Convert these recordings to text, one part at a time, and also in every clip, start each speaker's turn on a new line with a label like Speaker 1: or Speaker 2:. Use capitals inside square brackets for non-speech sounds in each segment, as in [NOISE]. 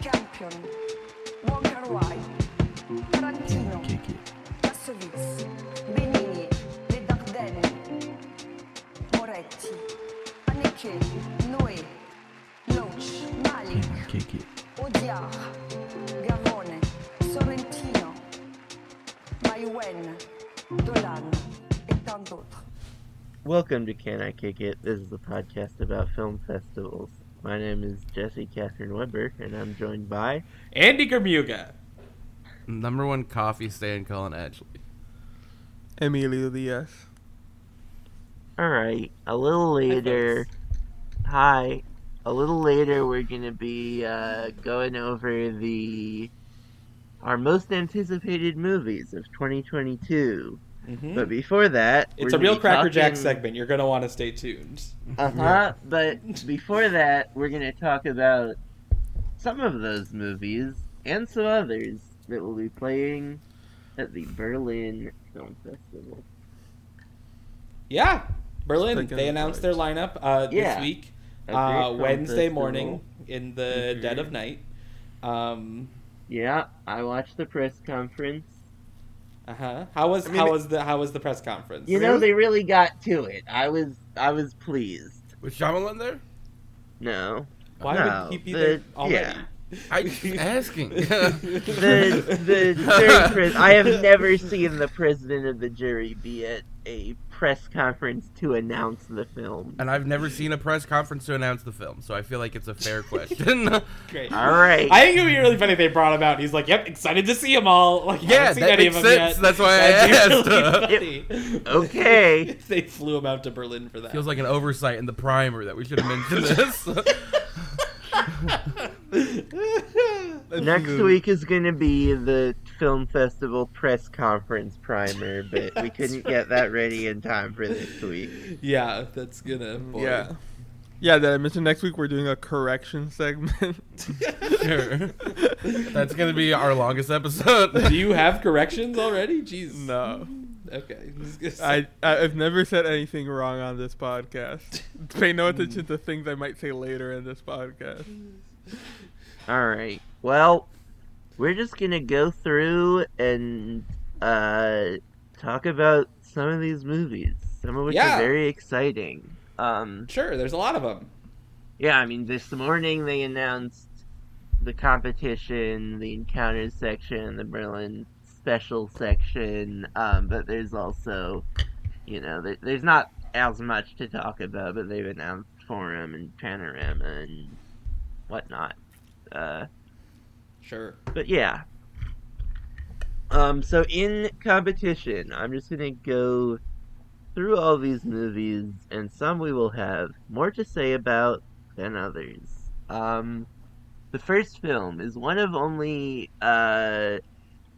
Speaker 1: Scorpion, Walter White, Tarantino,
Speaker 2: Kiki.
Speaker 1: Kassovitz, Benigni, Les Dardennes, Moretti, Haneke, Noé, Loach, Malik,
Speaker 2: Kiki.
Speaker 1: Odiar, Gavone, Sorrentino, Maïwen, Dolan et tant d'autres.
Speaker 3: Welcome to Can I Kick It? This is the podcast about film festivals. My name is Jesse Catherine Weber, and I'm joined by.
Speaker 4: Andy Garmuga.
Speaker 2: Number one coffee stand calling Edgley.
Speaker 5: Emilio Diaz.
Speaker 3: Alright, a little later. Hi. A little later, we're going to be uh, going over the. Our most anticipated movies of 2022.
Speaker 4: Mm-hmm.
Speaker 3: But before that,
Speaker 4: It's
Speaker 3: we're
Speaker 4: a real
Speaker 3: gonna be
Speaker 4: crackerjack
Speaker 3: talking-
Speaker 4: segment. You're gonna want to stay tuned.
Speaker 3: Uh huh. But before that, we're going to talk about some of those movies and some others that will be playing at the Berlin Film Festival.
Speaker 4: Yeah, Berlin.
Speaker 5: Thinking
Speaker 4: They
Speaker 5: of
Speaker 4: announced their
Speaker 5: vibes.
Speaker 4: lineup uh,
Speaker 3: Yeah.
Speaker 4: this week,
Speaker 3: A great
Speaker 4: uh,
Speaker 3: film
Speaker 4: Wednesday
Speaker 3: festival.
Speaker 4: morning in the
Speaker 3: Mhm.
Speaker 4: dead of night. Um,
Speaker 3: Yeah, I watched the press conference.
Speaker 4: uh huh. How was
Speaker 5: I mean,
Speaker 4: how
Speaker 5: it-
Speaker 4: was the how was the press conference?
Speaker 3: You
Speaker 5: Really?
Speaker 3: know, they really got to it. I was, I was pleased.
Speaker 6: Was Shyamalan there?
Speaker 3: No,
Speaker 4: Why
Speaker 3: no,
Speaker 4: would he be
Speaker 3: the-
Speaker 4: there already?
Speaker 3: yeah.
Speaker 6: I [LAUGHS] was asking.
Speaker 3: the the jury pres- I have never seen the president of the jury be at a press conference to announce the film.
Speaker 6: and I've never seen a press conference to announce the film, so I feel like it's a fair question.
Speaker 4: [LAUGHS]
Speaker 2: [LAUGHS]
Speaker 4: Great.
Speaker 3: All right.
Speaker 4: I think it would be really funny if they brought him out. and He's like, "Yep, excited to see them all." Like,
Speaker 6: Yeah,
Speaker 4: haven't seen
Speaker 6: that
Speaker 4: any of
Speaker 6: makes
Speaker 4: them
Speaker 6: sense.
Speaker 4: yet.
Speaker 6: That's why I
Speaker 4: That'd be
Speaker 6: asked.
Speaker 4: really
Speaker 3: [LAUGHS]
Speaker 4: funny.
Speaker 3: Okay.
Speaker 4: If they flew him out to Berlin for that.
Speaker 6: Feels like an oversight in the primer that we should have mentioned
Speaker 2: [LAUGHS]
Speaker 6: this.
Speaker 3: Next week is going to be the film festival press conference primer, but we
Speaker 4: That's
Speaker 3: couldn't get that ready in time for this week.
Speaker 4: [LAUGHS] yeah, that's gonna. Boy. [LAUGHS]
Speaker 5: Yeah. Yeah, did I mention next week we're doing a correction segment? [LAUGHS]
Speaker 6: sure. That's gonna be our longest episode.
Speaker 2: [LAUGHS]
Speaker 4: Do you have corrections already? Jeez.
Speaker 5: no.
Speaker 4: Okay. [LAUGHS] I was gonna say-
Speaker 5: I, I I've never said anything wrong on this [LAUGHS] podcast. Pay no attention to things I might say later in this podcast.
Speaker 3: All right. Well, we're just going to go through and uh, talk about some of these movies, some of which
Speaker 4: Yeah.
Speaker 3: are very exciting. Um,
Speaker 4: Sure. There's a lot of them.
Speaker 3: yeah, I mean, this morning they announced the competition, the encounters section, the Berlin special section, um, but there's also, you know, there, there's not as much to talk about, but they've announced Forum and Panorama and whatnot. Uh,
Speaker 4: Sure.
Speaker 3: but yeah. Um, so in competition, I'm just gonna go through all these movies, and some we will have more to say about than others. Um, the first film is one of only uh,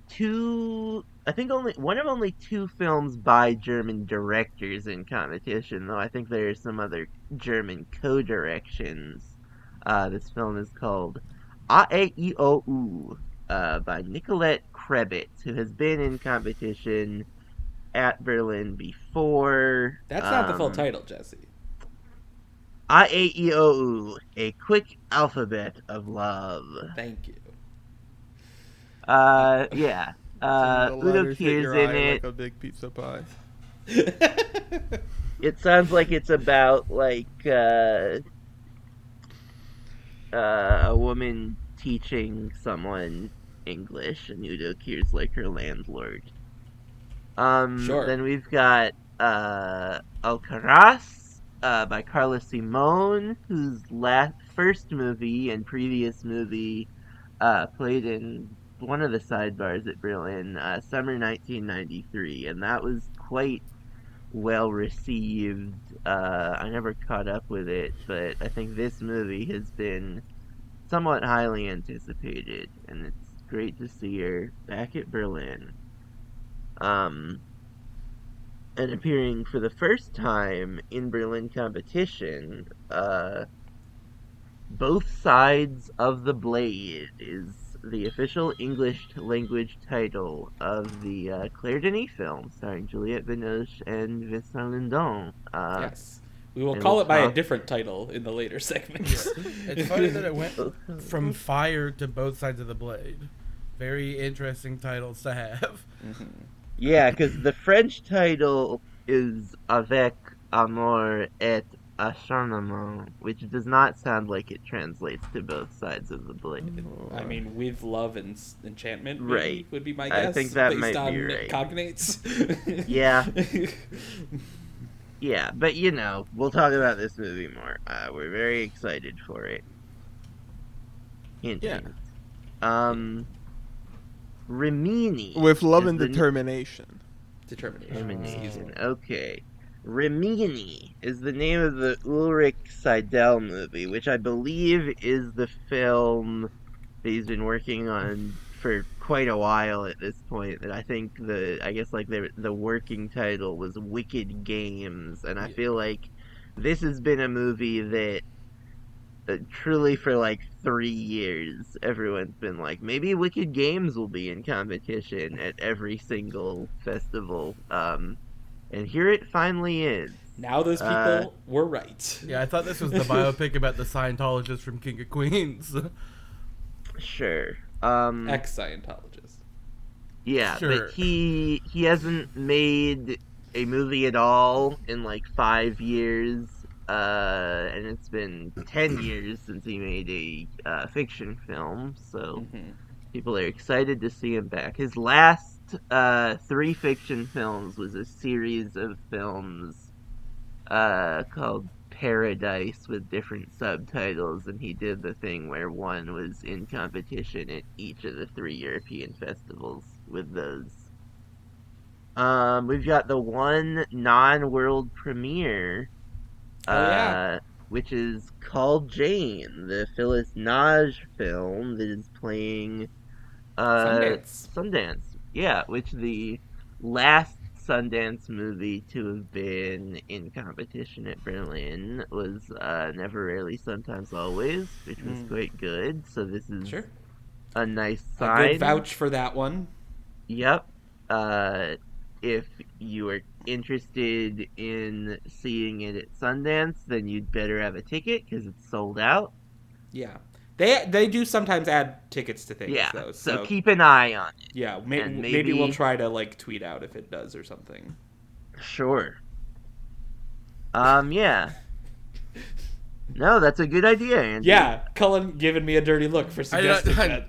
Speaker 3: two, I think only one of only two films by German directors in competition. Though I think there are some other German co-directions. Uh, this film is called AEIOU uh, by Nicolette Krebitz, who has been in competition at Berlin before.
Speaker 4: That's not the full
Speaker 3: Um,
Speaker 4: title, Jesse.
Speaker 3: AEIOU, E a quick alphabet of love. [LAUGHS]
Speaker 4: Thank you.
Speaker 3: Uh, yeah. Uh,
Speaker 5: The
Speaker 3: Udo
Speaker 5: letters hit
Speaker 3: Kier's
Speaker 5: your
Speaker 3: in
Speaker 5: eye
Speaker 3: it.
Speaker 5: Like a big pizza pie.
Speaker 3: It sounds like it's about like uh, uh, a woman teaching someone English, and Udo Kier's like her landlord. Um,
Speaker 4: Sure.
Speaker 3: Then we've got uh, Alcaraz uh, by Carlos Simon, whose last first movie and previous movie uh, played in one of the sidebars at Berlin, uh, summer 1993, and that was quite well received. Uh, I never caught up with it, but I think this movie has been somewhat highly anticipated, and it's great to see her back at Berlin. Um, and appearing for the first time in Berlin competition, uh, both Sides of the Blade is the official English language title of the uh, Claire Denis film, starring Juliette Binoche and Vincent Lindon. Uh,
Speaker 4: yes. We will
Speaker 3: And
Speaker 4: call
Speaker 3: we'll
Speaker 4: it by a
Speaker 3: talk-
Speaker 4: different title in the later [LAUGHS] segments.
Speaker 6: It's funny that it went from fire to both sides of the blade. Very interesting titles to have.
Speaker 3: Yeah, because the French title is Avec Amour et Acharnement, which does not sound like it translates to both sides of the
Speaker 5: Mm.
Speaker 3: blade.
Speaker 4: [LAUGHS] I mean, with love and s- enchantment, maybe,
Speaker 3: Right.
Speaker 4: would be my
Speaker 3: I
Speaker 4: guess.
Speaker 3: think that
Speaker 4: based
Speaker 3: might be
Speaker 4: on
Speaker 3: right.
Speaker 4: Cognates. [LAUGHS]
Speaker 3: Yeah. Yeah, but you know, we'll talk about this movie more. Uh, we're very excited for it. Hint,
Speaker 5: Yeah.
Speaker 3: hint. Um, Rimini.
Speaker 5: With love
Speaker 3: is
Speaker 5: and
Speaker 3: the-
Speaker 5: determination.
Speaker 4: Determination. Excuse me.
Speaker 3: Rimini. Okay. Rimini is the name of the Ulrich Seidel movie, which I believe is the film that he's been working on for quite a while at this point. And I think the, I guess like the the working title was Wicked Games, and I
Speaker 6: Yeah.
Speaker 3: feel like this has been a movie that. Uh, truly, for like three years, everyone's been like, maybe Wicked Games will be in competition at every single festival. Um, and here it finally is.
Speaker 4: Now those people
Speaker 3: Uh,
Speaker 4: were right.
Speaker 6: Yeah, I thought
Speaker 2: [LAUGHS]
Speaker 6: this was the biopic about the Scientologist from King of Queens.
Speaker 3: Sure. Um,
Speaker 4: Ex Scientologist.
Speaker 3: yeah,
Speaker 6: sure.
Speaker 3: but he he hasn't made a movie at all in like five years, uh, and it's been ten years since he made a uh, fiction film. So
Speaker 4: Mhm.
Speaker 3: people are excited to see him back. His last uh, three fiction films was a series of films uh, called Paradise with different subtitles, and he did the thing where one was in competition at each of the three European festivals with those. Um, we've got the one non-world premiere,
Speaker 4: Oh, yeah.
Speaker 3: uh, which is called Jane, the Phyllis Nage film that is playing uh,
Speaker 4: Sundance.
Speaker 3: Sundance, yeah, which the last Sundance movie to have been in competition at Berlin was uh, Never Rarely, Sometimes Always, which was
Speaker 4: Mm.
Speaker 3: quite good. So this is
Speaker 4: Sure.
Speaker 3: a nice
Speaker 4: I
Speaker 3: sign.
Speaker 4: could vouch for that one.
Speaker 3: Yep. Uh, if you are interested in seeing it at Sundance, then you'd better have a ticket because it's sold out.
Speaker 4: Yeah. They they do sometimes add tickets to things
Speaker 3: yeah.
Speaker 4: though.
Speaker 3: so
Speaker 4: So,
Speaker 3: keep an eye on it.
Speaker 4: yeah, may,
Speaker 3: and
Speaker 4: maybe, we'll
Speaker 3: maybe-
Speaker 4: try to like tweet out if it does or something.
Speaker 3: Sure. Um. Yeah. No, that's a good idea, Andy.
Speaker 4: Yeah, Cullen giving me a dirty look for
Speaker 6: I- [LAUGHS] I-
Speaker 4: suggesting that.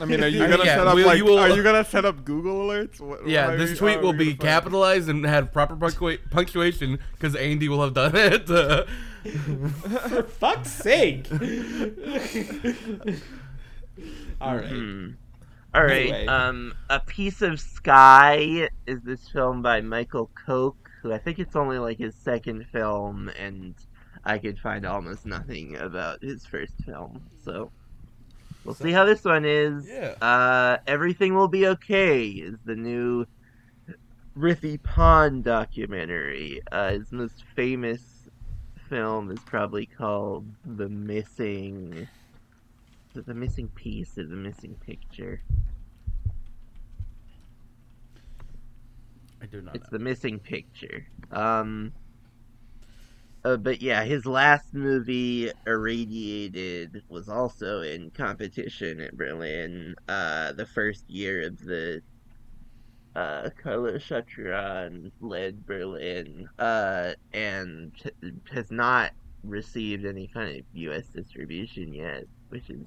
Speaker 4: [LAUGHS]
Speaker 5: I mean, are you
Speaker 6: [LAUGHS] I mean,
Speaker 5: gonna
Speaker 6: yeah,
Speaker 5: set up
Speaker 6: will-
Speaker 5: like?
Speaker 6: you will- [LAUGHS]
Speaker 5: are you gonna set up Google alerts? What,
Speaker 6: yeah,
Speaker 5: what are
Speaker 6: this
Speaker 5: you-
Speaker 6: tweet
Speaker 5: how
Speaker 6: will
Speaker 5: are uh, we
Speaker 6: be
Speaker 5: gonna find-
Speaker 6: capitalized and have proper punctua- punctuation because Andy will have done it. [LAUGHS]
Speaker 4: For
Speaker 3: [LAUGHS]
Speaker 4: fuck's sake! [LAUGHS] All right.
Speaker 3: Hmm. All right.
Speaker 4: Anyway.
Speaker 3: Um, a piece of sky is this film by Michael Koch, who I think it's only like his second film, and I could find almost nothing about his first film. So we'll see how this one is.
Speaker 6: yeah.
Speaker 3: Uh, everything will be okay is the new Rithy Pond documentary. Uh, his most famous film is probably called The Missing. is it The missing piece or the missing picture.
Speaker 6: I do not.
Speaker 3: It's the missing picture. Um, uh, but yeah, his last movie, Irradiated, was also in competition at Berlin. Uh, the first year of the uh, Carlo Chatrian led Berlin, uh, and has not received any kind of U.S. distribution yet, which is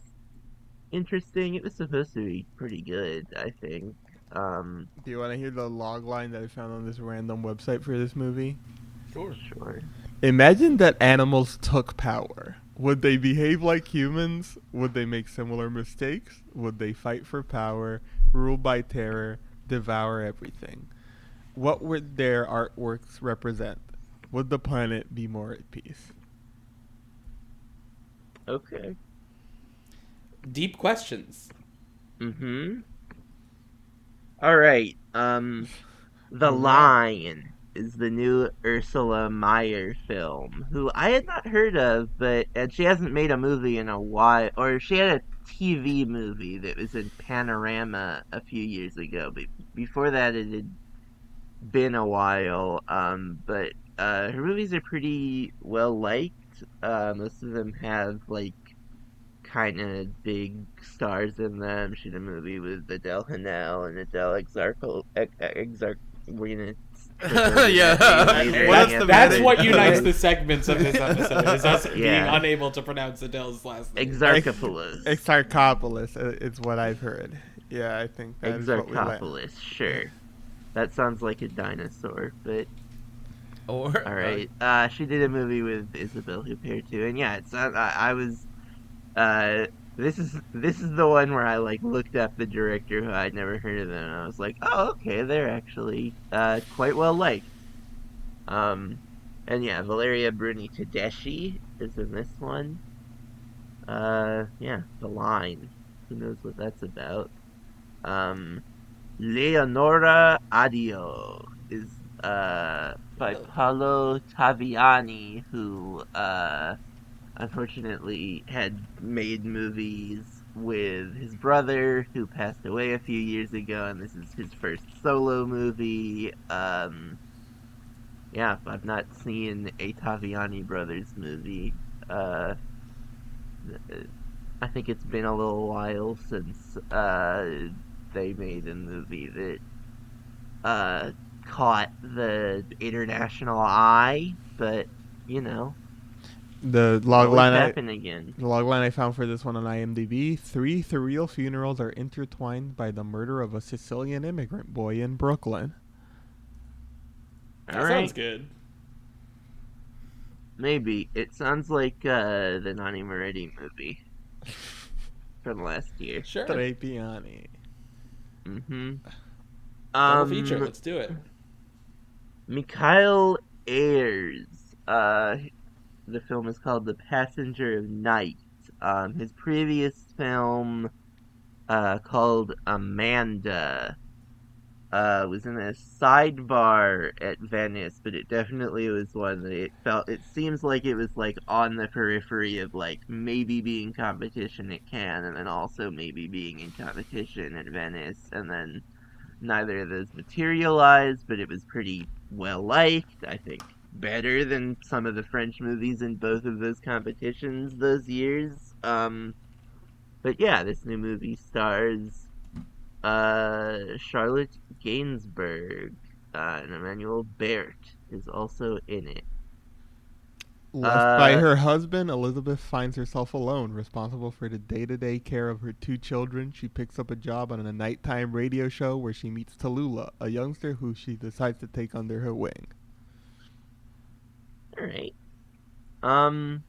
Speaker 3: interesting. It was supposed to be pretty good, I think. Um,
Speaker 5: Do you want to hear the log line that I found on this random website for this movie?
Speaker 6: Sure.
Speaker 3: sure.
Speaker 5: Imagine that animals took power. Would they behave like humans? Would they make similar mistakes? Would they fight for power, rule by terror, devour everything? What would their artworks represent? Would the planet be more at peace?
Speaker 3: Okay.
Speaker 4: Deep questions.
Speaker 3: Mm-hmm. All right. Um, The Lion is the new Ursula Meyer film, who I had not heard of, but and she hasn't made a movie in a while, or she had a TV movie that was in Panorama a few years ago, but before that it had been a while. Um, but uh, her movies are pretty well liked. Uh, most of them have like kind of big stars in them. She did a movie with Adele Hanel and Adele Exarchopoulos. Exarch- we're gonna
Speaker 2: Yeah.
Speaker 3: Well,
Speaker 2: That's
Speaker 3: yeah.
Speaker 2: the
Speaker 4: That's
Speaker 2: medic.
Speaker 4: what
Speaker 3: [LAUGHS]
Speaker 4: unites the segments of this episode is us being
Speaker 3: Yeah.
Speaker 4: unable to pronounce Adele's last name.
Speaker 3: Exarchopoulos.
Speaker 5: Exarchopolis uh, is what I've heard. Yeah, I think that's what we like.
Speaker 3: Exarchopolis, sure. That sounds like a dinosaur, but
Speaker 2: Or
Speaker 3: [LAUGHS] all right. Uh, she did a movie with Isabelle Huppert too, and yeah, it's not, I, I was. Uh, this is this is the one where I like looked up the director who I'd never heard of them. And I was like, oh, okay, they're actually uh, quite well liked. Um, and yeah, Valeria Bruni Tedeschi is in this one. Uh, yeah, The Line. Who knows what that's about? Um, Leonora Adio is uh by Paolo Taviani, who uh unfortunately had made movies with his brother who passed away a few years ago and this is his first solo movie um yeah i've not seen a taviani brothers movie uh i think it's been a little while since uh they made a movie that uh caught the international eye but you know
Speaker 5: The log
Speaker 3: Always
Speaker 5: line I,
Speaker 3: happen again.
Speaker 5: the log line I found for this one on IMDb: Three surreal funerals are intertwined by the murder of a Sicilian immigrant boy in Brooklyn.
Speaker 4: That
Speaker 3: All
Speaker 4: sounds
Speaker 3: right,
Speaker 4: good.
Speaker 3: maybe it sounds like uh, the Nani Moretti movie from last year.
Speaker 4: Sure. Double
Speaker 5: Trepiani.
Speaker 3: Mm-hmm. Um,
Speaker 4: feature. Let's do it.
Speaker 3: Mikhail Ayers. Uh, the film is called The Passenger of Night. Um, his previous film, uh, called Amanda, uh, was in a sidebar at Venice, but it definitely was one that it felt. It seems like it was like on the periphery of like maybe being competition at Cannes, and then also maybe being in competition at Venice, and then neither of those materialized, but it was pretty well liked. I think better than some of the French movies in both of those competitions those years. Um, but yeah, this new movie stars uh, Charlotte Gainsbourg uh, and Emmanuel Bert is also in it.
Speaker 5: Left by
Speaker 3: Uh,
Speaker 5: her husband, Elizabeth finds herself alone, responsible for the day to day care of her two children. She picks up a job on a nighttime radio show where she meets Tallulah, a youngster who she decides to take under her wing.
Speaker 3: All right. Um.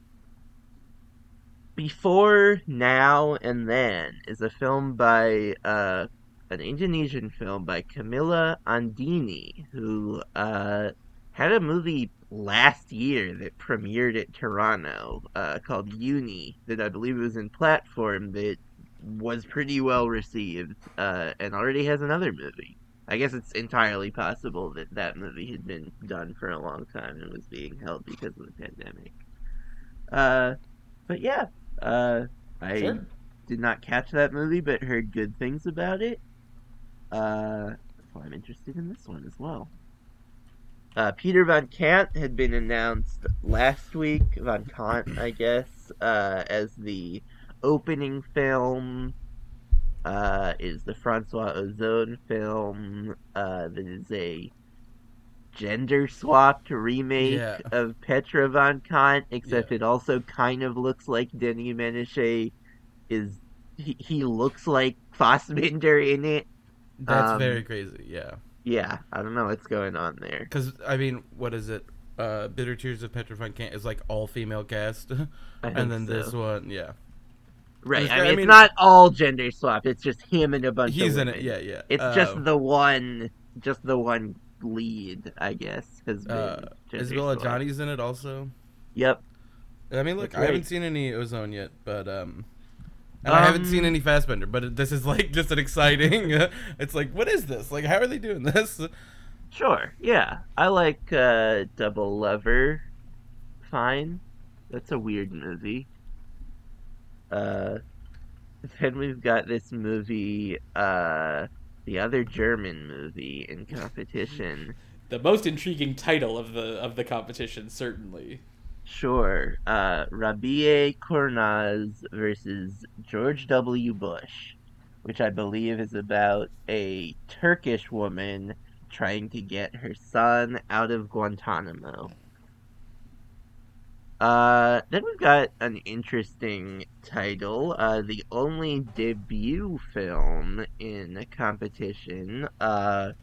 Speaker 3: Before, Now, and Then is a film by uh, an Indonesian film by Camilla Andini, who uh, had a movie last year that premiered at Toronto uh, called Uni, that I believe was in Platform, that was pretty well received uh, and already has another movie. I guess it's entirely possible that that movie had been done for a long time and was being held because of the pandemic. Uh, but yeah, uh, I
Speaker 4: Sure.
Speaker 3: did not catch that movie, but heard good things about it. Uh, so I'm interested in this one as well. Uh, Peter Von Kant had been announced last week, Von Kant, I guess, uh, as the opening film uh, is the Francois Ozone film uh, that is a gender swapped remake
Speaker 6: Yeah.
Speaker 3: of Petra von Kant, except it also kind of looks like Denny Menashe is he, he looks like Fassbinder in it.
Speaker 6: That's
Speaker 3: Um,
Speaker 6: very crazy. Yeah,
Speaker 3: Yeah, I don't know what's going on there.
Speaker 6: because I mean, what is it? Uh, Bitter Tears of Petrified Can't is like all female cast, [LAUGHS]
Speaker 3: I think
Speaker 6: and then
Speaker 3: so.
Speaker 6: this one, yeah,
Speaker 3: right?
Speaker 6: this
Speaker 3: I
Speaker 6: guy-
Speaker 3: mean,
Speaker 6: I
Speaker 3: it's
Speaker 6: mean-
Speaker 3: not all gender swapped. It's just him and a bunch.
Speaker 6: he's
Speaker 3: of
Speaker 6: in
Speaker 3: women.
Speaker 6: it. Yeah, yeah.
Speaker 3: It's
Speaker 6: Uh,
Speaker 3: just the one, just the one lead, I guess, has been.
Speaker 6: uh,
Speaker 3: gender
Speaker 6: Isabella
Speaker 3: swapped.
Speaker 6: Johnny's in it also.
Speaker 3: Yep.
Speaker 6: I mean, look,
Speaker 3: That's
Speaker 6: I haven't
Speaker 3: right.
Speaker 6: seen any Ozone yet, but um, and I haven't seen
Speaker 3: Um,
Speaker 6: any Fastbender, but it- this is like [LAUGHS] just an exciting. it's like, what is this? Like, how are they doing this?
Speaker 3: Sure. Yeah, I like uh, Double Lover. Fine. That's a weird movie. Uh, then we've got this movie, uh, the other German movie in competition.
Speaker 4: the most intriguing title of the of the competition, certainly.
Speaker 3: Sure. Uh, Rabie Cornaz versus George W. Bush, which I believe is about a Turkish woman trying to get her son out of Guantanamo. Uh, then we've got an interesting title, uh, the only debut film in the competition, uh,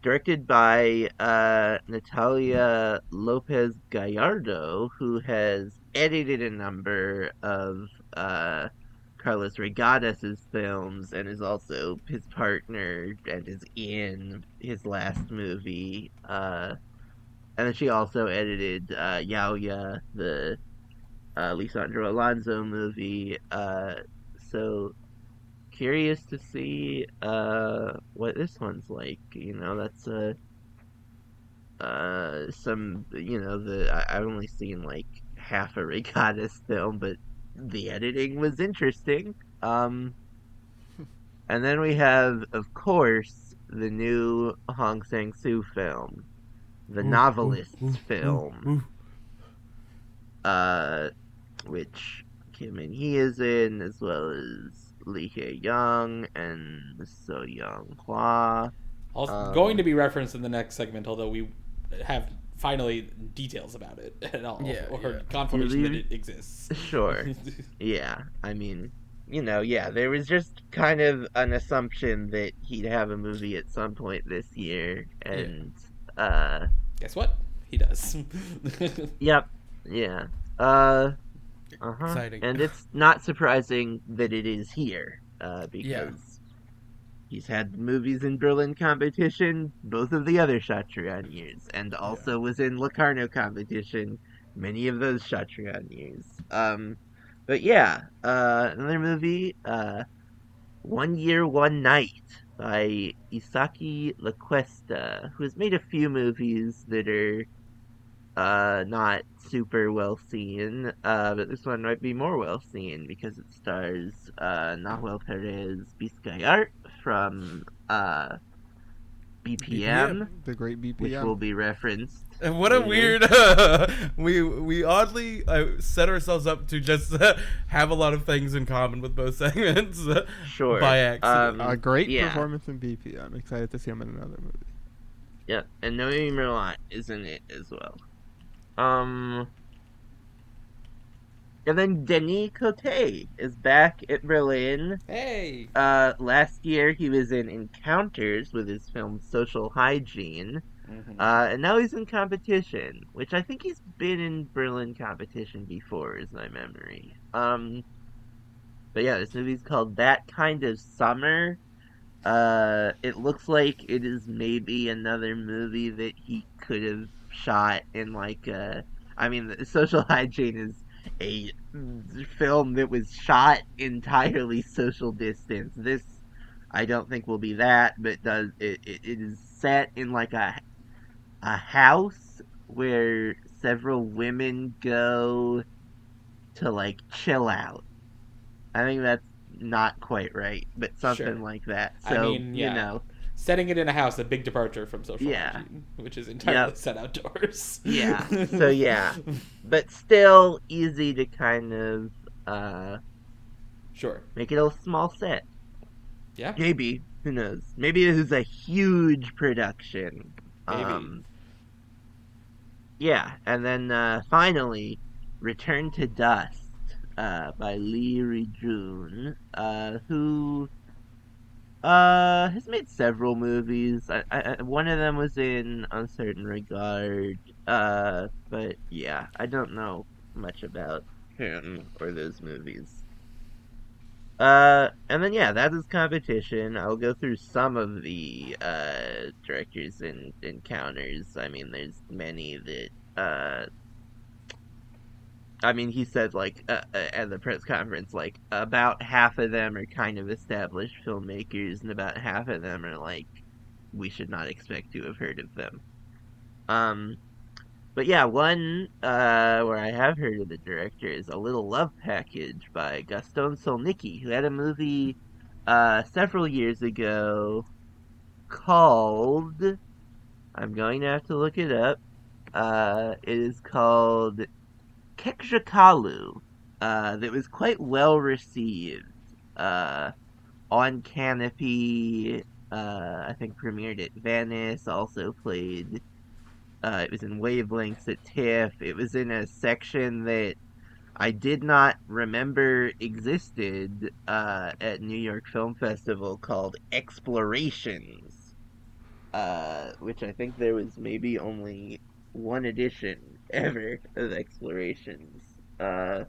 Speaker 3: directed by uh, Natalia Lopez Gallardo, who has edited a number of uh, Carlos Regadas' films and is also his partner and is in his last movie. Uh, and then she also edited uh, Yaoya, the uh, Lisandro Alonso movie. Uh, so curious to see uh, what this one's like. You know, that's a uh, some you know the I, I've only seen like half a [LAUGHS] Regatta's film, but the editing was interesting. Um, and then we have, of course, the new Hong Sang Soo film, the novelist film, Uh, which Kim and he is in, as well as Lee Hye Young and So Young Hwa.
Speaker 4: Also
Speaker 3: Um,
Speaker 4: going to be referenced in the next segment, although we have finally details about it at all,
Speaker 6: Yeah,
Speaker 4: or
Speaker 6: yeah.
Speaker 4: confirmation that
Speaker 3: Really?
Speaker 4: it exists.
Speaker 3: Sure. Yeah, I mean, you know, yeah, there was just kind of an assumption that he'd have a movie at some point this year, and uh,
Speaker 4: [LAUGHS] Guess what? He does. [LAUGHS]
Speaker 3: yep, yeah, uh, uh-huh.
Speaker 6: Exciting.
Speaker 3: and it's not surprising that it is here uh, because he's had movies in Berlin competition, both of the other Chatrian years, and also was in Locarno competition, many of those Chatrian years. Um, but yeah, uh, another movie, uh, One Year, One Night by Isaki La Cuesta, who has made a few movies that are uh, not super well seen, uh, but this one might be more well seen because it stars uh, Nahuel Perez Biscayart from uh, BPM,
Speaker 5: The great BPM.
Speaker 3: which will be referenced.
Speaker 6: And what a weird. [LAUGHS] we we oddly uh, set ourselves up to just uh, have a lot of things in common with both [LAUGHS] segments.
Speaker 3: Uh-huh.
Speaker 6: uh,
Speaker 3: Sure.
Speaker 6: By
Speaker 3: Um,
Speaker 6: accident.
Speaker 5: a great
Speaker 3: yeah.
Speaker 5: performance in BP. I'm excited to see him in another movie.
Speaker 3: Yep, and Noemi Merlant is in it as well. Um, and then Denis Cote is back at Berlin.
Speaker 4: hey,
Speaker 3: Uh, last year he was in Encounters with his film Social Hygiene,
Speaker 4: Mhm.
Speaker 3: uh, and now he's in Competition, which I think he's been in Berlin Competition before, is my memory. Um, but yeah, this movie's called That Kind of Summer. Uh, it looks like it is maybe another movie that he could have shot in like a. I mean, the- social [LAUGHS] hygiene is a film that was shot entirely social distance. This, I don't think, will be that, but does it? It, it is set in like a a house where several women go to like chill out. I think that's not quite right, but something
Speaker 4: Sure.
Speaker 3: like that.
Speaker 4: I
Speaker 3: So
Speaker 4: mean, yeah.
Speaker 3: you
Speaker 4: [LAUGHS]
Speaker 3: know,
Speaker 4: setting it in a house, a big departure from social
Speaker 3: Yeah.
Speaker 4: hygiene, which is entirely
Speaker 3: Yep.
Speaker 4: set outdoors. [LAUGHS]
Speaker 3: Yeah, so yeah. but still easy to kind of uh,
Speaker 4: sure.
Speaker 3: make it a small set.
Speaker 4: Yeah.
Speaker 3: Maybe. Who knows? Maybe this is a huge production. Um,
Speaker 4: Maybe.
Speaker 3: yeah, and then uh, finally, Return to Dust uh, by Lee Rijun, uh, who uh, has made several movies. I, I, I- one of them was in Uncertain Regard, uh, but yeah, I don't know much about him or those movies. Uh, and then yeah, that is competition. I'll go through some of the uh, directors and encounters. I mean, there's many that. Uh, I mean, he said like uh, uh, at the press conference, like about half of them are kind of established filmmakers, and about half of them are like we should not expect to have heard of them. Um, but yeah, one uh, where I have heard of the director is A Little Love Package by Gaston Solnicki, who had a movie uh, several years ago called. I'm going to have to look it up. Uh, it is called Kekshakalu. Uh, that was quite well received uh, on Canopy. Uh, I think premiered at Venice. Also played. Uh, it was in wavelengths at TIFF. It was in a section that I did not remember existed uh, at New York Film Festival called Explorations, uh, which I think there was maybe only one edition [LAUGHS] ever of Explorations. Uh,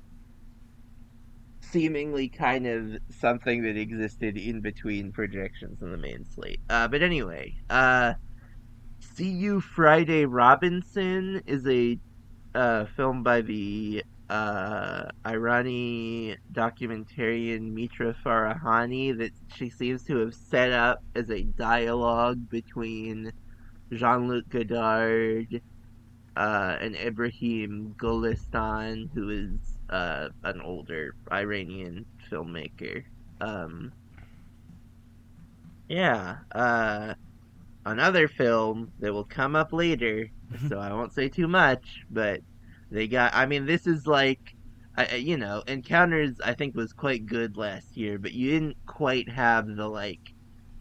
Speaker 3: seemingly kind of something that existed in between projections in the main slate. Uh, but anyway, uh, See You Friday Robinson is a uh, film by the uh, Irani documentarian Mitra Farahani that she seems to have set up as a dialogue between Jean Luc Godard uh, and Ibrahim Golistan, who is uh, an older Iranian filmmaker. Um, yeah. Uh, another film that will come up later, so I won't say too much, but they got. I mean, this is like, I, I- you know, Encounters. I think was quite good last year, but you didn't quite have the like,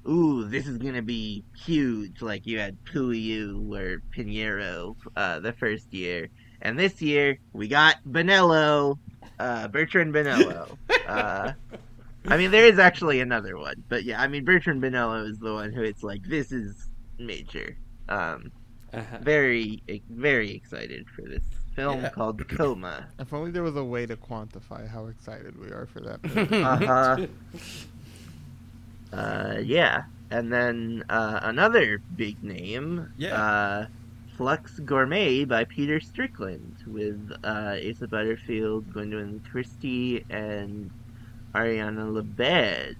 Speaker 3: ooh, this is gonna be huge. Like you had Puyu or Pinheiro uh, the first year, and this year we got Bonello, uh, Bertrand Bonello. uh, I mean, there is actually another one, but yeah, I mean, Bertrand Bonello is the one who it's like this is major. Um,
Speaker 4: Uh-huh.
Speaker 3: very very excited for this film
Speaker 4: Yeah.
Speaker 3: called
Speaker 6: [LAUGHS]
Speaker 3: Coma.
Speaker 5: If only there was a way to quantify how excited we are for that. movie.
Speaker 3: Uh-huh. [LAUGHS] uh yeah, and then uh, another big name,
Speaker 6: Yeah.
Speaker 3: uh, Flux Gourmet by Peter Strickland with uh, Asa Butterfield, Gwendolyn Christie, and Ariana Lebed.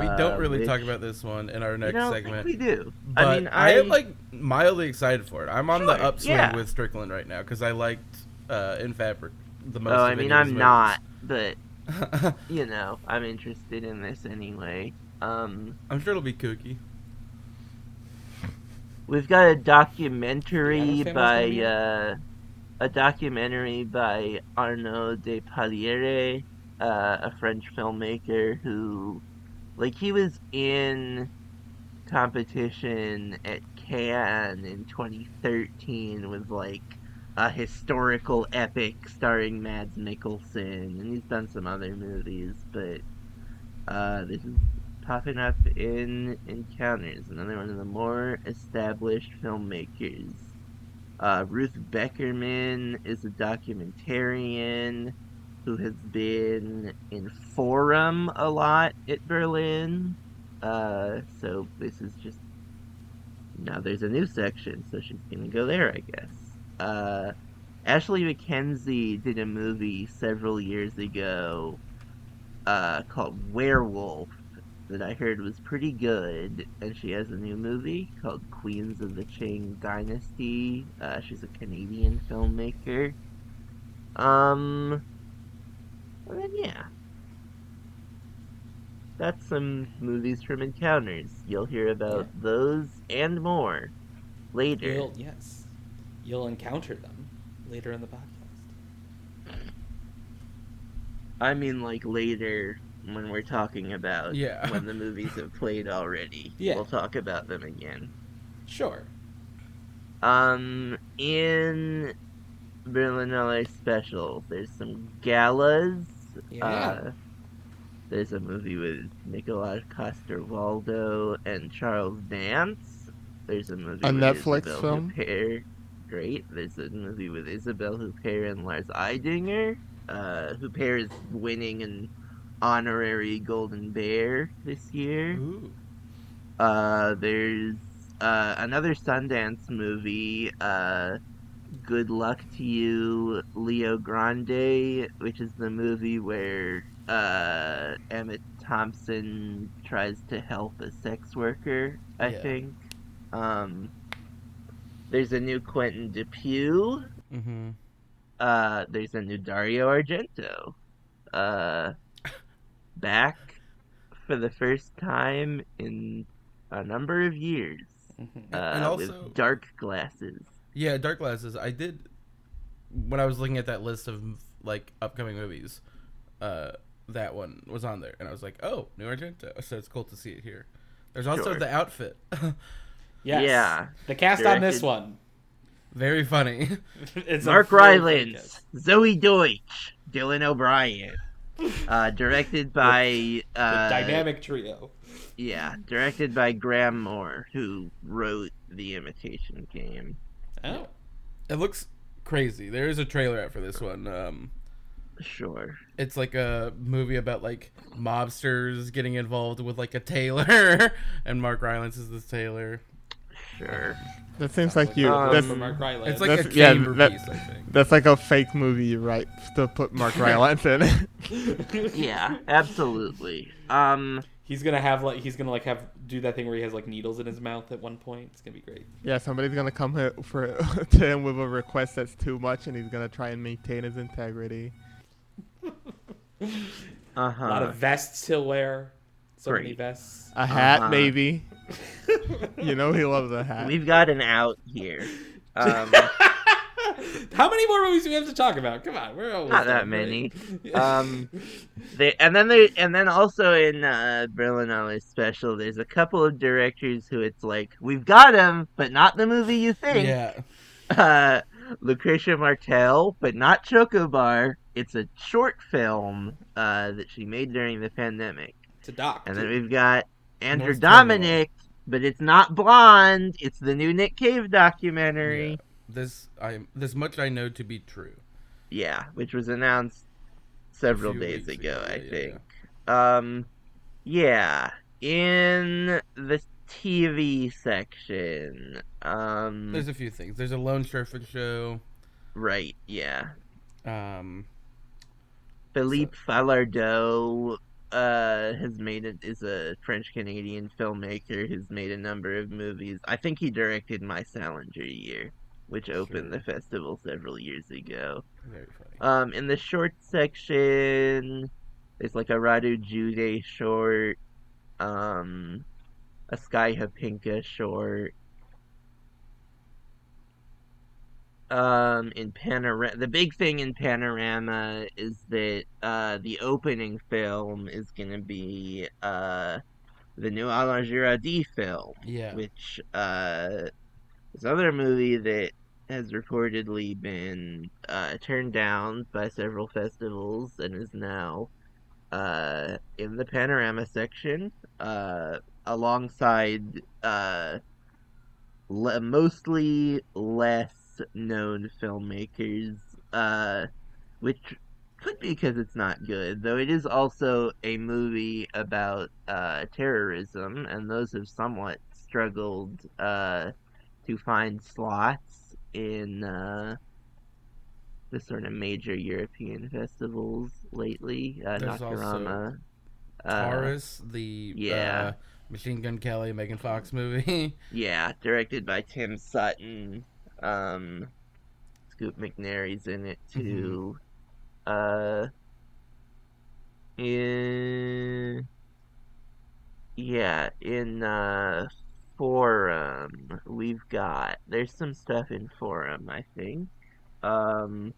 Speaker 6: We
Speaker 3: uh,
Speaker 6: don't really
Speaker 3: which-
Speaker 6: talk about this one in our
Speaker 3: I
Speaker 6: next
Speaker 3: don't
Speaker 6: segment.
Speaker 3: Think we do.
Speaker 6: But
Speaker 3: I
Speaker 6: I,
Speaker 3: mean, I,
Speaker 6: am like mildly excited for it. I'm on the
Speaker 3: Sure,
Speaker 6: upswing
Speaker 3: yeah.
Speaker 6: with Strickland right now because I liked uh, In Fabric the most.
Speaker 3: Oh,
Speaker 6: of
Speaker 3: I mean,
Speaker 6: any
Speaker 3: I'm
Speaker 6: of his
Speaker 3: not, but
Speaker 6: movies.
Speaker 3: you know, I'm interested in this anyway. Um,
Speaker 6: [LAUGHS] I'm sure it'll be kooky.
Speaker 3: We've got a
Speaker 4: Do
Speaker 3: documentary
Speaker 4: you have a famous
Speaker 3: by
Speaker 4: movie?
Speaker 3: uh, a documentary by Arnaud de Paliere, uh, a French filmmaker who, like, he was in competition at Cannes in 2013 with like a historical epic starring Mads Mikkelsen, and he's done some other movies, but uh, this is popping up in Encounters, another one of the more established filmmakers. Uh, Ruth Beckerman is a documentarian who has been in Forum a lot at Berlin. Uh, so this is just now there's a new section, so she's gonna go there, I guess. Uh, Ashley McKenzie did a movie several years ago uh, called Werewolf that I heard was pretty good, and she has a new movie called Queens of the Qing Dynasty. Uh, she's a Canadian filmmaker. Um, and then yeah, that's some movies from Encounters. You'll hear about those and more later.
Speaker 4: You'll, yes, you'll encounter them later in the podcast.
Speaker 3: I mean, like later when we're talking about
Speaker 6: Yeah.
Speaker 3: when the movies have played already.
Speaker 4: Yeah.
Speaker 3: We'll talk about them again.
Speaker 4: Sure.
Speaker 3: Um, in Berlinale special, there's some galas.
Speaker 4: Yeah.
Speaker 3: Uh, there's a movie with Nicolás Coster-Waldau and Charles Dance. There's a movie
Speaker 5: A
Speaker 3: with
Speaker 5: Netflix
Speaker 3: Isabelle
Speaker 5: film?
Speaker 3: Huppert. Great. There's a movie with Isabelle Huppert and Lars Eidinger. Uh, Huppert is winning an honorary Golden Bear this year.
Speaker 6: Ooh.
Speaker 3: Uh, there's uh, another Sundance movie, uh, Good Luck to You, Leo Grande, which is the movie where uh, Emma Thompson tries to help a sex worker, I
Speaker 6: Yeah.
Speaker 3: think. Um, there's a new Quentin Depew.
Speaker 6: Mm-hmm.
Speaker 3: Uh, there's a new Dario Argento. Uh, [LAUGHS] back for the first time in a number of years.
Speaker 4: Mm-hmm.
Speaker 3: uh,
Speaker 6: And also-
Speaker 3: with dark glasses.
Speaker 6: Yeah, Dark Glasses. I did when I was looking at that list of like upcoming movies. Uh, that one was on there, and I was like, "Oh, New Argento." [LAUGHS] So it's cool to see it here. There's also
Speaker 3: Sure.
Speaker 6: the outfit, [LAUGHS]
Speaker 4: Yes.
Speaker 3: Yeah.
Speaker 4: The cast on this
Speaker 3: Directed-
Speaker 4: one. [LAUGHS]
Speaker 6: very funny. [LAUGHS]
Speaker 4: it's a
Speaker 3: Mark
Speaker 4: full freaking
Speaker 3: Rylance,
Speaker 4: cast.
Speaker 3: Zoe Deutsch, Dylan O'Brien. Uh, directed by
Speaker 4: [LAUGHS] The
Speaker 3: uh,
Speaker 4: dynamic trio.
Speaker 3: yeah, directed by Graham Moore, who wrote The Imitation Game.
Speaker 4: Oh.
Speaker 6: It looks crazy. There is a trailer out for this one. Um,
Speaker 3: Sure,
Speaker 6: it's like a movie about like mobsters getting involved with like a tailor, [LAUGHS] and Mark Rylance is this tailor.
Speaker 3: sure.
Speaker 5: That seems like you.
Speaker 3: Um,
Speaker 5: that's,
Speaker 4: For Mark Rylance.
Speaker 6: It's like a
Speaker 5: That's- yeah,
Speaker 6: chamber
Speaker 5: that-
Speaker 6: piece, I think.
Speaker 5: that's like a fake movie you write to put [LAUGHS] Mark Rylance in
Speaker 4: [LAUGHS]
Speaker 5: it.
Speaker 3: Yeah, absolutely. Um,
Speaker 4: he's gonna have like he's gonna like have do that thing where he has like needles in his mouth at one point. It's gonna be great.
Speaker 5: Yeah, somebody's gonna come here for [LAUGHS] to him with a request that's too much, and he's gonna try and maintain his integrity.
Speaker 3: uh
Speaker 4: A lot
Speaker 3: huh.
Speaker 4: of vests he'll wear. So many
Speaker 3: Great.
Speaker 4: vests.
Speaker 5: A hat,
Speaker 3: Uh-huh. [LAUGHS]
Speaker 5: maybe. you know he loves a hat.
Speaker 3: We've got an out
Speaker 4: [LAUGHS]
Speaker 3: here. Um,
Speaker 4: How many more movies do we have to talk about? Come on, we're almost
Speaker 3: Not that
Speaker 4: done, right? [LAUGHS]
Speaker 3: many. Um, they and then they and then also in uh, Berlinale's special, there's a couple of directors who it's like we've got him, but not the movie you think.
Speaker 6: Yeah.
Speaker 3: [LAUGHS] Uh, Lucretia Martel, but not Chocobar. It's a short film uh, that she made during the pandemic.
Speaker 4: to Doc.
Speaker 3: And then we've got Andrew
Speaker 6: North
Speaker 3: Dominic, but it's not Blonde. It's the new Nick Cave documentary.
Speaker 6: This I this much I know to be true.
Speaker 3: Yeah, which was announced several
Speaker 6: Few
Speaker 3: days
Speaker 6: weeks
Speaker 3: ago,
Speaker 6: ago,
Speaker 3: I
Speaker 6: yeah, yeah,
Speaker 3: think. Um, yeah, in the TV section. Um,
Speaker 6: There's a few things. There's a Lone Surfer show.
Speaker 3: right, yeah.
Speaker 6: Um,
Speaker 3: Philippe Falardeau uh, has made it is a French Canadian filmmaker who's made a number of movies. I think he directed My Salinger Year, which opened the festival several years ago.
Speaker 6: very funny.
Speaker 3: Um, in the short section, there's like a Radu Jude short, um, a Sky Hapinka short. Um, in panorama, the big thing in panorama is that uh, the opening film is gonna be uh, the new Alain Girardi film
Speaker 6: Yeah.
Speaker 3: which uh this other movie that has reportedly been uh, turned down by several festivals and is now uh, in the panorama section uh, alongside uh, le- mostly less known filmmakers uh, which could be because it's not good, though it is also a movie about uh, terrorism, and those have somewhat struggled uh, to find slots in uh, the sort of major European festivals lately. Uh,
Speaker 6: There's
Speaker 3: Nakarama. Uh,
Speaker 6: Taurus, the
Speaker 3: yeah.
Speaker 6: uh, Machine Gun Kelly Megan
Speaker 3: [LAUGHS]
Speaker 6: Fox movie. [LAUGHS]
Speaker 3: yeah, directed by Tim Sutton. Um, Scoop McNairy's in it too. Uh, in yeah, in uh, Forum we've got there's some stuff in Forum I think. Um,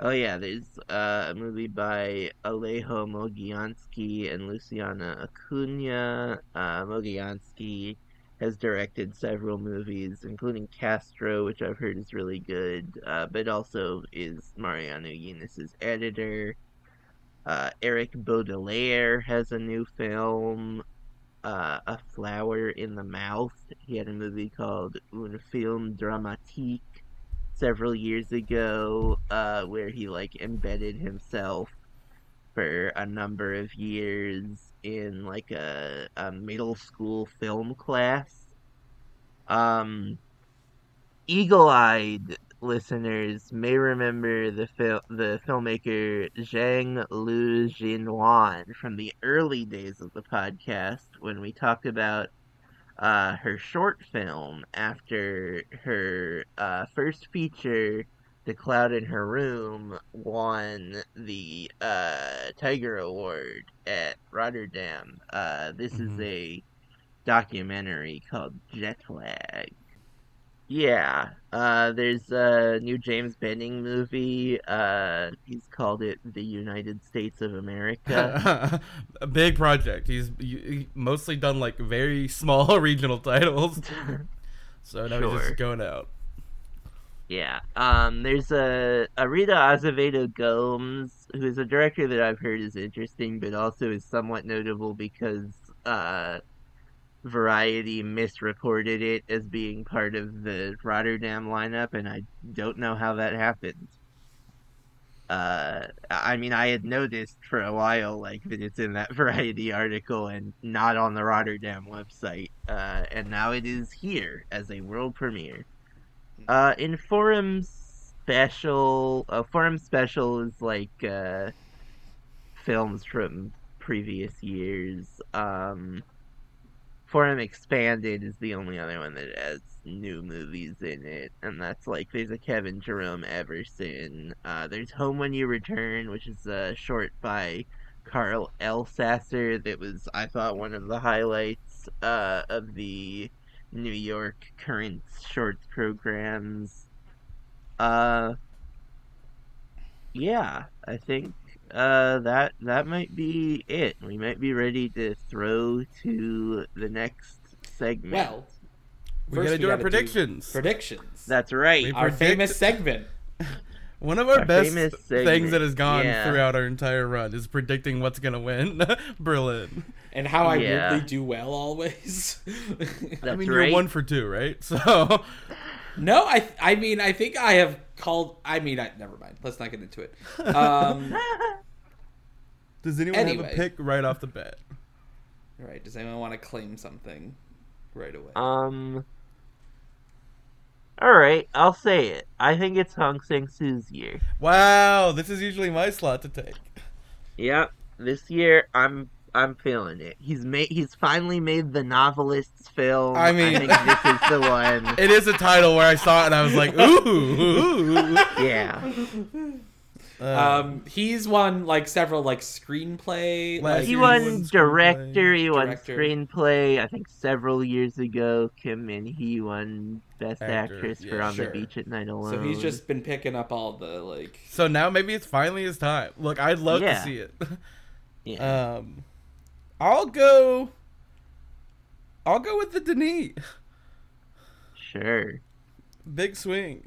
Speaker 3: oh yeah, there's uh, a movie by Alejo Mogiansky and Luciana Acuna. Uh, Mogiansky has directed several movies, including Castro, which I've heard is really good, uh, but also is Mariano Eunice's editor. Uh, Eric Baudelaire has a new film, uh, A Flower in the Mouth. He had a movie called Un Film Dramatique several years ago, uh, where he like embedded himself for a number of years in like a, a middle school film class. Um, eagle-eyed listeners may remember the fil- the filmmaker Zhang Lu Jinwan from the early days of the podcast when we talked about uh, her short film after her uh, first feature the Cloud in Her Room won the uh, Tiger Award at Rotterdam. Uh, this is
Speaker 6: Mhm.
Speaker 3: a documentary called Jetlag. Yeah, uh, there's a new James Bending movie. Uh, he's called it The United States of America.
Speaker 6: [LAUGHS]
Speaker 3: [LAUGHS]
Speaker 6: a big project. He's you- he mostly done like very [LAUGHS] small regional titles. So now he's
Speaker 3: Sure.
Speaker 6: just going out.
Speaker 3: Yeah. Um, there's a, a Rita Azevedo Gomes, who is a director that I've heard is interesting, but also is somewhat notable because uh, Variety misreported it as being part of the Rotterdam lineup, and I don't know how that happened. Uh, I mean, I had noticed for a while, like, that it's in that [LAUGHS] Variety article and not on the Rotterdam website, uh, and now it is here as a world premiere. Uh, in forum special, a forum special is like uh, films from previous years. Um, forum expanded is the only other one that has new movies in it, and that's like there's a Kevin Jerome Everson. Uh, there's Home When You Return, which is a short by Carl L. Sasser that was I thought one of the highlights uh, of the New York current shorts programs. Uh, yeah, I think uh, that that might be it. We might be ready to throw to the next segment.
Speaker 4: Well,
Speaker 6: We
Speaker 4: first
Speaker 6: gotta
Speaker 4: we
Speaker 6: do our
Speaker 4: gotta do
Speaker 6: predictions.
Speaker 4: predictions.
Speaker 3: That's right.
Speaker 6: Maybe-
Speaker 4: our
Speaker 6: predict-
Speaker 4: famous segment.
Speaker 6: One of our,
Speaker 3: Our
Speaker 6: best
Speaker 3: famous
Speaker 6: things that has gone
Speaker 3: segment, yeah.
Speaker 6: throughout our entire run is predicting what's gonna win. [LAUGHS] Berlin.
Speaker 4: and how I
Speaker 3: Yeah.
Speaker 4: weirdly do well always. [LAUGHS]
Speaker 3: That's
Speaker 6: I mean,
Speaker 3: right.
Speaker 6: you're one for two, right? [LAUGHS] So
Speaker 4: no, I I mean I think I have called. I mean, I, never mind. Let's not get into it.
Speaker 3: [LAUGHS]
Speaker 4: Um,
Speaker 6: does anyone have
Speaker 4: Anyway.
Speaker 6: a pick right off the bat?
Speaker 4: all right. Does anyone want to claim something right away?
Speaker 3: [LAUGHS] Um. All right, I'll say it. I think it's Hong Sang Soo's year.
Speaker 6: Wow, this is usually my slot to take.
Speaker 3: Yep, this year I'm I'm feeling it. He's made he's finally made the novelist's film.
Speaker 6: I mean-
Speaker 3: think this is the
Speaker 4: [LAUGHS]
Speaker 3: one.
Speaker 6: It is a title where I saw it and I was like, ooh. ooh.
Speaker 3: Yeah,
Speaker 6: Uh,
Speaker 4: um, he's won like several like screenplay.
Speaker 6: Last
Speaker 4: Like,
Speaker 3: he
Speaker 6: year
Speaker 3: won director. He won
Speaker 4: Director.
Speaker 3: screenplay. I think several years ago, Kim and he won best
Speaker 6: Actor,
Speaker 3: actress for
Speaker 6: yeah,
Speaker 3: On
Speaker 4: sure.
Speaker 3: the Beach at Night Alone.
Speaker 4: so he's just been picking up all the like.
Speaker 6: so now maybe it's finally his time. Look, I'd love
Speaker 3: Yeah.
Speaker 6: to see it.
Speaker 3: yeah.
Speaker 4: uh,
Speaker 6: Um, I'll go. I'll go with the Denis.
Speaker 3: sure.
Speaker 6: Big swing.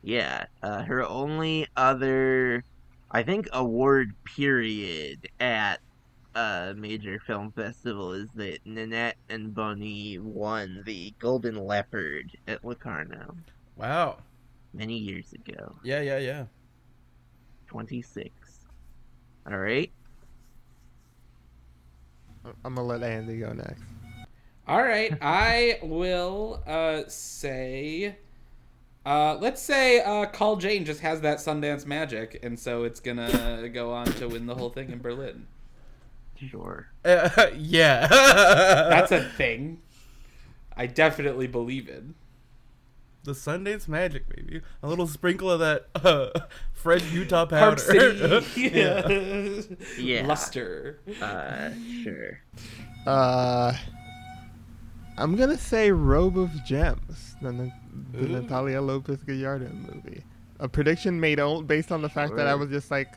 Speaker 3: Yeah, uh, her only other, I think, award period at a major film festival is that Nanette and Bonnie won the Golden Leopard at Locarno
Speaker 6: Wow.
Speaker 3: many years ago,
Speaker 6: Yeah, yeah, yeah. [LAUGHS]
Speaker 3: 26. All right.
Speaker 5: I'm gonna let Andy go next.
Speaker 4: All right, I will uh, say. Uh, let's say uh, Call Jane just has that Sundance magic, and so it's gonna go on to win the whole thing in Berlin.
Speaker 3: Sure.
Speaker 6: Uh, yeah.
Speaker 4: That's a thing. I definitely believe it.
Speaker 6: the Sundance Magic, baby. A little sprinkle of that uh, [LAUGHS] Fred Utah powder.
Speaker 4: Park City [LAUGHS]
Speaker 3: Yeah.
Speaker 4: luster.
Speaker 3: Uh, sure.
Speaker 5: Uh, I'm gonna say "Robe of Gems," the, Na- the
Speaker 6: Ooh.
Speaker 5: Natalia Lopez Gallardo movie. A prediction made on, based on the fact that I
Speaker 3: Sure.
Speaker 5: was just like,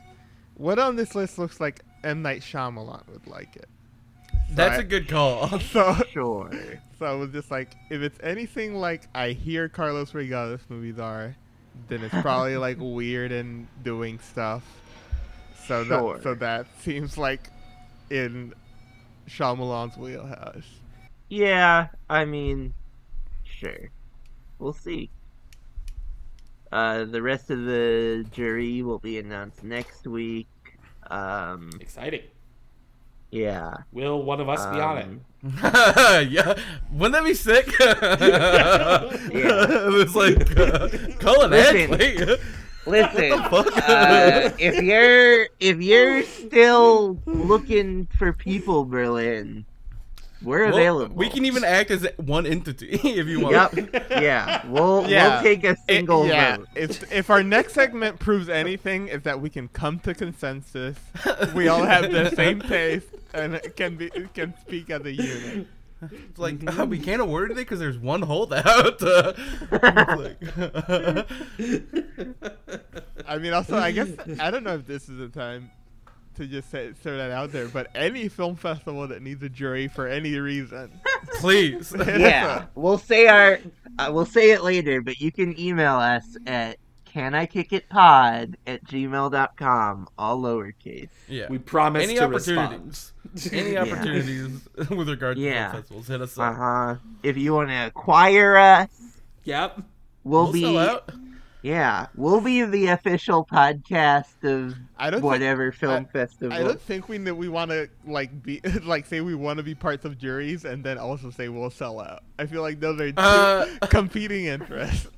Speaker 5: "What on this list looks like M Night Shyamalan would like it."
Speaker 6: [LAUGHS]
Speaker 5: [LAUGHS]
Speaker 6: That's a
Speaker 5: Right.
Speaker 6: good call.
Speaker 5: So,
Speaker 3: Sure.
Speaker 5: so I was just like, if it's anything like I hear Carlos Regadas movies are, then it's probably [LAUGHS] like weird and doing stuff. So
Speaker 3: Sure.
Speaker 5: that so that seems like in Shyamalan's wheelhouse.
Speaker 3: Yeah, I mean, sure. We'll see. Uh, the rest of the jury will be announced next week. Um,
Speaker 4: Exciting.
Speaker 3: yeah.
Speaker 4: Will one of us be on it?
Speaker 3: Um,
Speaker 6: [LAUGHS] yeah, wouldn't that be sick? [LAUGHS] it was like uh, Cullen
Speaker 3: Listen.
Speaker 6: Edgley.
Speaker 3: Listen,
Speaker 6: What the fuck?
Speaker 3: uh, if you're if you're still looking for people, Berlin, we're
Speaker 6: Well,
Speaker 3: available.
Speaker 6: We can even act as one entity [LAUGHS] if you want.
Speaker 3: Yep. Yeah. We'll
Speaker 5: Yeah.
Speaker 3: we'll take a
Speaker 5: It-
Speaker 3: single
Speaker 5: yeah.
Speaker 3: vote.
Speaker 5: If if our next segment proves anything, is that we can come to
Speaker 3: [LAUGHS]
Speaker 6: [LAUGHS]
Speaker 5: [LAUGHS] consensus. We all have the same taste and it can be it can speak as a unit.
Speaker 6: It's like
Speaker 3: Mm-hmm.
Speaker 6: uh, we can't award it because there's one holdout. [LAUGHS] Uh, it's like- [LAUGHS]
Speaker 5: I mean, also, I [LAUGHS] guess I don't know if this is the time to just say, throw that out there, but any film festival that needs a jury for any reason,
Speaker 6: please.
Speaker 3: [LAUGHS]
Speaker 5: [LAUGHS]
Speaker 3: yeah, we'll say our uh, we'll say it later, but you can email us at can I kick it pod at gmail.com, all lowercase.
Speaker 6: Yeah.
Speaker 4: We promise
Speaker 6: Any
Speaker 4: to respond.
Speaker 6: opportunities. Any opportunities [LAUGHS] with regard to
Speaker 3: Yeah.
Speaker 6: film festivals, hit us
Speaker 3: Uh
Speaker 6: up.
Speaker 3: huh. If you want to acquire us,
Speaker 4: [LAUGHS] Yep.
Speaker 3: we'll,
Speaker 6: We'll
Speaker 3: be
Speaker 6: sell out.
Speaker 3: yeah, we'll be the official podcast of
Speaker 5: I don't. think-
Speaker 3: whatever film festival.
Speaker 5: I don't think we know we want to like be [LAUGHS] like say we want to be parts of juries and then also say we'll sell out. I feel like those are two
Speaker 6: Uh,
Speaker 5: [LAUGHS] competing interests.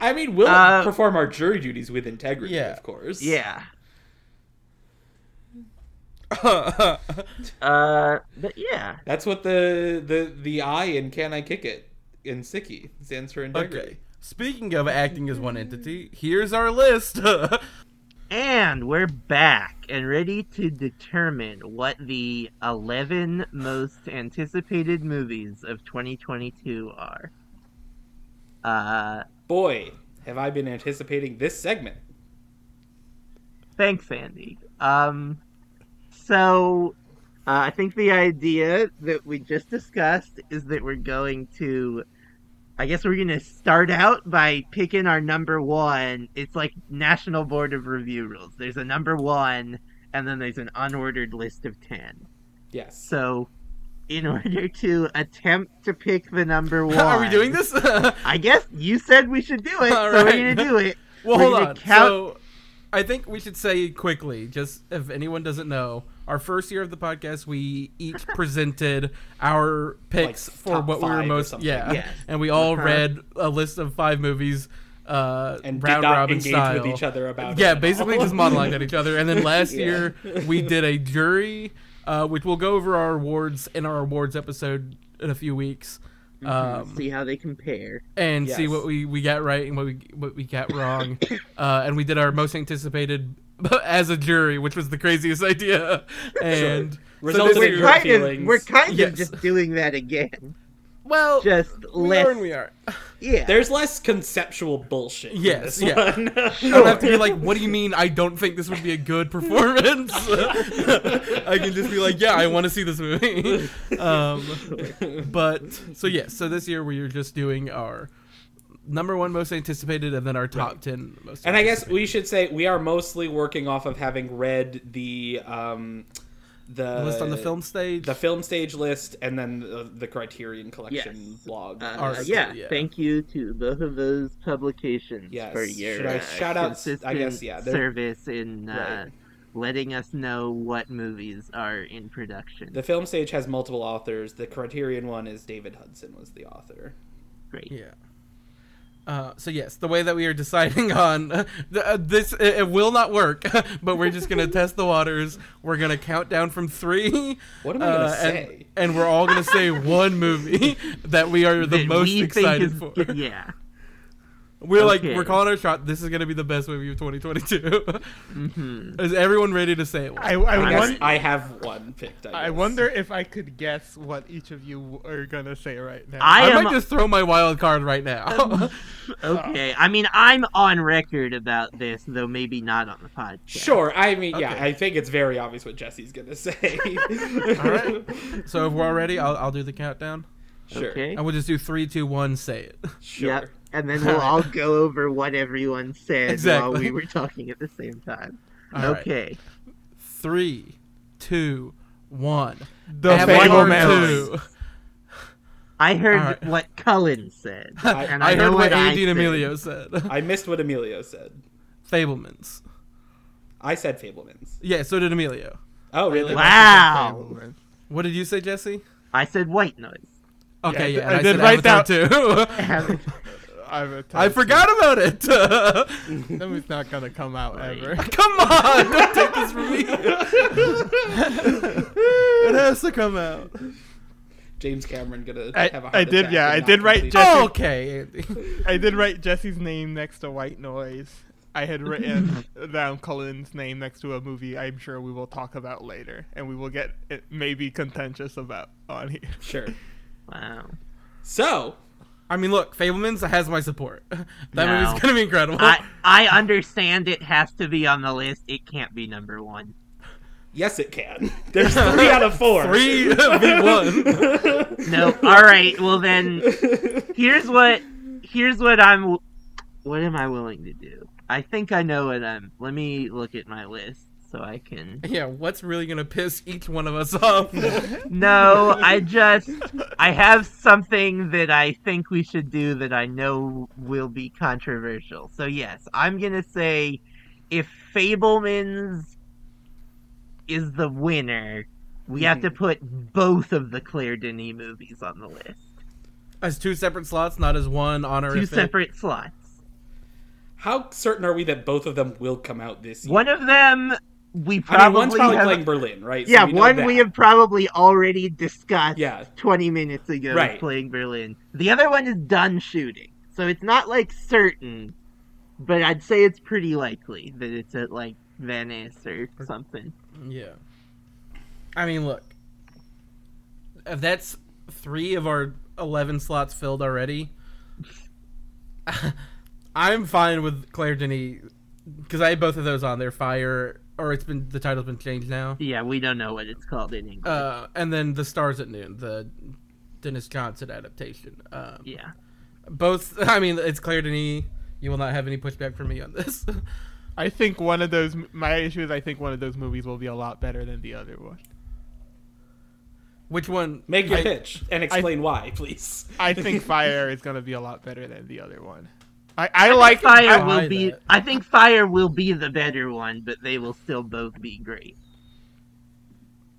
Speaker 4: I mean, we'll
Speaker 3: Uh,
Speaker 4: perform our jury duties with integrity,
Speaker 6: Yeah.
Speaker 4: of course.
Speaker 3: yeah.
Speaker 6: [LAUGHS] That's
Speaker 3: Uh, but yeah,
Speaker 4: That's what the the the I in Can I Kick It in Siki stands for integrity.
Speaker 6: Okay. Speaking of acting as one entity, here's our list. [LAUGHS]
Speaker 3: and we're back and ready to determine what the eleven most anticipated movies of 2022 are. Uh,
Speaker 4: Boy, have I been anticipating this segment.
Speaker 3: Thanks, Andy. Um, so uh, I think the idea that we just discussed is that we're going to, I guess we're going to start out by picking our number one. It's like National Board of Review rules. There's a number one, and then there's an unordered list of ten.
Speaker 4: Yes.
Speaker 3: So, in [LAUGHS] order to attempt to pick the number one,
Speaker 6: Are we doing this? [LAUGHS] well,
Speaker 3: I guess you said we should do it,
Speaker 6: All
Speaker 3: so
Speaker 6: right.
Speaker 3: we're going to do it. We're
Speaker 6: hold
Speaker 3: gonna
Speaker 6: on.
Speaker 3: count-
Speaker 6: So, I think we should say quickly, just if anyone doesn't know, our first year of the podcast, we
Speaker 4: [LAUGHS]
Speaker 6: each presented our picks
Speaker 4: Like,
Speaker 6: for
Speaker 4: top
Speaker 6: what we were
Speaker 4: five or
Speaker 6: most
Speaker 4: something.
Speaker 6: yeah,
Speaker 3: Yes.
Speaker 6: and we all
Speaker 3: Uh-huh.
Speaker 6: read a list of five movies. Uh,
Speaker 4: and
Speaker 6: round
Speaker 4: did not
Speaker 6: robin
Speaker 4: engage
Speaker 6: style.
Speaker 4: with each other about it
Speaker 6: yeah
Speaker 4: at
Speaker 6: basically
Speaker 4: all. [LAUGHS]
Speaker 6: just monologued at each other and then last year we did a jury uh, which we'll go over our awards in our awards episode in a few weeks um,
Speaker 3: See how they compare.
Speaker 6: and see
Speaker 4: Yes.
Speaker 6: what we, we got right and what we what we got wrong uh, and we did our most anticipated [LAUGHS] as a jury which was the craziest idea and
Speaker 4: Resulted in
Speaker 6: this year-
Speaker 4: your
Speaker 3: kind of
Speaker 4: feelings.
Speaker 3: we're kind of
Speaker 6: Yes.
Speaker 3: just doing that again.
Speaker 6: well
Speaker 3: Just
Speaker 6: we
Speaker 3: less
Speaker 6: are and we are [LAUGHS]
Speaker 3: yeah.
Speaker 4: There's less conceptual bullshit. in
Speaker 6: Yes,
Speaker 4: this
Speaker 6: yeah. [LAUGHS]
Speaker 4: one. [LAUGHS]
Speaker 6: I don't have to be like, what do you mean? I don't think this would be a good performance. [LAUGHS] I can just be like, yeah, I want to see this movie. [LAUGHS] Um, but so yes, so this year we are just doing our number one most anticipated, and then our top ten most.
Speaker 4: and I guess we should say we are mostly working off of having read the um the
Speaker 6: list on the film stage.
Speaker 4: uh, the film stage list and then the, the Criterion Collection
Speaker 3: Yes.
Speaker 4: blog.
Speaker 3: Uh,
Speaker 6: Our-
Speaker 3: yeah,
Speaker 6: yeah.
Speaker 3: Thank you to both of those publications
Speaker 4: Yes.
Speaker 3: for your
Speaker 4: Should I
Speaker 3: uh,
Speaker 4: shout out-
Speaker 3: consistent
Speaker 4: I guess, yeah, they're-
Speaker 3: service in uh,
Speaker 4: Right.
Speaker 3: letting us know what movies are in production.
Speaker 4: The film stage has multiple authors. The Criterion one is David Hudson was the author.
Speaker 3: Great.
Speaker 6: Yeah. Uh, so yes, the way that we are deciding [LAUGHS] on the, uh, this, it, it will not work. [LAUGHS] but we're just gonna test the waters. We're gonna count down from three.
Speaker 4: What am I gonna
Speaker 6: uh, and-
Speaker 4: say?
Speaker 6: And, we're all gonna say one movie [LAUGHS] that we are the
Speaker 3: That
Speaker 6: most
Speaker 3: we think
Speaker 6: excited
Speaker 3: is
Speaker 6: for.
Speaker 3: good- Yeah.
Speaker 6: [LAUGHS] We're like,
Speaker 3: Okay.
Speaker 6: we're calling our shot. This is gonna be the best movie of 2022. [LAUGHS] Is everyone ready to say it?
Speaker 5: I,
Speaker 4: I,
Speaker 5: I,
Speaker 4: guess
Speaker 5: won-
Speaker 4: I have one picked. I,
Speaker 5: I
Speaker 4: guess.
Speaker 5: wonder if I could guess what each of you are gonna say right now.
Speaker 3: I,
Speaker 6: I
Speaker 3: am Um,
Speaker 6: might just throw my wild card right now.
Speaker 3: okay. I mean, I'm on record about this, though maybe not on the podcast.
Speaker 4: Sure. I mean, yeah.
Speaker 6: Okay.
Speaker 4: I think it's very obvious what Jesse's gonna say.
Speaker 6: right. [LAUGHS] so if we're all ready, I'll, I'll do
Speaker 3: [LAUGHS]
Speaker 6: the countdown.
Speaker 4: [LAUGHS] Sure.
Speaker 3: Okay.
Speaker 6: And we'll just do three, two, one, say it.
Speaker 4: Sure.
Speaker 3: Yep. And then we'll all
Speaker 6: [LAUGHS]
Speaker 3: go over what everyone said while
Speaker 6: Exactly.
Speaker 3: we were talking at the same time.
Speaker 6: All right.
Speaker 3: okay.
Speaker 6: Three, two, one.
Speaker 5: The
Speaker 6: Avatar
Speaker 5: Fablemans.
Speaker 6: 2.
Speaker 3: I heard
Speaker 6: All right.
Speaker 3: what Cullen said. and
Speaker 6: [LAUGHS] I,
Speaker 3: know
Speaker 6: heard what
Speaker 3: I
Speaker 6: Andy and
Speaker 3: said.
Speaker 6: Emilio said. [LAUGHS]
Speaker 4: I missed what Emilio said.
Speaker 6: Fablemans.
Speaker 4: I said Fablemans.
Speaker 6: Yeah, so did Emilio.
Speaker 4: Oh, really?
Speaker 3: Wow.
Speaker 6: What did you say, Jesse?
Speaker 3: I said white noise. [LAUGHS]
Speaker 6: Okay,
Speaker 5: Yeah,
Speaker 6: yeah,
Speaker 5: I
Speaker 6: and I,
Speaker 5: did
Speaker 6: said
Speaker 5: write
Speaker 6: Avatar too. [LAUGHS]
Speaker 3: Have-
Speaker 6: I forgot about it. [LAUGHS]
Speaker 5: That was not gonna come out ever. [LAUGHS]
Speaker 6: come on, don't take this from me. [LAUGHS] it has to come out.
Speaker 4: James Cameron gonna
Speaker 5: I-
Speaker 4: have a heart
Speaker 5: I did,
Speaker 4: attack
Speaker 5: yeah,
Speaker 4: and
Speaker 5: I
Speaker 4: not
Speaker 5: did write
Speaker 4: complete-
Speaker 5: Jeff-
Speaker 6: okay, Andy.
Speaker 5: I did write Jesse's name next to White Noise. I had written down Cullen's name next to a movie I'm sure we will talk eh, about later, and we will get it maybe contentious about on here.
Speaker 4: Sure.
Speaker 3: Wow.
Speaker 4: So,
Speaker 6: I mean, look, Fablemans has my support. [LAUGHS] That
Speaker 3: No.
Speaker 6: movie's gonna be incredible.
Speaker 3: I I understand it has to be on the list. It can't be number one.
Speaker 4: yes, it can. [LAUGHS] There's three out of four.
Speaker 6: Three [LAUGHS] v one.
Speaker 3: No. All right. Well then, here's what here's what I'm what am I willing to do? I think I know what I'm. Let me look at my list so I can.
Speaker 6: Yeah, what's really gonna piss each one of
Speaker 3: [LAUGHS]
Speaker 6: us off?
Speaker 3: No, I just I have something that I think we should do that I know will be controversial. So yes, I'm gonna say if Fableman's is the winner, we have to put both of the Claire Denis movies on the list.
Speaker 6: as two separate slots, not as one honorific.
Speaker 3: Two separate slots.
Speaker 4: How certain are we that both of them will come out this year?
Speaker 3: One of them we
Speaker 4: I mean,
Speaker 3: probably,
Speaker 4: one's probably
Speaker 3: have,
Speaker 4: playing Berlin, right? So
Speaker 3: Yeah,
Speaker 4: know
Speaker 3: one
Speaker 4: that.
Speaker 3: we have probably already discussed
Speaker 4: Yeah.
Speaker 3: 20 minutes ago is
Speaker 4: Right.
Speaker 3: playing Berlin. The other one is done shooting. So it's not like certain, but I'd say it's pretty likely that it's at like Venice or
Speaker 4: Mm-hmm.
Speaker 3: something.
Speaker 6: Yeah. I mean, look. If that's three of our 11 slots filled already, [LAUGHS] I'm fine with Claire Denis because I had both of those on. They're fire, or it's been the title's been changed now.
Speaker 3: Yeah, we don't know what it's called in English.
Speaker 6: Uh, and then the Stars at Noon, the Dennis Johnson adaptation. Um,
Speaker 3: yeah.
Speaker 6: Both, [LAUGHS] I mean, it's Claire Denis. You will not have any pushback from me on this. [LAUGHS]
Speaker 5: I think one of those. My issue is I think one of those movies will be a lot better than the other one.
Speaker 6: Which one?
Speaker 4: Make your
Speaker 6: I-
Speaker 4: pitch and explain why, please.
Speaker 6: [LAUGHS]
Speaker 5: I think Fire is gonna be a lot better than the other one. I, I like
Speaker 3: Fire
Speaker 6: buy
Speaker 3: will be
Speaker 6: that.
Speaker 3: I think Fire will be the better one, but they will still both be great.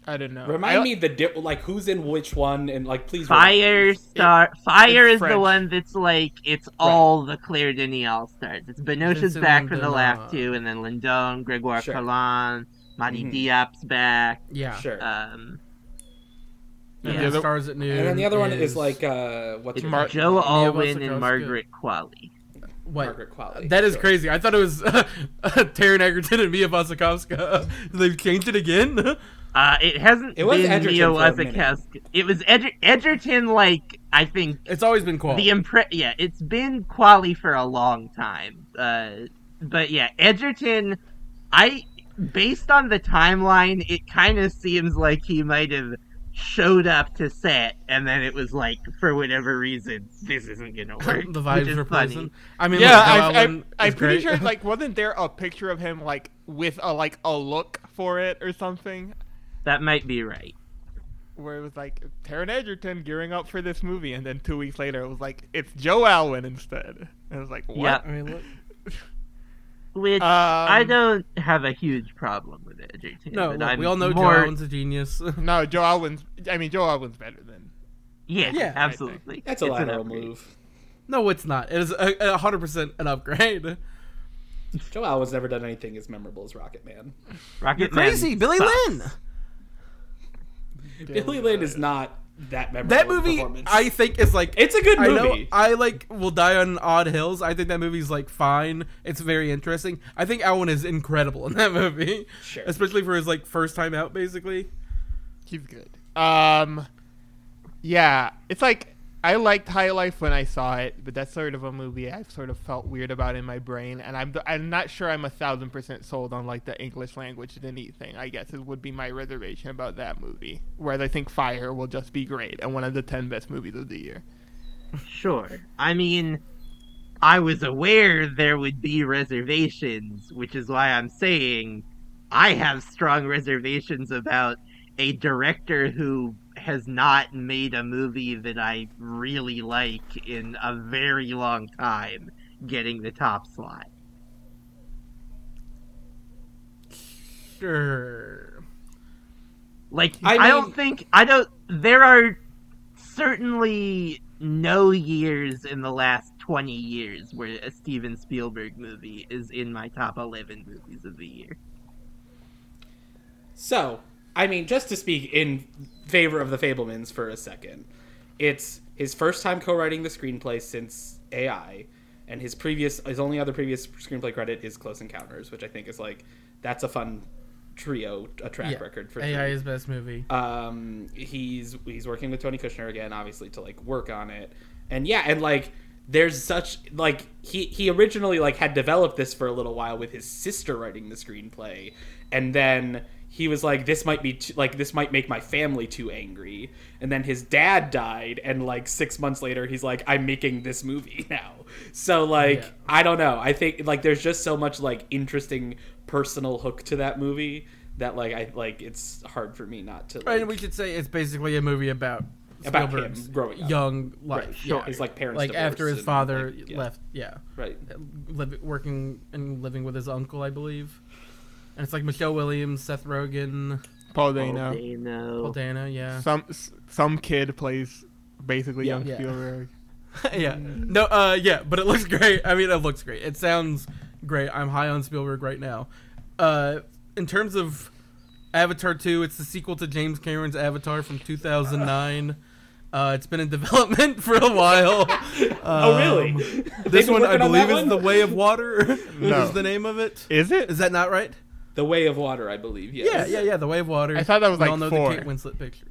Speaker 5: I, don't know.
Speaker 4: Remind
Speaker 5: I-
Speaker 4: me the di- like who's in which one and like please.
Speaker 3: Fire star Fire
Speaker 5: it's
Speaker 3: is the
Speaker 5: French.
Speaker 3: one that's like it's all the Claire Denis all stars. It's Benocha's
Speaker 6: Vincent
Speaker 3: back for the
Speaker 6: Lindon,
Speaker 3: last
Speaker 6: uh,
Speaker 3: two, and then Lindon, Gregoire
Speaker 4: Sure.
Speaker 3: Collin, Madi
Speaker 4: Mhm.
Speaker 3: Diop's back.
Speaker 6: Yeah.
Speaker 4: Sure.
Speaker 3: Um,
Speaker 6: And
Speaker 3: Yeah.
Speaker 6: the Stars at Noon.
Speaker 4: and then the other one is,
Speaker 6: is
Speaker 4: like uh, what's
Speaker 3: it's
Speaker 4: her
Speaker 5: Mar-
Speaker 4: name?
Speaker 3: Joe Alwyn
Speaker 6: Wasikowska.
Speaker 3: and Margaret Qualley.
Speaker 6: what?
Speaker 4: Margaret Qualley.
Speaker 6: That is
Speaker 4: Sure.
Speaker 6: crazy. I thought it was [LAUGHS] uh, Taryn Egerton and Mia Wasikowska. [LAUGHS] They've changed it again. [LAUGHS]
Speaker 3: Uh, it hasn't
Speaker 4: It was
Speaker 3: been
Speaker 4: Edgerton
Speaker 3: Mia
Speaker 4: for a minute.
Speaker 3: Wasikowska. It was Edger- Edgerton, like I think
Speaker 6: It's always been qual.
Speaker 3: the impre- yeah it's been quali for a long time uh but yeah edgerton i based on the timeline it kind of seems like he might have showed up to set and then it was like for whatever reason this isn't gonna work
Speaker 6: [LAUGHS] the
Speaker 3: which
Speaker 6: vibes
Speaker 3: is
Speaker 6: were
Speaker 3: funny.
Speaker 6: pleasant. I mean,
Speaker 5: Yeah,
Speaker 6: look, Joe
Speaker 5: I, I,
Speaker 6: Alwyn
Speaker 5: I'm, I'm
Speaker 6: is
Speaker 5: pretty
Speaker 6: great.
Speaker 5: sure. Like, wasn't there a picture of him like with a like a look for it or something,
Speaker 3: that might be right
Speaker 5: where it was like Taron Egerton gearing up for this movie, and then two weeks later it was like it's Joe Alwyn instead. And I was like,
Speaker 3: Uh, Yeah.
Speaker 5: what?
Speaker 6: I mean, look.
Speaker 3: which
Speaker 5: Um,
Speaker 3: i don't have a huge problem with edgerton
Speaker 6: No,
Speaker 3: but
Speaker 6: look,
Speaker 3: I'm
Speaker 6: we all know
Speaker 3: more...
Speaker 6: Joe Alwyn's a genius. [LAUGHS]
Speaker 5: No, Joe Alwyn's. I mean, Joe Alwyn's better than.
Speaker 3: yeah,
Speaker 6: Yeah.
Speaker 3: absolutely
Speaker 4: That's a
Speaker 3: It's an
Speaker 4: lateral
Speaker 3: upgrade.
Speaker 4: move.
Speaker 6: no, it's not. It is a a hundred percent
Speaker 3: [LAUGHS]
Speaker 6: an upgrade.
Speaker 4: Joe Alwyn's never done anything as memorable as Rocket Man.
Speaker 3: Rocket
Speaker 6: You're crazy,
Speaker 3: Man
Speaker 6: Billy
Speaker 3: sucks.
Speaker 6: Lynn.
Speaker 4: Billy Lynn is not that memorable.
Speaker 6: That movie,
Speaker 4: performance.
Speaker 6: I think, is like
Speaker 4: It's a good
Speaker 6: I know.
Speaker 4: movie.
Speaker 6: I like will die on odd hills. I think that movie's like fine. It's very interesting. I think Alwyn is incredible in [LAUGHS] that movie,
Speaker 4: Sure.
Speaker 6: especially for his like first time out, basically.
Speaker 5: He's good. Um, yeah, it's like I liked High Life when I saw it, but that's sort of a movie I've sort of felt weird about in my brain, and I'm I'm not sure I'm a thousand percent sold on like the English language and anything. I guess it would be my reservation about that movie. Whereas I think Fire will just be great and one of the ten best movies of the year.
Speaker 3: Sure. I mean, I was aware there would be reservations, which is why I'm saying I have strong reservations about a director who has not made a movie that I really like in a very long time getting the top slot.
Speaker 6: Sure.
Speaker 3: Like I,
Speaker 4: I
Speaker 3: don't
Speaker 4: mean-
Speaker 3: think I don't there are certainly no years in the last 20 years where a Steven Spielberg movie is in my top 11 movies of the year.
Speaker 4: So, I mean, just to speak in favor of the Fablemans for a second, it's his first time co-writing the screenplay since AI, and his previous his only other previous screenplay credit is Close Encounters, which I think is like that's a fun trio a track record for
Speaker 6: AI
Speaker 4: three.
Speaker 6: is best movie.
Speaker 4: um he's he's working with tony kushner again obviously to like work on it and yeah and like there's such like he he originally like had developed this for a little while with his sister writing the screenplay and then he was like this might be too, like this might make my family too angry and then his dad died and like 6 months later he's like I'm making this movie [LAUGHS] now so like
Speaker 6: Yeah.
Speaker 4: I don't know I think like there's just so much like interesting personal hook to that movie that like I like it's hard for me not to like,
Speaker 6: Right, and we should say it's basically a movie about
Speaker 4: About
Speaker 6: Spielberg's
Speaker 4: him growing up.
Speaker 6: young life.
Speaker 4: right
Speaker 6: Yeah.
Speaker 4: his like parents
Speaker 6: like after
Speaker 4: divorce
Speaker 6: his
Speaker 4: and,
Speaker 6: father
Speaker 4: like, yeah,
Speaker 6: left, yeah,
Speaker 4: right
Speaker 6: liv working and living with his uncle, I believe. And it's like Michelle Williams, Seth Rogen,
Speaker 3: Paul
Speaker 5: Paul Dano.
Speaker 3: Dano.
Speaker 6: Paul Dano, yeah,
Speaker 5: Some s- some kid plays basically
Speaker 4: Yeah.
Speaker 5: young
Speaker 6: Yeah.
Speaker 5: Spielberg.
Speaker 6: [LAUGHS] yeah,
Speaker 5: Mm.
Speaker 6: no, uh, yeah, but it looks [LAUGHS] great. I mean, it looks great. It sounds great. I'm high on Spielberg right now. Uh, in terms of Avatar 2, it's the sequel to James Cameron's Avatar from 2009. Uh, it's been in [LAUGHS] development for a
Speaker 5: [LAUGHS]
Speaker 6: while.
Speaker 4: oh [LAUGHS] really
Speaker 6: Um,
Speaker 4: They've
Speaker 6: This
Speaker 4: been
Speaker 6: one, I
Speaker 4: working on
Speaker 6: believe,
Speaker 4: that
Speaker 6: is
Speaker 4: one?
Speaker 6: The Way of Water. [LAUGHS]
Speaker 5: No.
Speaker 6: Is the name of it?
Speaker 5: Is it?
Speaker 6: Is that not right?
Speaker 4: the way of water I believe
Speaker 6: Yeah,
Speaker 4: yes.
Speaker 6: yeah, yeah. The Way of Water.
Speaker 5: I thought that was
Speaker 6: we
Speaker 5: like
Speaker 6: all know
Speaker 5: four.
Speaker 6: the Kate Winslet picture.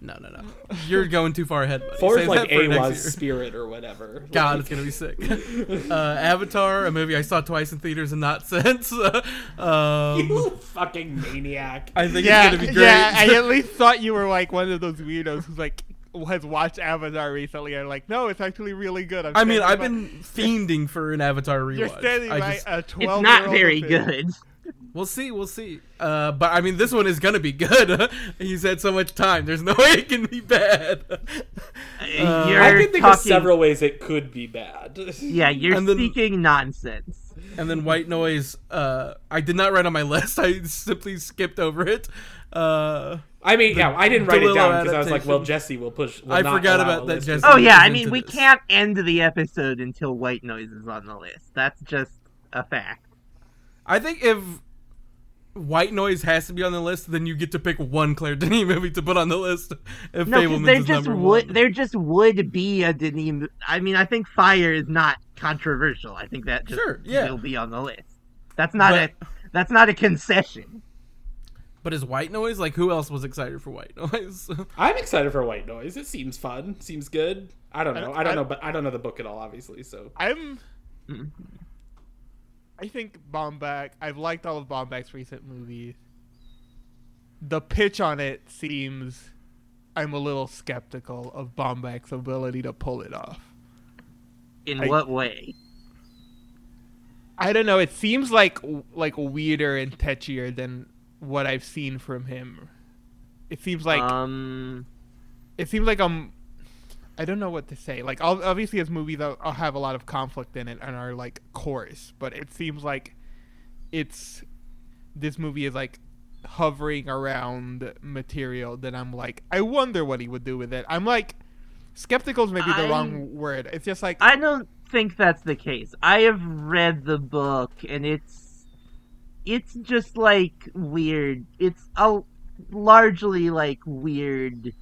Speaker 6: No, no, no. You're going too far ahead. Buddy.
Speaker 4: Four's
Speaker 6: Save
Speaker 4: like
Speaker 6: that for next
Speaker 4: Awa's
Speaker 6: year.
Speaker 4: spirit or
Speaker 6: [LAUGHS]
Speaker 4: whatever
Speaker 6: God,
Speaker 4: Like-
Speaker 6: it's gonna be sick. Uh, Avatar, a movie I saw twice in theaters and not [LAUGHS] since. um,
Speaker 4: [LAUGHS] you fucking maniac
Speaker 6: I think
Speaker 5: yeah,
Speaker 6: it's gonna be great.
Speaker 5: yeah.
Speaker 6: [LAUGHS]
Speaker 5: I at least thought you were like one of those weirdos who's like has watched Avatar recently and like, no, it's actually really good. I'm
Speaker 6: I mean,
Speaker 5: standing
Speaker 6: I've
Speaker 5: by-
Speaker 6: been fiending for an Avatar rewatch.
Speaker 5: You're standing
Speaker 6: I
Speaker 5: by
Speaker 6: just-
Speaker 5: a
Speaker 3: It's
Speaker 5: twelve.
Speaker 3: not very good. [LAUGHS]
Speaker 6: We'll see, we'll see. Uh, but I mean, this one is gonna be good. [LAUGHS] He's had so much time. There's no [LAUGHS] way it can be bad. [LAUGHS] Uh,
Speaker 3: you're
Speaker 4: I can think
Speaker 3: talking,
Speaker 4: of several ways it could be bad.
Speaker 3: Yeah, you're
Speaker 6: And then-
Speaker 3: speaking nonsense.
Speaker 6: [LAUGHS] and then White Noise. Uh, I did not write on my [LAUGHS] list. I simply skipped over it. Uh,
Speaker 4: [LAUGHS] I mean, yeah, I didn't write it
Speaker 6: DeLillo
Speaker 4: down because I was like,
Speaker 6: adaptation.
Speaker 4: well, Jesse will push. Will
Speaker 6: I
Speaker 4: not
Speaker 6: forgot
Speaker 4: allow
Speaker 6: about
Speaker 4: a
Speaker 6: that
Speaker 4: list.
Speaker 6: Jesse.
Speaker 3: Oh yeah, I
Speaker 6: Listen
Speaker 3: mean
Speaker 6: to
Speaker 3: we
Speaker 6: this.
Speaker 3: can't end the episode until white noise is on the list. That's just a fact.
Speaker 6: I think if White Noise has to be on the list, then you get to pick one Claire [LAUGHS] Denis movie to put on the list. If
Speaker 3: No, because
Speaker 6: Fableman's
Speaker 3: there
Speaker 6: is
Speaker 3: just
Speaker 6: number
Speaker 3: would
Speaker 6: one.
Speaker 3: there just would be a Denis. mo- I mean, I think Fire is not controversial. I think that just
Speaker 6: Sure, yeah.
Speaker 3: will be on the list. That's not
Speaker 6: But-
Speaker 3: a that's not a concession.
Speaker 6: But is White Noise like who else was excited for White
Speaker 3: [LAUGHS]
Speaker 6: [LAUGHS] Noise?
Speaker 4: I'm excited for White Noise. It seems fun. Seems good. I don't know. I don't
Speaker 5: I-
Speaker 4: know, but I don't know the book at all, obviously. So
Speaker 5: I'm.
Speaker 6: Mm-hmm.
Speaker 5: I think Bombback. I've liked all of Bombback's recent movies. The pitch on it seems. I'm a little skeptical of Bombback's ability to pull it off.
Speaker 3: In
Speaker 5: I-
Speaker 3: what way?
Speaker 5: I don't know. It seems like like weirder and tetchier than what I've seen from him. It seems like
Speaker 3: um,
Speaker 5: it seems like I'm. I don't know what to say. Like, ob- obviously, his movies will will have a lot of conflict in it and are like coarse, but it seems like it's this movie is like hovering around material that I'm like, I wonder what he would do with it. I'm like, skeptical is maybe the wrong
Speaker 3: I'm-
Speaker 5: word. It's just like
Speaker 3: I don't think that's the case. I have read the book, and it's it's just like weird. It's a largely like weird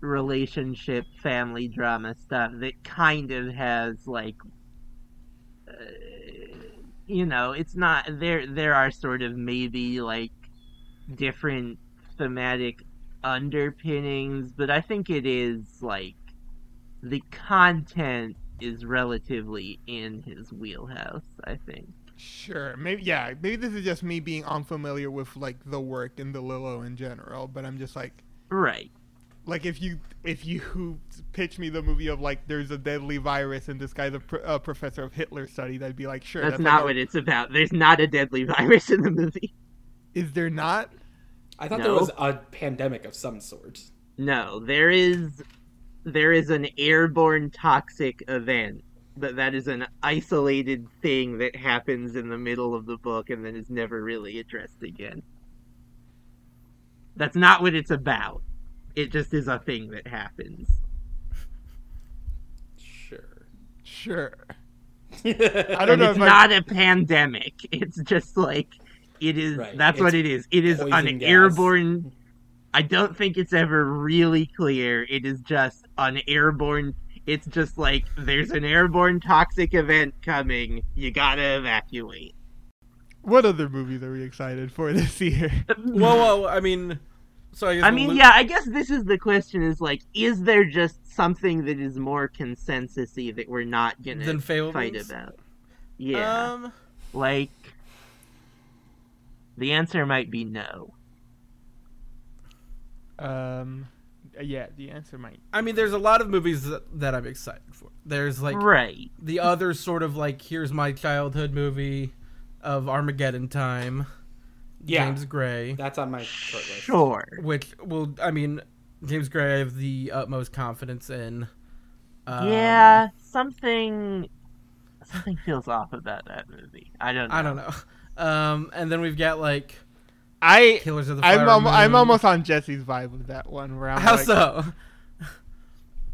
Speaker 3: relationship, family drama stuff that kind of has like uh, you know, it's not there. There are sort of maybe like different thematic underpinnings, but I think it is like the content is relatively in his wheelhouse, I think.
Speaker 5: Sure. Maybe yeah, maybe this is just me being unfamiliar with like the work and the Lilo in general, but I'm just like
Speaker 3: Right.
Speaker 5: like if you if you [LAUGHS] pitch me the movie of like there's a deadly virus and this guy's a, pr- a professor of Hitler studies, I'd be like, sure.
Speaker 3: That's,
Speaker 5: like,
Speaker 3: not
Speaker 5: a-
Speaker 3: what it's about. There's not a deadly [LAUGHS] virus in the movie.
Speaker 5: Is there not?
Speaker 4: I thought there
Speaker 3: No.
Speaker 4: was a pandemic of some sort.
Speaker 3: No, there is there is an airborne toxic event, but that is an isolated thing that happens in the middle of the book and then is never really addressed again. That's not what it's about. It just is a thing that happens.
Speaker 4: [LAUGHS] Sure.
Speaker 3: [LAUGHS]
Speaker 5: Sure.
Speaker 4: I
Speaker 5: I don't
Speaker 3: And
Speaker 5: know
Speaker 3: it's
Speaker 5: if I-
Speaker 3: not a pandemic. [LAUGHS] It's just like it is.
Speaker 4: Right.
Speaker 3: That's what it
Speaker 4: It's
Speaker 3: is. It is
Speaker 4: poison
Speaker 3: an
Speaker 4: gas.
Speaker 3: airborne. I don't think it's ever really clear. It is just an airborne. It's just like there's an airborne toxic event coming. You gotta evacuate.
Speaker 5: What other movies are we excited for [LAUGHS] this year?
Speaker 6: Well, well, I mean, so I guess.
Speaker 3: I
Speaker 6: we'll
Speaker 3: mean,
Speaker 6: loop-
Speaker 3: yeah, I guess this is the question is like, is there just something that is more consensusy that we're not gonna
Speaker 6: Than Fablemans?
Speaker 3: fight about? Yeah.
Speaker 6: Um,
Speaker 3: like the answer might be no.
Speaker 5: Um, yeah, the answer might.
Speaker 6: I mean, there's a lot of movies that, that I'm excited for. There's like
Speaker 3: right.
Speaker 6: the other sort of like here's my childhood movie of Armageddon time,
Speaker 4: Yeah,
Speaker 6: James Gray,
Speaker 4: that's on my short list.
Speaker 3: Sure.
Speaker 6: which will I mean James Gray I have the utmost confidence in. Um,
Speaker 3: yeah, something something feels off about that movie. I don't know.
Speaker 6: I don't know. Um, and then we've got like
Speaker 5: I
Speaker 6: Killers of the Flower
Speaker 5: I'm al- I'm
Speaker 6: Moon.
Speaker 5: almost on Jesse's vibe with that one. Where I'm
Speaker 6: [LAUGHS] how
Speaker 5: like,
Speaker 6: so?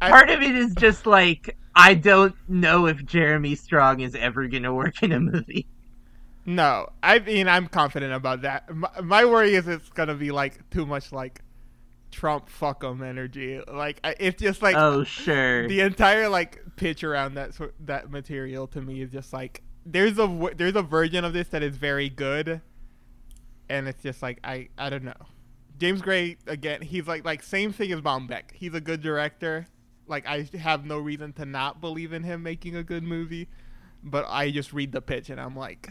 Speaker 3: Part of it is just like I don't know if Jeremy Strong is ever gonna work in a movie.
Speaker 5: No, I mean I'm confident about that. My, my worry is it's gonna be like too much like Trump fuck 'em energy. Like I, it's just like
Speaker 3: oh sure.
Speaker 5: the entire like pitch around that sor- that material to me is just like there's a w- there's a version of this that is very good, and it's just like I I don't know. James Gray again, he's like like same thing as Bombeck. He's a good director. Like I have no reason to not believe in him making a good movie, but I just read the pitch and I'm like,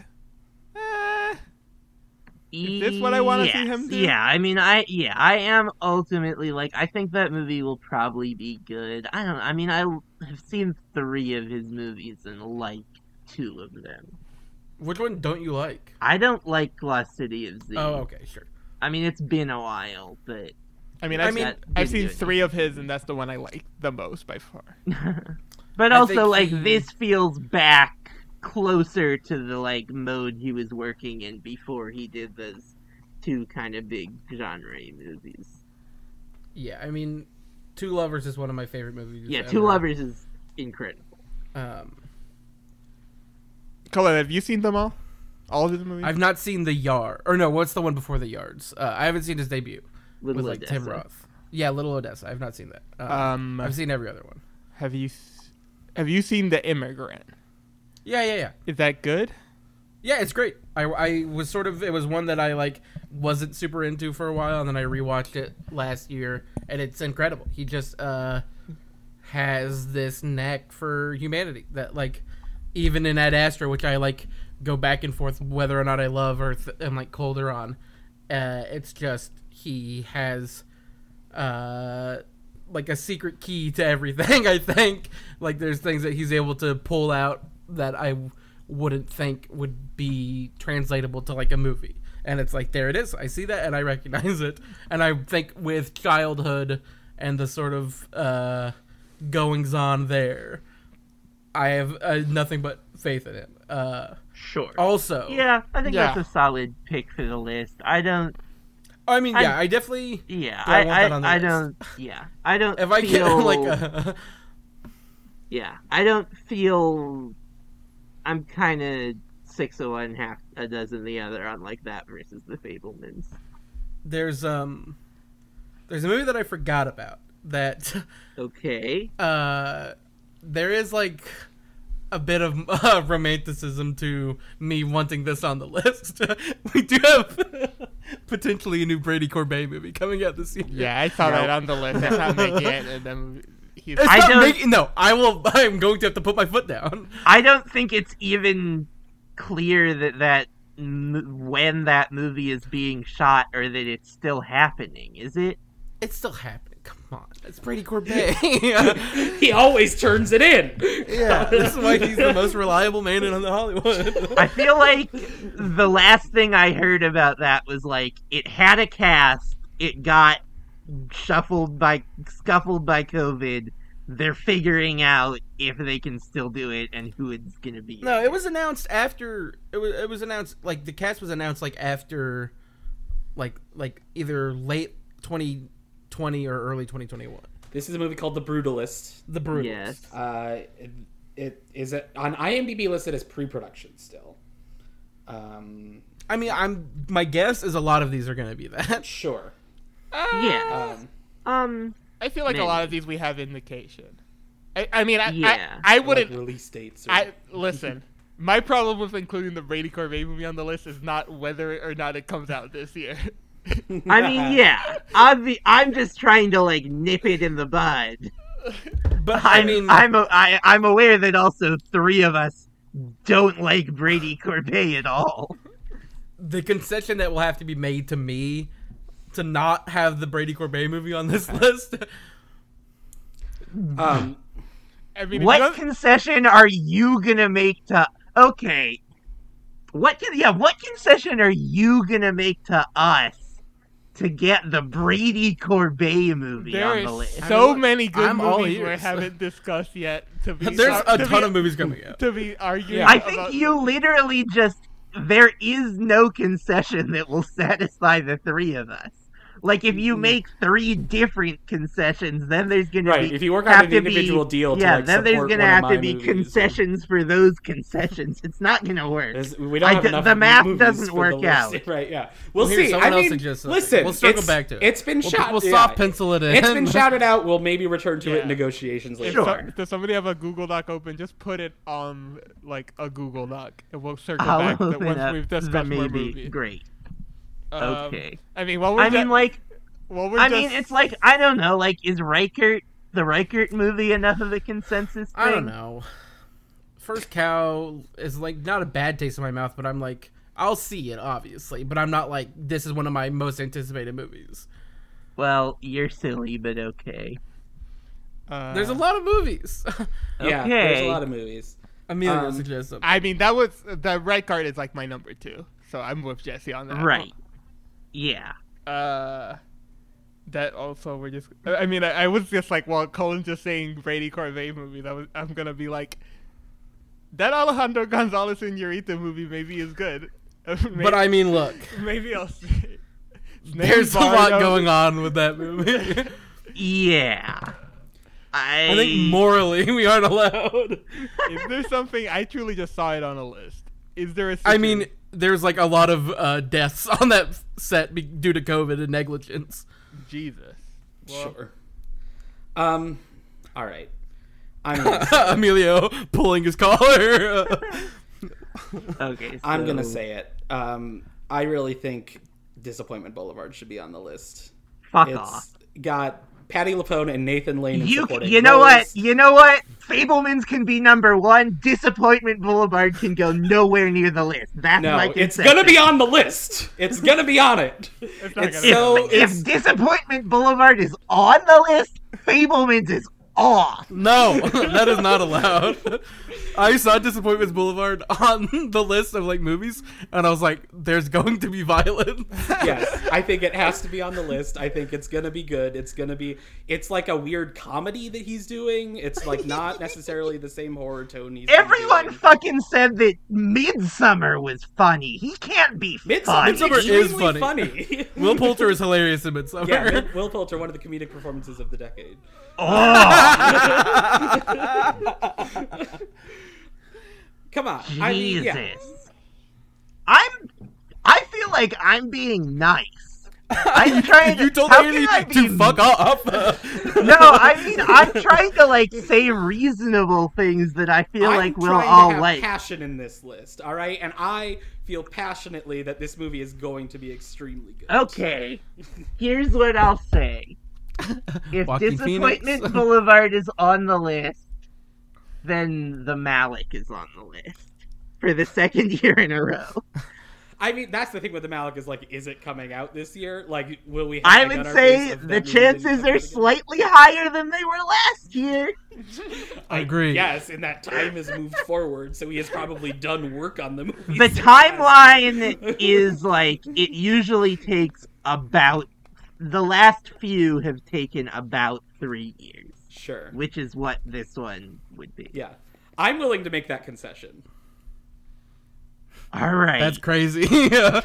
Speaker 5: eh. Is this what I wanna see him
Speaker 3: Yes.
Speaker 5: do?
Speaker 3: Yeah, I mean, I yeah, I am ultimately like I think that movie will probably be good. I don't. I mean, I have seen three of his movies and like two of them.
Speaker 6: Which one don't you like?
Speaker 3: I don't like Lost City of Z.
Speaker 6: Oh, okay, sure.
Speaker 3: I mean, it's been a while, but
Speaker 5: I mean,
Speaker 6: I
Speaker 5: I've,
Speaker 6: mean-
Speaker 5: seen- I've seen
Speaker 3: Didn't do it.
Speaker 5: three of his, and that's the one I like the most by far.
Speaker 3: but
Speaker 6: I
Speaker 3: also
Speaker 6: think
Speaker 3: like
Speaker 6: he-
Speaker 3: this feels back closer to the like mode he was working in before he did those two kind of big genre movies.
Speaker 6: Yeah, I mean, Two Lovers is one of my favorite movies.
Speaker 3: Yeah,
Speaker 6: ever.
Speaker 3: Two Lovers is incredible.
Speaker 6: Um,
Speaker 5: Colin, have you seen them all? All of his movies?
Speaker 6: I've not seen the Yard, or no, what's the one before the Yards? Uh, I haven't seen his debut
Speaker 3: Little
Speaker 6: with like Tim
Speaker 3: Odessa.
Speaker 6: Roth. Yeah, Little Odessa. I've not seen that. Um,
Speaker 5: Um,
Speaker 6: I've seen every other one.
Speaker 5: Have you s- have you seen The Immigrant?
Speaker 6: Yeah, yeah, yeah.
Speaker 5: Is that good?
Speaker 6: Yeah, it's great. I, I was sort of it was one that I like wasn't super into for a while, and then I rewatched it last year, and it's incredible. He just uh, has this knack for humanity that like even in Ad Astra, which I like go back and forth whether or not I love or th- am like colder on. Uh, it's just he has uh, like a secret key to everything. [LAUGHS] I think like there's things that he's able to pull out that I w- wouldn't think would be translatable to like a movie. And it's like there it is. I see that and I recognize it. And I think with childhood and the sort of uh, goings on there, I have uh, nothing but faith in him. Uh,
Speaker 3: Sure.
Speaker 6: also,
Speaker 3: Yeah, I think
Speaker 5: Yeah.
Speaker 3: that's a solid pick for the list. I don't.
Speaker 6: I mean, yeah,
Speaker 3: I'm-
Speaker 6: I definitely
Speaker 3: Yeah,
Speaker 6: Do I
Speaker 3: I,
Speaker 6: want that
Speaker 3: I,
Speaker 6: on the
Speaker 3: I
Speaker 6: list?
Speaker 3: don't. Yeah, I don't.
Speaker 6: if I
Speaker 3: feel,
Speaker 6: can [LAUGHS] like uh,
Speaker 3: yeah, I don't feel. I'm kind of six of one, half a dozen the other on like that versus the Fablemans.
Speaker 6: there's um there's a movie that I forgot about that [LAUGHS]
Speaker 3: Okay.
Speaker 6: uh there is like a bit of [LAUGHS] uh, romanticism to me wanting this on the [LAUGHS] list. we do have [LAUGHS] potentially a new Brady Corbet movie coming out this year.
Speaker 5: Yeah, I saw
Speaker 3: No.
Speaker 5: that on the list. That's how they get it. And then he's,
Speaker 6: It's
Speaker 3: I
Speaker 6: not
Speaker 3: don't-
Speaker 6: making no. I will. [LAUGHS] I'm going to have to put my foot down.
Speaker 3: I don't think it's even clear that that m- when that movie is being shot or that it's still happening, is it?
Speaker 6: It's still happening. Come on, it's [LAUGHS] Brady Corbet.
Speaker 4: He always turns it in.
Speaker 6: yeah, this is why he's the most reliable man in Hollywood. [LAUGHS]
Speaker 3: I feel like the last thing I heard about that was like it had a cast, it got shuffled by scuffled by COVID. They're figuring out if they can still do it and who it's gonna be.
Speaker 6: No, it was announced after it was it was announced like the cast was announced like after like like either late 2020 or early 2021.
Speaker 4: This is a movie called The Brutalist.
Speaker 6: The Brutals.
Speaker 3: Yes.
Speaker 4: Uh, it, it is it, on IMDb listed as pre-production still. Um,
Speaker 6: I mean, I'm my guess is a lot of these are going to be that. [LAUGHS]
Speaker 4: sure.
Speaker 3: Yeah.
Speaker 4: Um,
Speaker 3: Um
Speaker 5: I feel like a lot of these we have indication. I, I mean, I,
Speaker 3: Yeah.
Speaker 5: I, I
Speaker 4: like
Speaker 5: wouldn't.
Speaker 4: release dates. Or,
Speaker 5: I listen. My problem with including the Brady Corvée movie on the list is not whether or not it comes out this year. [LAUGHS]
Speaker 3: I mean, yeah. Obvi- I'm just trying to like nip it in the bud.
Speaker 6: But
Speaker 3: I'm,
Speaker 6: I mean,
Speaker 3: I'm a, I, I'm aware that also three of us don't like Brady Corbet at all.
Speaker 6: the concession that will have to be made to me to not have the Brady Corbet movie on this [LAUGHS] list.
Speaker 4: Um,
Speaker 5: I mean, if you
Speaker 3: What
Speaker 5: don't-
Speaker 3: concession are you gonna make to? Okay, what can yeah? What concession are you gonna make to us to get the Brady Corbet movie
Speaker 5: there
Speaker 3: on the
Speaker 5: is
Speaker 3: list?
Speaker 5: so
Speaker 6: I mean,
Speaker 5: many good
Speaker 6: I'm all
Speaker 5: movies we
Speaker 6: ears.
Speaker 5: haven't discussed yet. To be
Speaker 6: There's a
Speaker 5: to
Speaker 6: ton
Speaker 5: be,
Speaker 6: of movies coming out.
Speaker 5: to be arguing.
Speaker 3: I think
Speaker 5: about-
Speaker 3: you literally just there is no concession that will [LAUGHS] satisfy the three of us. Like if
Speaker 7: Mm-hmm.
Speaker 3: you make three different concessions, then there's gonna
Speaker 7: Right,
Speaker 3: be
Speaker 7: if you work
Speaker 3: have
Speaker 7: out an
Speaker 3: to be-
Speaker 7: individual deal to,
Speaker 3: Yeah,
Speaker 7: like,
Speaker 3: then there's
Speaker 7: support
Speaker 3: gonna
Speaker 7: one of
Speaker 3: have to
Speaker 7: my
Speaker 3: be
Speaker 7: movies, or-
Speaker 3: concessions for those concessions. It's not gonna work.
Speaker 7: Is- we don't
Speaker 3: I
Speaker 7: have
Speaker 3: d-
Speaker 7: enough
Speaker 3: the math
Speaker 7: movies
Speaker 3: doesn't
Speaker 7: for the
Speaker 3: work
Speaker 7: list.
Speaker 4: [LAUGHS]
Speaker 3: out.
Speaker 7: right? Yeah, we'll,
Speaker 6: Well, here,
Speaker 4: see.
Speaker 6: someone
Speaker 4: I
Speaker 6: else
Speaker 4: mean,
Speaker 6: suggests something.
Speaker 4: listen,
Speaker 6: We'll circle
Speaker 4: it's-
Speaker 6: back to it.
Speaker 4: It's been
Speaker 6: We'll-
Speaker 4: shot.
Speaker 6: we'll
Speaker 4: yeah.
Speaker 6: soft pencil it in.
Speaker 4: It's
Speaker 6: [LAUGHS]
Speaker 4: been shouted out. We'll maybe return to it
Speaker 5: Yeah.
Speaker 4: in negotiations later.
Speaker 5: If
Speaker 3: Sure.
Speaker 5: some- does somebody have a Google Doc open? Just put it on like a Google Doc, and we'll circle
Speaker 3: I'll
Speaker 5: back that
Speaker 3: open
Speaker 5: once
Speaker 3: up
Speaker 5: we've
Speaker 3: the
Speaker 5: discussed more
Speaker 3: maybe.
Speaker 5: movies.
Speaker 3: Great.
Speaker 5: Um,
Speaker 3: okay.
Speaker 5: I mean, while we're
Speaker 3: I mean,
Speaker 5: ju-
Speaker 3: like,
Speaker 5: while we're
Speaker 3: I
Speaker 5: just,
Speaker 3: mean, it's like I don't know. Like, is Reichert the Reichert movie enough of a consensus? Thing?
Speaker 6: I don't know. First cow is like not a bad taste in my mouth, but I'm like I'll see it obviously, but I'm not like this is one of my most anticipated movies.
Speaker 3: Well, you're silly, but okay.
Speaker 5: uh,
Speaker 6: There's a lot of movies. [LAUGHS]
Speaker 4: Yeah, there's a
Speaker 3: Okay.
Speaker 4: lot of movies.
Speaker 6: Amelia
Speaker 4: Um,
Speaker 6: suggests something.
Speaker 5: I mean, that was the red card is like my number two, so I'm with Jesse on that.
Speaker 3: Right. Yeah.
Speaker 5: Uh, that also we're just. I I mean, I, I was just like, well, Colin's just saying Brady Corvée movie. That was I'm gonna be like, that Alejandro Gonzalez Inarritu maybe maybe is good. [LAUGHS] maybe,
Speaker 6: but I mean, look,
Speaker 5: [LAUGHS] maybe I'll. see.
Speaker 6: there's a lot going on with that movie.
Speaker 3: Yeah. I,
Speaker 6: I think morally [LAUGHS] we aren't allowed.
Speaker 5: [LAUGHS] Is there something I truly just saw it on a list? Is there a?
Speaker 6: I
Speaker 5: [LAUGHS]
Speaker 6: mean, there's like a lot of uh, deaths [LAUGHS] on that set be- due to COVID and negligence. [LAUGHS]
Speaker 5: Jesus.
Speaker 4: Sure. Um. All right. I'm.
Speaker 6: [LAUGHS]
Speaker 4: gonna-
Speaker 6: Emilio pulling his collar. [LAUGHS]
Speaker 3: Okay.
Speaker 4: I'm gonna
Speaker 3: so
Speaker 4: say it. Um. I really think Disappointment Boulevard should be on the list.
Speaker 3: fuck off.
Speaker 4: It's got Patty Lapone and Nathan Lane. in
Speaker 3: Uh-huh. You
Speaker 4: supporting
Speaker 3: you know what
Speaker 4: roles.
Speaker 3: you know what Fablemans can be number one. Disappointment Boulevard can go nowhere near the list. That's
Speaker 4: No,
Speaker 3: my
Speaker 4: it's
Speaker 3: consensus.
Speaker 4: gonna be on the list. It's gonna be on
Speaker 6: [LAUGHS]
Speaker 4: it. It's,
Speaker 5: not gonna be
Speaker 4: so
Speaker 3: If, if Disappointment Boulevard is on the list, Fablemans is off.
Speaker 6: no, [LAUGHS] that is not allowed. I saw Disappointments Boulevard on [LAUGHS] the list of like movies, and I was like, "There's going to
Speaker 3: [LAUGHS]
Speaker 6: be violence."
Speaker 4: yes, I think it has to be on the list. I think it's gonna be good. It's gonna be. It's like a weird comedy that he's doing. It's like not necessarily the same horror tone. He's been
Speaker 3: Everyone [LAUGHS]
Speaker 4: doing.
Speaker 3: fucking said that Midsummer was funny. He can't be
Speaker 4: Midsummer,
Speaker 3: funny.
Speaker 6: Midsommar is
Speaker 4: is
Speaker 6: funny.
Speaker 4: funny. funny.
Speaker 6: Will Poulter is hilarious in
Speaker 4: [LAUGHS]
Speaker 6: Midsummer.
Speaker 4: yeah, Will, Will Poulter, one of the comedic performances of the decade.
Speaker 3: Oh.
Speaker 4: [LAUGHS] Come on, I mean,
Speaker 3: Jesus.
Speaker 4: yeah.
Speaker 3: I'm. I feel like I'm being nice. I'm trying to.
Speaker 6: [LAUGHS] you told
Speaker 3: how can I
Speaker 6: Haley
Speaker 3: be,
Speaker 6: to fuck off.
Speaker 3: [LAUGHS] No, I mean I'm trying to like say reasonable things that I feel
Speaker 4: I'm
Speaker 3: like we'll
Speaker 4: trying to
Speaker 3: all
Speaker 4: have
Speaker 3: like.
Speaker 4: passion in this list, all right? And I feel passionately that this movie is going to be extremely good.
Speaker 3: Okay, here's what I'll say. If
Speaker 6: Joaquin
Speaker 3: Disappointment
Speaker 6: Phoenix.
Speaker 3: Boulevard is on the list, then The Malik is on the list for the second [LAUGHS] year in a row.
Speaker 4: I mean, that's the thing with the Malik is like, is it coming out this year? Like, will we? Have
Speaker 3: I
Speaker 4: egg on
Speaker 3: would
Speaker 4: our
Speaker 3: say
Speaker 4: face of that
Speaker 3: the
Speaker 4: movie being
Speaker 3: chances
Speaker 4: coming
Speaker 3: are
Speaker 4: out again?
Speaker 3: slightly higher than they were last year.
Speaker 6: I agree.
Speaker 4: Yes, and that time has moved forward, so he has probably done work on the
Speaker 3: the
Speaker 4: movie. since last year.
Speaker 3: [LAUGHS] timeline is like it usually takes about the last few have taken about three years,
Speaker 4: Sure.
Speaker 3: which is what this one would be.
Speaker 4: Yeah, I'm willing to make that concession.
Speaker 3: All right.
Speaker 6: That's crazy. [LAUGHS] yeah.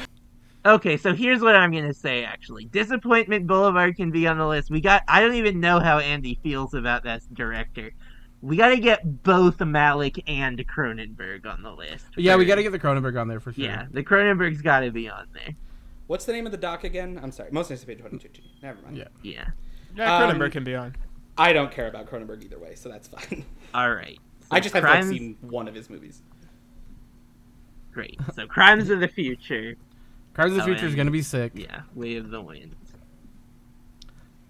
Speaker 3: okay, so here's what I'm gonna say. Actually, Disappointment Boulevard can be on the list. We got. I don't even know how Andy feels about that director. We got to get both Malik and Cronenberg on the list.
Speaker 6: we
Speaker 3: for-
Speaker 6: got to get the Cronenberg on there for sure.
Speaker 4: Hmm.
Speaker 3: Yeah, the Cronenberg's got to be on there.
Speaker 4: What's the name of the doc again? I'm sorry, most anticipated 2022. Never mind.
Speaker 6: Yeah.
Speaker 3: Yeah.
Speaker 5: Yeah,
Speaker 4: Um,
Speaker 5: Cronenberg can be on.
Speaker 4: I don't care about Cronenberg either way, so that's fine. [LAUGHS]
Speaker 3: All right.
Speaker 4: I just have
Speaker 3: Crime-
Speaker 4: not seen one of his movies.
Speaker 3: Great. So Crimes of the Future.
Speaker 6: Cards of the
Speaker 3: Oh,
Speaker 6: Future is
Speaker 3: and-
Speaker 6: gonna be sick.
Speaker 3: Yeah, Way of the Wind.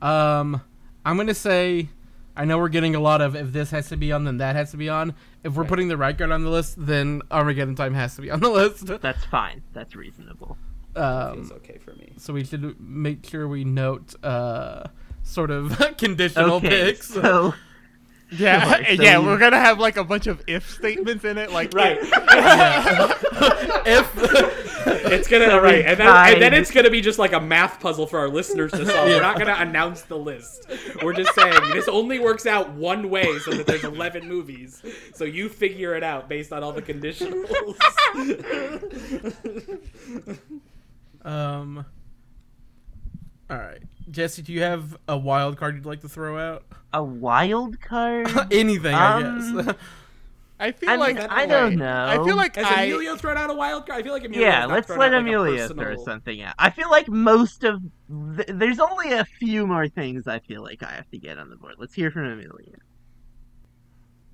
Speaker 6: Um, I'm gonna say, I know we're getting a lot of if this has to be on, then that has to be on. If we're
Speaker 3: Right.
Speaker 6: putting the right guard on the list, then Armageddon Time has to be on the list.
Speaker 3: That's fine. That's reasonable.
Speaker 6: Um,
Speaker 4: Feels okay for me.
Speaker 6: so we should make sure we note uh sort of [LAUGHS] conditional
Speaker 3: okay,
Speaker 6: picks.
Speaker 3: so
Speaker 5: [LAUGHS] Yeah,
Speaker 3: Sure, so
Speaker 5: yeah,
Speaker 3: you-
Speaker 5: we're gonna have like a bunch of if statements in it, like
Speaker 4: Right. [LAUGHS]
Speaker 6: Yeah. [LAUGHS] if
Speaker 4: It's gonna
Speaker 3: So we
Speaker 4: right, and then, and then
Speaker 3: find-
Speaker 4: it's gonna be just like a math puzzle for our listeners to solve. We're not gonna announce the list. We're just saying this only works out one way, so that there's eleven movies. So you figure it out based on all
Speaker 3: [LAUGHS]
Speaker 4: the conditionals.
Speaker 6: um, all right, Jesse, do you have a wild card you'd like to throw out?
Speaker 3: a wild
Speaker 4: [LAUGHS]
Speaker 3: card.
Speaker 6: Anything, I guess. [LAUGHS]
Speaker 3: Um,
Speaker 5: I feel
Speaker 3: I mean,
Speaker 5: like
Speaker 3: I don't know.
Speaker 5: I feel like
Speaker 4: Has
Speaker 5: I
Speaker 4: Emilio thrown out a wild card? I feel like Emilio.
Speaker 3: yeah, let's let Amelia throw something out. I feel like most of th- there's only a few more things I feel like I have to get on the board. Let's hear from Amelia.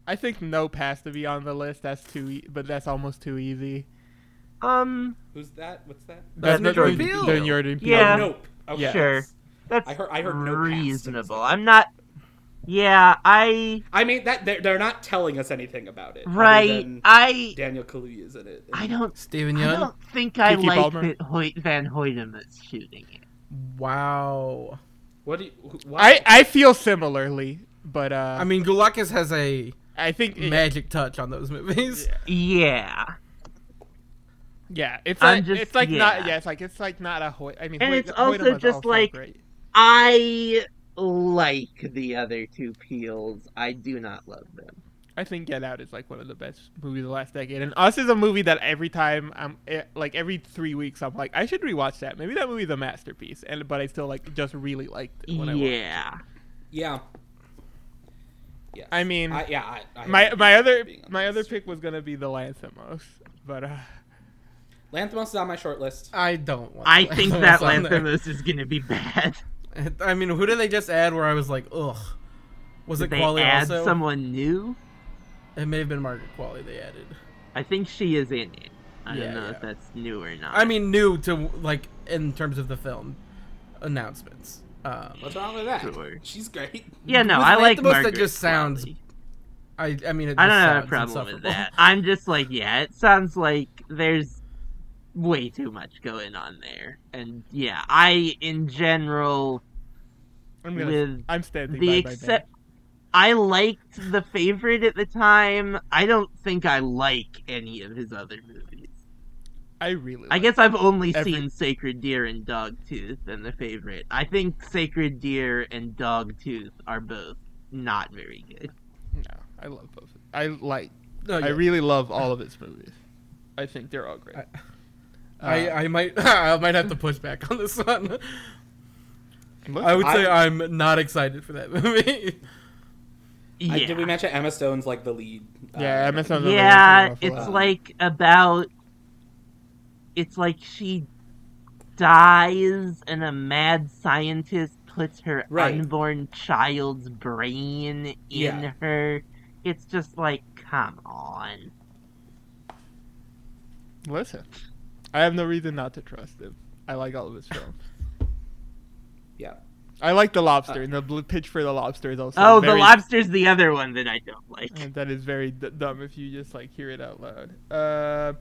Speaker 5: I think Nope has to be on the list. That's too, e- but that's almost too easy.
Speaker 3: Um,
Speaker 4: Who's that? What's that? Oh,
Speaker 6: That's
Speaker 5: That's
Speaker 6: not
Speaker 5: Jordan-
Speaker 6: revealed.
Speaker 5: then Jordan Peele.
Speaker 3: Yeah.
Speaker 4: Nope. Okay.
Speaker 5: Yeah.
Speaker 3: Sure. that's
Speaker 4: I heard. I heard no pass.
Speaker 3: reasonable. I'm not. Yeah, I
Speaker 4: I mean that they're, they're not telling us anything about it. other
Speaker 3: right.
Speaker 4: than
Speaker 3: I
Speaker 4: Daniel Kaluuya is in it.
Speaker 3: I don't.
Speaker 6: Steven
Speaker 3: I
Speaker 6: Young.
Speaker 3: don't think I
Speaker 5: Kiki
Speaker 3: like
Speaker 5: Palmer.
Speaker 3: that Hoyt Van Hoytema's shooting it.
Speaker 6: Wow.
Speaker 4: What do you? wh- Why?
Speaker 5: I I feel similarly, but uh,
Speaker 6: I mean, Gulakis has a
Speaker 5: I think
Speaker 6: magic touch on those movies.
Speaker 3: Yeah,
Speaker 5: yeah, it's
Speaker 3: I'm
Speaker 5: like
Speaker 3: just-
Speaker 5: it's like not
Speaker 3: yeah.
Speaker 5: yeah, it's like it's like not a Hoyt. I mean,
Speaker 3: And
Speaker 5: Hoyt-
Speaker 3: it's also
Speaker 5: Hoytema's
Speaker 3: just like-
Speaker 5: great.
Speaker 3: I like the other two peels. I do not love them.
Speaker 5: I think Get Out is like one of the best movies of the last decade, and Us is a movie that every time I'm eh, like every three weeks I'm like I should rewatch that. Maybe that movie's a masterpiece, and but I still like just really liked it when I watched. it.
Speaker 3: yeah.
Speaker 4: Yeah. Yes.
Speaker 5: I mean,
Speaker 4: I, yeah. I, I
Speaker 5: my
Speaker 4: agree
Speaker 5: my
Speaker 4: with
Speaker 5: other
Speaker 4: being on
Speaker 5: my
Speaker 4: the
Speaker 5: other
Speaker 4: list.
Speaker 5: pick was gonna be The Lanthimos, but uh,
Speaker 4: Lanthimos is on my short list.
Speaker 6: [LAUGHS] I don't want.
Speaker 3: I
Speaker 6: the [LAUGHS]
Speaker 3: think
Speaker 6: Lanthimos
Speaker 3: that
Speaker 6: on
Speaker 3: Lanthimos is gonna be bad.
Speaker 6: there. I mean, who did they just add? Where I was like, ugh. Was
Speaker 3: Did
Speaker 6: it
Speaker 3: they
Speaker 6: Quali
Speaker 3: add
Speaker 6: also?
Speaker 3: someone new?
Speaker 6: It may have been Margaret Qualley they added.
Speaker 3: I think she is in it. I
Speaker 6: Yeah,
Speaker 3: don't know
Speaker 6: yeah.
Speaker 3: if that's new or not.
Speaker 6: I mean, new to like in terms of the film announcements. Um,
Speaker 4: What's wrong with that?
Speaker 3: Sure.
Speaker 4: She's great.
Speaker 3: yeah, no,
Speaker 6: with
Speaker 3: I like
Speaker 6: Lanthimos, that
Speaker 3: Margaret
Speaker 6: just sounds
Speaker 3: Qualley.
Speaker 6: I I mean, it just
Speaker 3: I don't have a
Speaker 6: sounds
Speaker 3: problem with
Speaker 6: insufferable. [LAUGHS]
Speaker 3: that. I'm just like, yeah, it sounds like there's way too much going on there, and yeah, I in general
Speaker 5: I'm gonna
Speaker 3: With
Speaker 5: I'm standing
Speaker 3: the
Speaker 5: by
Speaker 3: except I liked the favorite at the time. I don't think I like any of his other movies.
Speaker 5: my man. I really.
Speaker 3: I
Speaker 5: like
Speaker 3: guess I've only
Speaker 5: Every-
Speaker 3: seen Sacred Deer and Dogtooth and the favorite. I think Sacred Deer and Dogtooth are both not very good.
Speaker 5: No, I love both. I like.
Speaker 6: No, Oh, yeah.
Speaker 5: I really love
Speaker 6: [LAUGHS]
Speaker 5: all of its movies. I think they're all great.
Speaker 6: I- I, I might [LAUGHS] I might have to push back on this [LAUGHS] one. I would say I'm not excited for that movie. [LAUGHS]
Speaker 3: Yeah,
Speaker 4: I, did we mention Emma Stone's like the lead? uh,
Speaker 5: yeah, I messed up.
Speaker 3: yeah, it's
Speaker 4: that.
Speaker 3: like about. It's like she dies, and a mad scientist puts her
Speaker 4: Right.
Speaker 3: unborn child's brain in
Speaker 4: Yeah.
Speaker 3: her. It's just like, come on.
Speaker 5: Listen, I have no reason not to trust him. I like all of his films.
Speaker 4: Yeah.
Speaker 5: I like The Lobster, and the blue pitch for The Lobster is also.
Speaker 3: oh, the
Speaker 5: very-
Speaker 3: lobster's the other one that I don't like.
Speaker 5: and That is very d- dumb if you just like hear it out loud. Uh,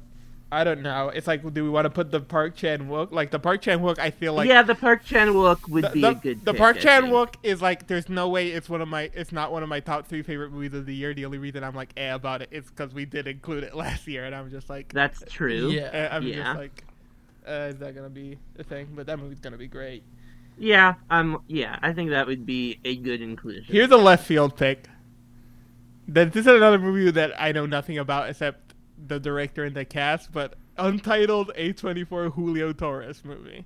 Speaker 5: I don't know. It's like, do we want to put the Park Chan Wook? Like the Park Chan Wook, I feel like.
Speaker 3: yeah, the Park Chan Wook would
Speaker 5: The,
Speaker 3: be
Speaker 5: the-
Speaker 3: a good.
Speaker 5: the
Speaker 3: pick,
Speaker 5: Park
Speaker 3: I
Speaker 5: Chan
Speaker 3: think.
Speaker 5: Wook is like there's no way it's one of my it's not one of my top three favorite movies of the year. The only reason I'm like eh about it is because we did include it [LAUGHS] last year, and I'm just like
Speaker 3: That's true. Yeah.
Speaker 6: Yeah.
Speaker 5: eh, I'm
Speaker 3: yeah.
Speaker 5: just like uh, is that gonna be a thing? But that movie's gonna be great.
Speaker 3: Um. Yeah. I think that would be a good inclusion.
Speaker 5: Here's a left field pick. That this is another movie that I know nothing about except the director and the cast, but untitled A24 Julio Torres movie.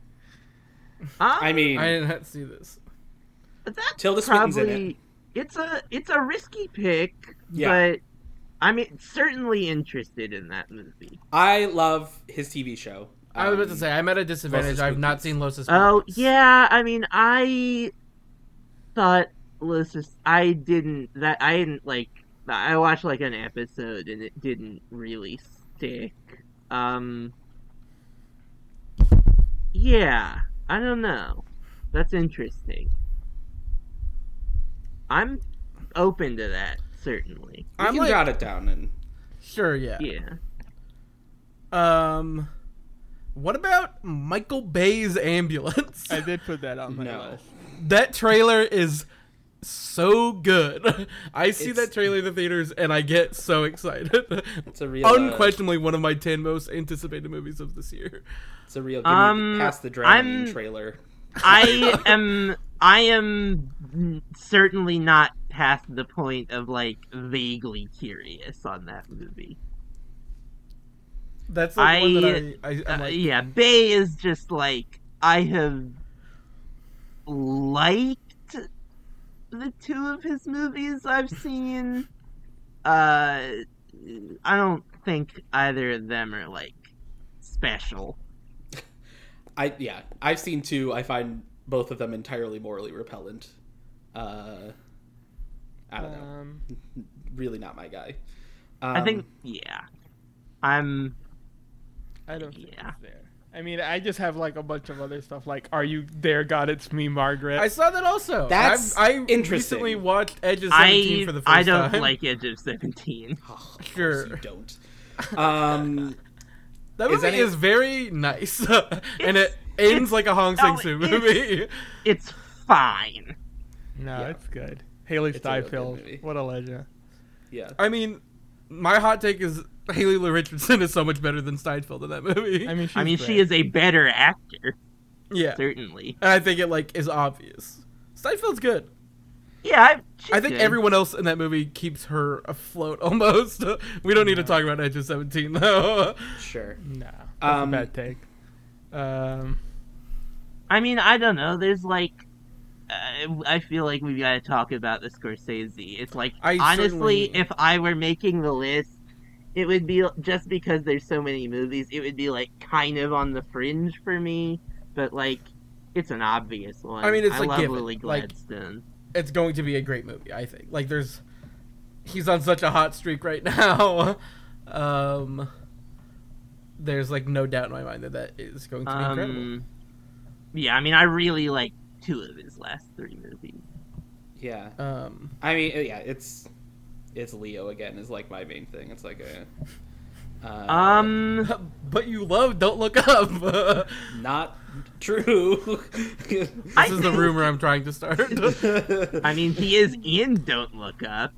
Speaker 3: Ah,
Speaker 4: I mean,
Speaker 6: I did not see this.
Speaker 3: that's
Speaker 4: Tilda Swinton's in
Speaker 3: probably. It's a it's a risky pick,
Speaker 4: Yeah.
Speaker 3: but I'm certainly interested in that movie.
Speaker 4: I love his TV show.
Speaker 6: I was about to
Speaker 4: Um,
Speaker 6: say I'm at a disadvantage. I've not
Speaker 4: Cookies.
Speaker 6: seen Los Espookys.
Speaker 3: Oh yeah. I mean, I thought Lucis. I didn't that I didn't like. I watched like an episode and it didn't really stick. Um, yeah, I don't know. That's interesting. I'm open to that, certainly.
Speaker 4: We
Speaker 6: I'm
Speaker 4: can
Speaker 6: like-
Speaker 4: jot it down and
Speaker 6: Sure, yeah.
Speaker 3: Yeah.
Speaker 6: Um, what about Michael Bay's ambulance? [LAUGHS]
Speaker 5: I did put that on my
Speaker 4: no.
Speaker 5: list.
Speaker 6: that trailer is so good. [LAUGHS] I see
Speaker 4: It's-
Speaker 6: that trailer in the theaters and I get so excited.
Speaker 4: It's
Speaker 6: [LAUGHS]
Speaker 4: a real uh,
Speaker 6: Unquestionably one of my 10 most anticipated movies of this year.
Speaker 4: It's a real give me
Speaker 3: Um,
Speaker 4: the pass the drowning
Speaker 3: I'm-
Speaker 4: trailer.
Speaker 6: [LAUGHS]
Speaker 3: I am. I am certainly not past the point of like vaguely curious on that movie.
Speaker 6: That's like one that I, I I'm
Speaker 3: Uh,
Speaker 6: like, "Hmm."
Speaker 3: yeah, Bay is just like I have liked the two of his movies I've seen. Uh, I don't think either of them are like special.
Speaker 4: I yeah, I've seen two. I find both of them entirely morally repellent. Uh, I don't know.
Speaker 5: Um,
Speaker 4: Really not my guy.
Speaker 3: I
Speaker 4: Um,
Speaker 3: think yeah, I'm
Speaker 5: I don't think
Speaker 3: Yeah.
Speaker 5: it's there. I mean, I just have like a bunch of other stuff. Like, are you there? God, it's me, Margaret.
Speaker 6: I saw that also.
Speaker 4: That's
Speaker 6: I've, I
Speaker 4: interesting.
Speaker 6: recently watched Edge of 17
Speaker 3: I
Speaker 6: for the first time.
Speaker 3: I don't like Edge of Seventeen.
Speaker 4: oh, of course
Speaker 6: Sure.
Speaker 4: you
Speaker 3: [LAUGHS]
Speaker 4: don't. Um,
Speaker 6: That
Speaker 4: Is
Speaker 6: movie
Speaker 4: any-
Speaker 6: is very nice, [LAUGHS] and it ends like a Hong Sang
Speaker 3: no,
Speaker 6: Soo
Speaker 3: it's-
Speaker 6: movie. [LAUGHS]
Speaker 3: It's fine.
Speaker 5: no,
Speaker 4: yeah.
Speaker 5: it's good. Haley
Speaker 4: It's a real good movie.
Speaker 5: Steinfeld, what a legend.
Speaker 4: yeah,
Speaker 6: I mean, my hot take is Haley Lu Richardson is so much better than Steinfeld in that movie.
Speaker 5: I mean, she's
Speaker 3: I mean,
Speaker 5: great.
Speaker 3: she is a better actor,
Speaker 6: [LAUGHS] yeah, and
Speaker 3: certainly.
Speaker 6: I think it like is obvious. Steinfeld's good.
Speaker 3: Yeah, I, she's
Speaker 6: I think
Speaker 3: good.
Speaker 6: everyone else in that movie keeps her afloat [LAUGHS] almost. we don't need to talk about Edge of Seventeen though. [LAUGHS]
Speaker 4: sure.
Speaker 5: No, that's
Speaker 4: Um,
Speaker 5: a bad take. Um,
Speaker 3: I mean, I don't know. There's like, I I feel like we gotta talk about the Scorsese. It's like,
Speaker 6: I
Speaker 3: honestly,
Speaker 6: certainly-
Speaker 3: if I were making the list, it would be just because there's so many movies. It would be like kind of on the fringe for me, but like, it's an obvious one.
Speaker 6: I mean, it's
Speaker 3: I
Speaker 6: a
Speaker 3: love
Speaker 6: given,
Speaker 3: Lily
Speaker 6: like-
Speaker 3: Gladstone.
Speaker 6: it's going to be a great movie. I think. Like, there's he's on such a hot streak right [LAUGHS] now. Um, there's like no doubt in my mind that that is going to be incredible.
Speaker 3: um, yeah, I mean, I really like two of his last three movies.
Speaker 4: Yeah,
Speaker 6: Um,
Speaker 4: I mean, uh, yeah, it's it's Leo again is like my main thing. It's like a uh,
Speaker 3: Um,
Speaker 6: but you love Don't Look Up. [LAUGHS] this
Speaker 4: not true.
Speaker 3: I
Speaker 6: is the
Speaker 3: think-
Speaker 6: rumor I'm trying to start.
Speaker 3: [LAUGHS] I mean, he
Speaker 4: [LAUGHS]
Speaker 3: is in Don't Look Up.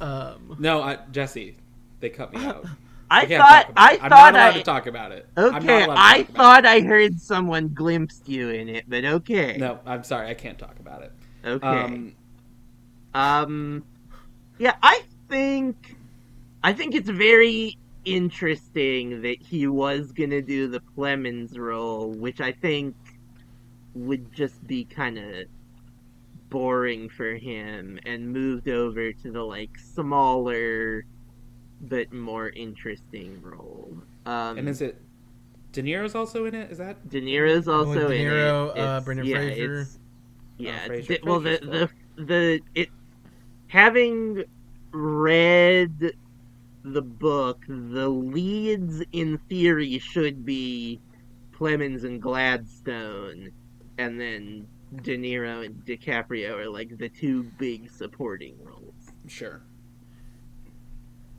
Speaker 6: um,
Speaker 4: no, I, Jesse, they cut me out.
Speaker 3: I,
Speaker 4: I can't
Speaker 3: thought
Speaker 4: talk about
Speaker 3: I
Speaker 4: it. I'm
Speaker 3: thought
Speaker 4: not allowed
Speaker 3: I
Speaker 4: to talk about it. I'm not
Speaker 3: Okay,
Speaker 4: allowed to
Speaker 3: I
Speaker 4: talk about
Speaker 3: thought I heard someone glimpsed you in it, but okay.
Speaker 4: it. No, I'm sorry, I can't talk about it.
Speaker 3: Okay. Um,
Speaker 4: Um,
Speaker 3: yeah, I think I think it's very interesting that he was gonna do the Clemens role, which I think would just be kind of boring for him, and moved over to the like smaller but more interesting role. Um,
Speaker 4: and is it De Niro's also in it? Is that
Speaker 3: De Niro's also
Speaker 6: De Niro, uh,
Speaker 3: in it. It's-
Speaker 6: Brendan
Speaker 3: yeah,
Speaker 6: Fraser.
Speaker 3: it's- Yeah,
Speaker 4: Oh,
Speaker 3: it's-
Speaker 4: Fraser.
Speaker 3: well, the,
Speaker 4: Fraser's
Speaker 3: the the it having read the book, the leads in theory should be Clemens and Gladstone, and then De Niro and DiCaprio are like the two big supporting roles.
Speaker 4: sure?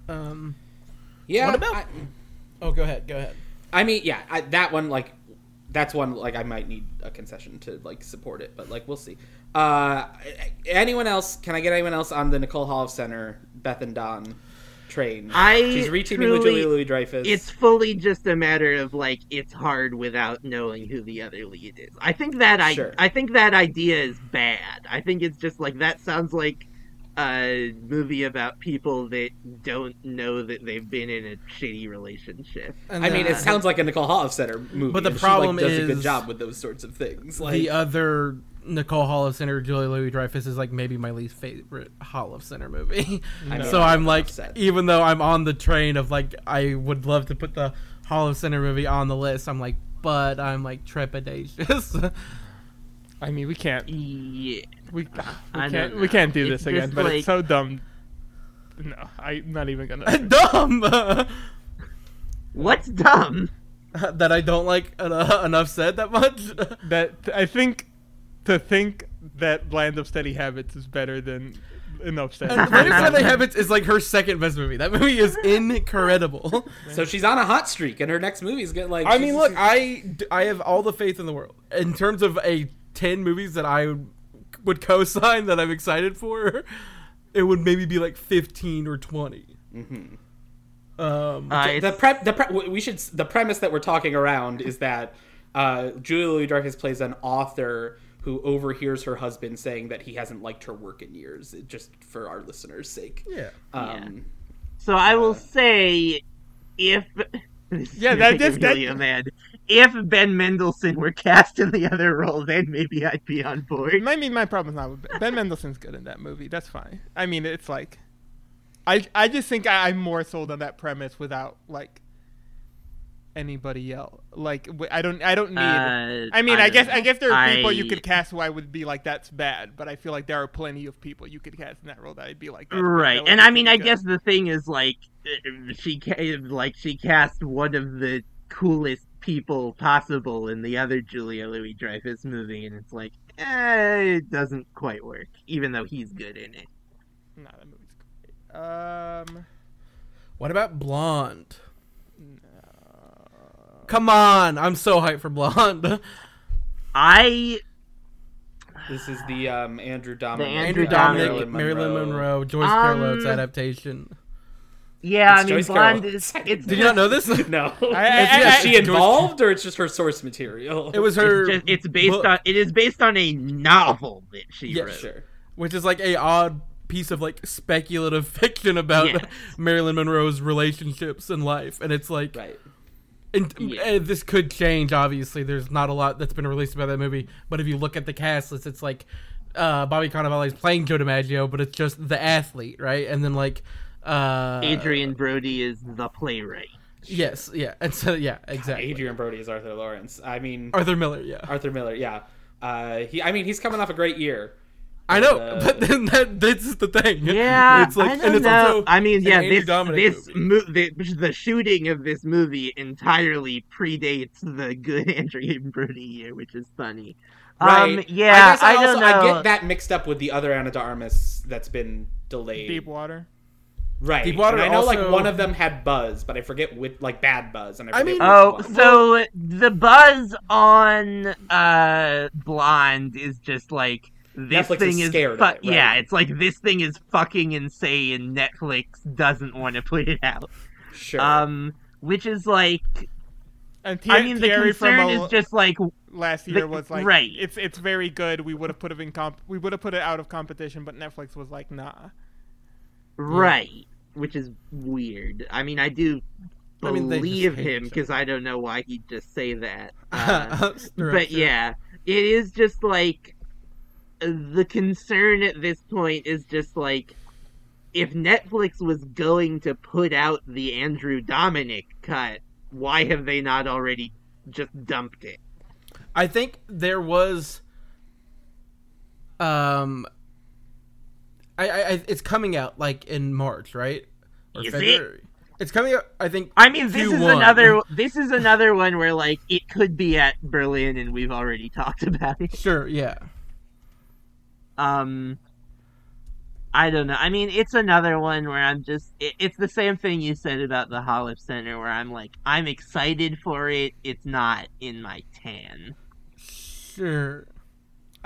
Speaker 6: um,
Speaker 4: Yeah.
Speaker 6: What about-
Speaker 4: I,
Speaker 6: oh, go ahead. Go ahead.
Speaker 4: I mean, yeah, I, that one like that's one like I might need a concession to like support it, but like we'll see. Uh, anyone else? Can I get anyone else on the Nicole Hall Center Beth and Don train?
Speaker 3: I
Speaker 4: She's reaching me with
Speaker 3: truly-
Speaker 4: Julia Louis Dreyfus.
Speaker 3: It's fully just a matter of like it's hard without knowing who the other lead is. I think that I
Speaker 4: Sure.
Speaker 3: I think that idea is bad. I think it's just like that sounds like a movie about people that don't know that they've been in a shitty relationship.
Speaker 4: I mean, it
Speaker 3: uh,
Speaker 4: sounds like a Nicole Hall Center movie.
Speaker 6: But the
Speaker 4: and
Speaker 6: problem
Speaker 4: she, like, does a good
Speaker 6: is
Speaker 4: job with those sorts of things. Like,
Speaker 6: the other Nicole Hall of Center, Julia Louis Dreyfus is like maybe my least favorite Hall of Center movie.
Speaker 4: I know
Speaker 6: [LAUGHS] so
Speaker 4: that
Speaker 6: I'm like,
Speaker 4: upset.
Speaker 6: even though I'm on the train of like, I would love to put the Hall of Center movie on the list. I'm like, but I'm like trepidatious. [LAUGHS]
Speaker 5: I mean, we can't, we,
Speaker 3: Yeah.
Speaker 5: we
Speaker 3: I
Speaker 5: can't,
Speaker 3: don't
Speaker 5: we
Speaker 3: know.
Speaker 5: can't do
Speaker 3: It's
Speaker 5: this again.
Speaker 3: just
Speaker 5: But
Speaker 3: like-
Speaker 6: [LAUGHS]
Speaker 5: it's [LAUGHS] so dumb. No, I'm not even gonna.
Speaker 6: Dumb.
Speaker 3: What's dumb?
Speaker 6: that I don't like uh, [LAUGHS] enough said that much. [LAUGHS]
Speaker 5: That I think to think that Land of Steady Habits is better than enough said.
Speaker 6: And Land of Deadly Habits is like her second best movie. That movie is incredible. [LAUGHS]
Speaker 4: So she's on a hot streak, and her next movie is getting like.
Speaker 6: I mean,
Speaker 4: she's-
Speaker 6: look, I d- I have all the faith in the world in terms of a ten movies that I would- would co-sign that I'm excited for. It would maybe be like fifteen or 20 Um,
Speaker 3: Uh,
Speaker 4: the
Speaker 3: it's-
Speaker 4: prep the pre- we should s- the premise that we're talking around is that uh, Julia Louis Dreyfus plays an author who overhears her husband saying that he hasn't liked her work in years. It- Just for our listeners' sake.
Speaker 6: yeah,
Speaker 4: Um,
Speaker 3: so I will say, if
Speaker 5: Uh.
Speaker 3: [LAUGHS]
Speaker 5: Yeah, that- that's- that-
Speaker 3: really mad. If Ben Mendelsohn were cast in the other role, then maybe I'd be on board.
Speaker 5: I mean, my problem's not with Ben. Ben Mendelsohn's good in that movie. That's fine. I mean, it's like, I I just think I, I'm more sold on that premise without like anybody else. Like w- I don't I don't need.
Speaker 3: Uh,
Speaker 5: I mean,
Speaker 3: I
Speaker 5: I, guess
Speaker 3: don't
Speaker 5: I guess there are people
Speaker 3: I-
Speaker 5: you could cast who I would be like that's bad, but I feel like there are plenty of people you could cast in that role that I'd be like that's bad.
Speaker 3: Right,
Speaker 5: That would
Speaker 3: and
Speaker 5: be
Speaker 3: I mean,
Speaker 5: pretty
Speaker 3: I
Speaker 5: good.
Speaker 3: guess the thing is like uh, she ca- like she cast one of the coolest people possible in the other Julia Louis Dreyfus movie, and it's like eh, it doesn't quite work, even though he's good in it.
Speaker 5: No, that movie's great. Um,
Speaker 6: What about Blonde? Come on, I'm so hyped
Speaker 3: [LAUGHS]
Speaker 6: for Blonde.
Speaker 3: I
Speaker 4: this is the um, Andrew Dominic,
Speaker 6: Andrew
Speaker 3: Andrew
Speaker 6: Dominic,
Speaker 3: Dominic,
Speaker 6: Marilyn Monroe, Joyce
Speaker 3: Um,
Speaker 6: Carol's adaptation.
Speaker 3: yeah,
Speaker 4: It's
Speaker 3: I mean,
Speaker 4: Joyce
Speaker 3: Blonde
Speaker 4: Carol.
Speaker 3: is it's
Speaker 6: Did you not know this? [LAUGHS]
Speaker 4: No, [LAUGHS]
Speaker 5: I-
Speaker 4: is,
Speaker 5: I-
Speaker 4: is
Speaker 5: I-
Speaker 4: she
Speaker 6: Joyce-
Speaker 4: involved or it's just her source material? [LAUGHS]
Speaker 6: It was her.
Speaker 3: it's, just, it's based
Speaker 6: book.
Speaker 3: on it is based on a novel that she
Speaker 6: Yeah,
Speaker 3: wrote.
Speaker 4: sure.
Speaker 6: which is like a odd piece of like speculative [LAUGHS] fiction about
Speaker 3: Yes.
Speaker 6: Marilyn Monroe's relationships and life, and it's like,
Speaker 4: Right.
Speaker 6: and,
Speaker 3: Yeah.
Speaker 6: and this could change. Obviously, there's not a lot that's been released about that movie, but if you look at the cast list, it's like uh, Bobby Cannavale is playing Joe DiMaggio, but it's just the athlete, right? And then like uh,
Speaker 3: Adrian Brody is the playwright.
Speaker 6: yes, yeah, and so yeah, exactly.
Speaker 4: Adrian Brody is Arthur Lawrence. I mean,
Speaker 6: Arthur Miller, yeah,
Speaker 4: Arthur Miller. Yeah. Uh, he. I mean, he's coming off a great year.
Speaker 6: I know,
Speaker 4: uh,
Speaker 6: but then that [LAUGHS] this is the thing.
Speaker 3: Yeah,
Speaker 6: it's like,
Speaker 3: I don't
Speaker 6: and it's
Speaker 3: know.
Speaker 6: also,
Speaker 3: I [LAUGHS] mean,
Speaker 6: an
Speaker 3: yeah,
Speaker 6: Andrew
Speaker 3: this
Speaker 6: Dominic
Speaker 3: this mo-
Speaker 6: movie.
Speaker 3: the, the shooting of this movie entirely predates the good [LAUGHS] Andrea Brody year, which is funny.
Speaker 4: Right.
Speaker 3: Um, yeah, I,
Speaker 4: guess I,
Speaker 3: don't
Speaker 4: also,
Speaker 3: know.
Speaker 4: I get that mixed up with the other Anna de Armas that's been delayed.
Speaker 5: Deep Water.
Speaker 4: right.
Speaker 6: Deepwater
Speaker 4: and I know like
Speaker 6: also-
Speaker 4: one of them had buzz, but I forget with like bad buzz. And I,
Speaker 6: I
Speaker 4: forget
Speaker 6: mean-
Speaker 4: which
Speaker 3: Oh,
Speaker 4: one.
Speaker 3: so the buzz on uh Blonde is just like this
Speaker 4: Netflix
Speaker 3: thing
Speaker 4: is
Speaker 3: is,
Speaker 4: scared of
Speaker 3: fu-
Speaker 4: it, right?
Speaker 3: yeah, it's like this thing is fucking insane. Netflix doesn't want to put it out.
Speaker 4: sure.
Speaker 3: Um, which is like,
Speaker 5: And T-
Speaker 3: I mean, the
Speaker 5: Thierry
Speaker 3: concern
Speaker 5: Fremo-
Speaker 3: is just like
Speaker 5: last year
Speaker 3: The-
Speaker 5: was like
Speaker 3: right.
Speaker 5: it's it's very good we would have put it in comp we would have put it out of competition but netflix was like nah
Speaker 3: Right. Which is weird. I mean, I do
Speaker 6: I mean, they just
Speaker 3: believe
Speaker 6: hate
Speaker 3: him
Speaker 6: each
Speaker 3: because I don't know why he'd just say
Speaker 6: [LAUGHS]
Speaker 3: that. Uh,
Speaker 6: [LAUGHS] Right,
Speaker 3: but
Speaker 6: sure.
Speaker 3: yeah, it is just like the concern at this point is just like if Netflix was going to put out the Andrew Dominic cut, why have they not already just dumped it?
Speaker 6: I think there was, um, I, I, I it's coming out like in March, right? Or
Speaker 3: Is it?
Speaker 6: It's coming out. I think.
Speaker 3: I mean, this is
Speaker 6: Q1.
Speaker 3: another this is another one where like it could be at Berlin and we've already talked [LAUGHS] about it.
Speaker 6: Sure. Yeah.
Speaker 3: um i don't know i mean it's another one where i'm just it, it's the same thing you said about the hollip center where i'm like i'm excited for it it's not in my tan
Speaker 6: Sure.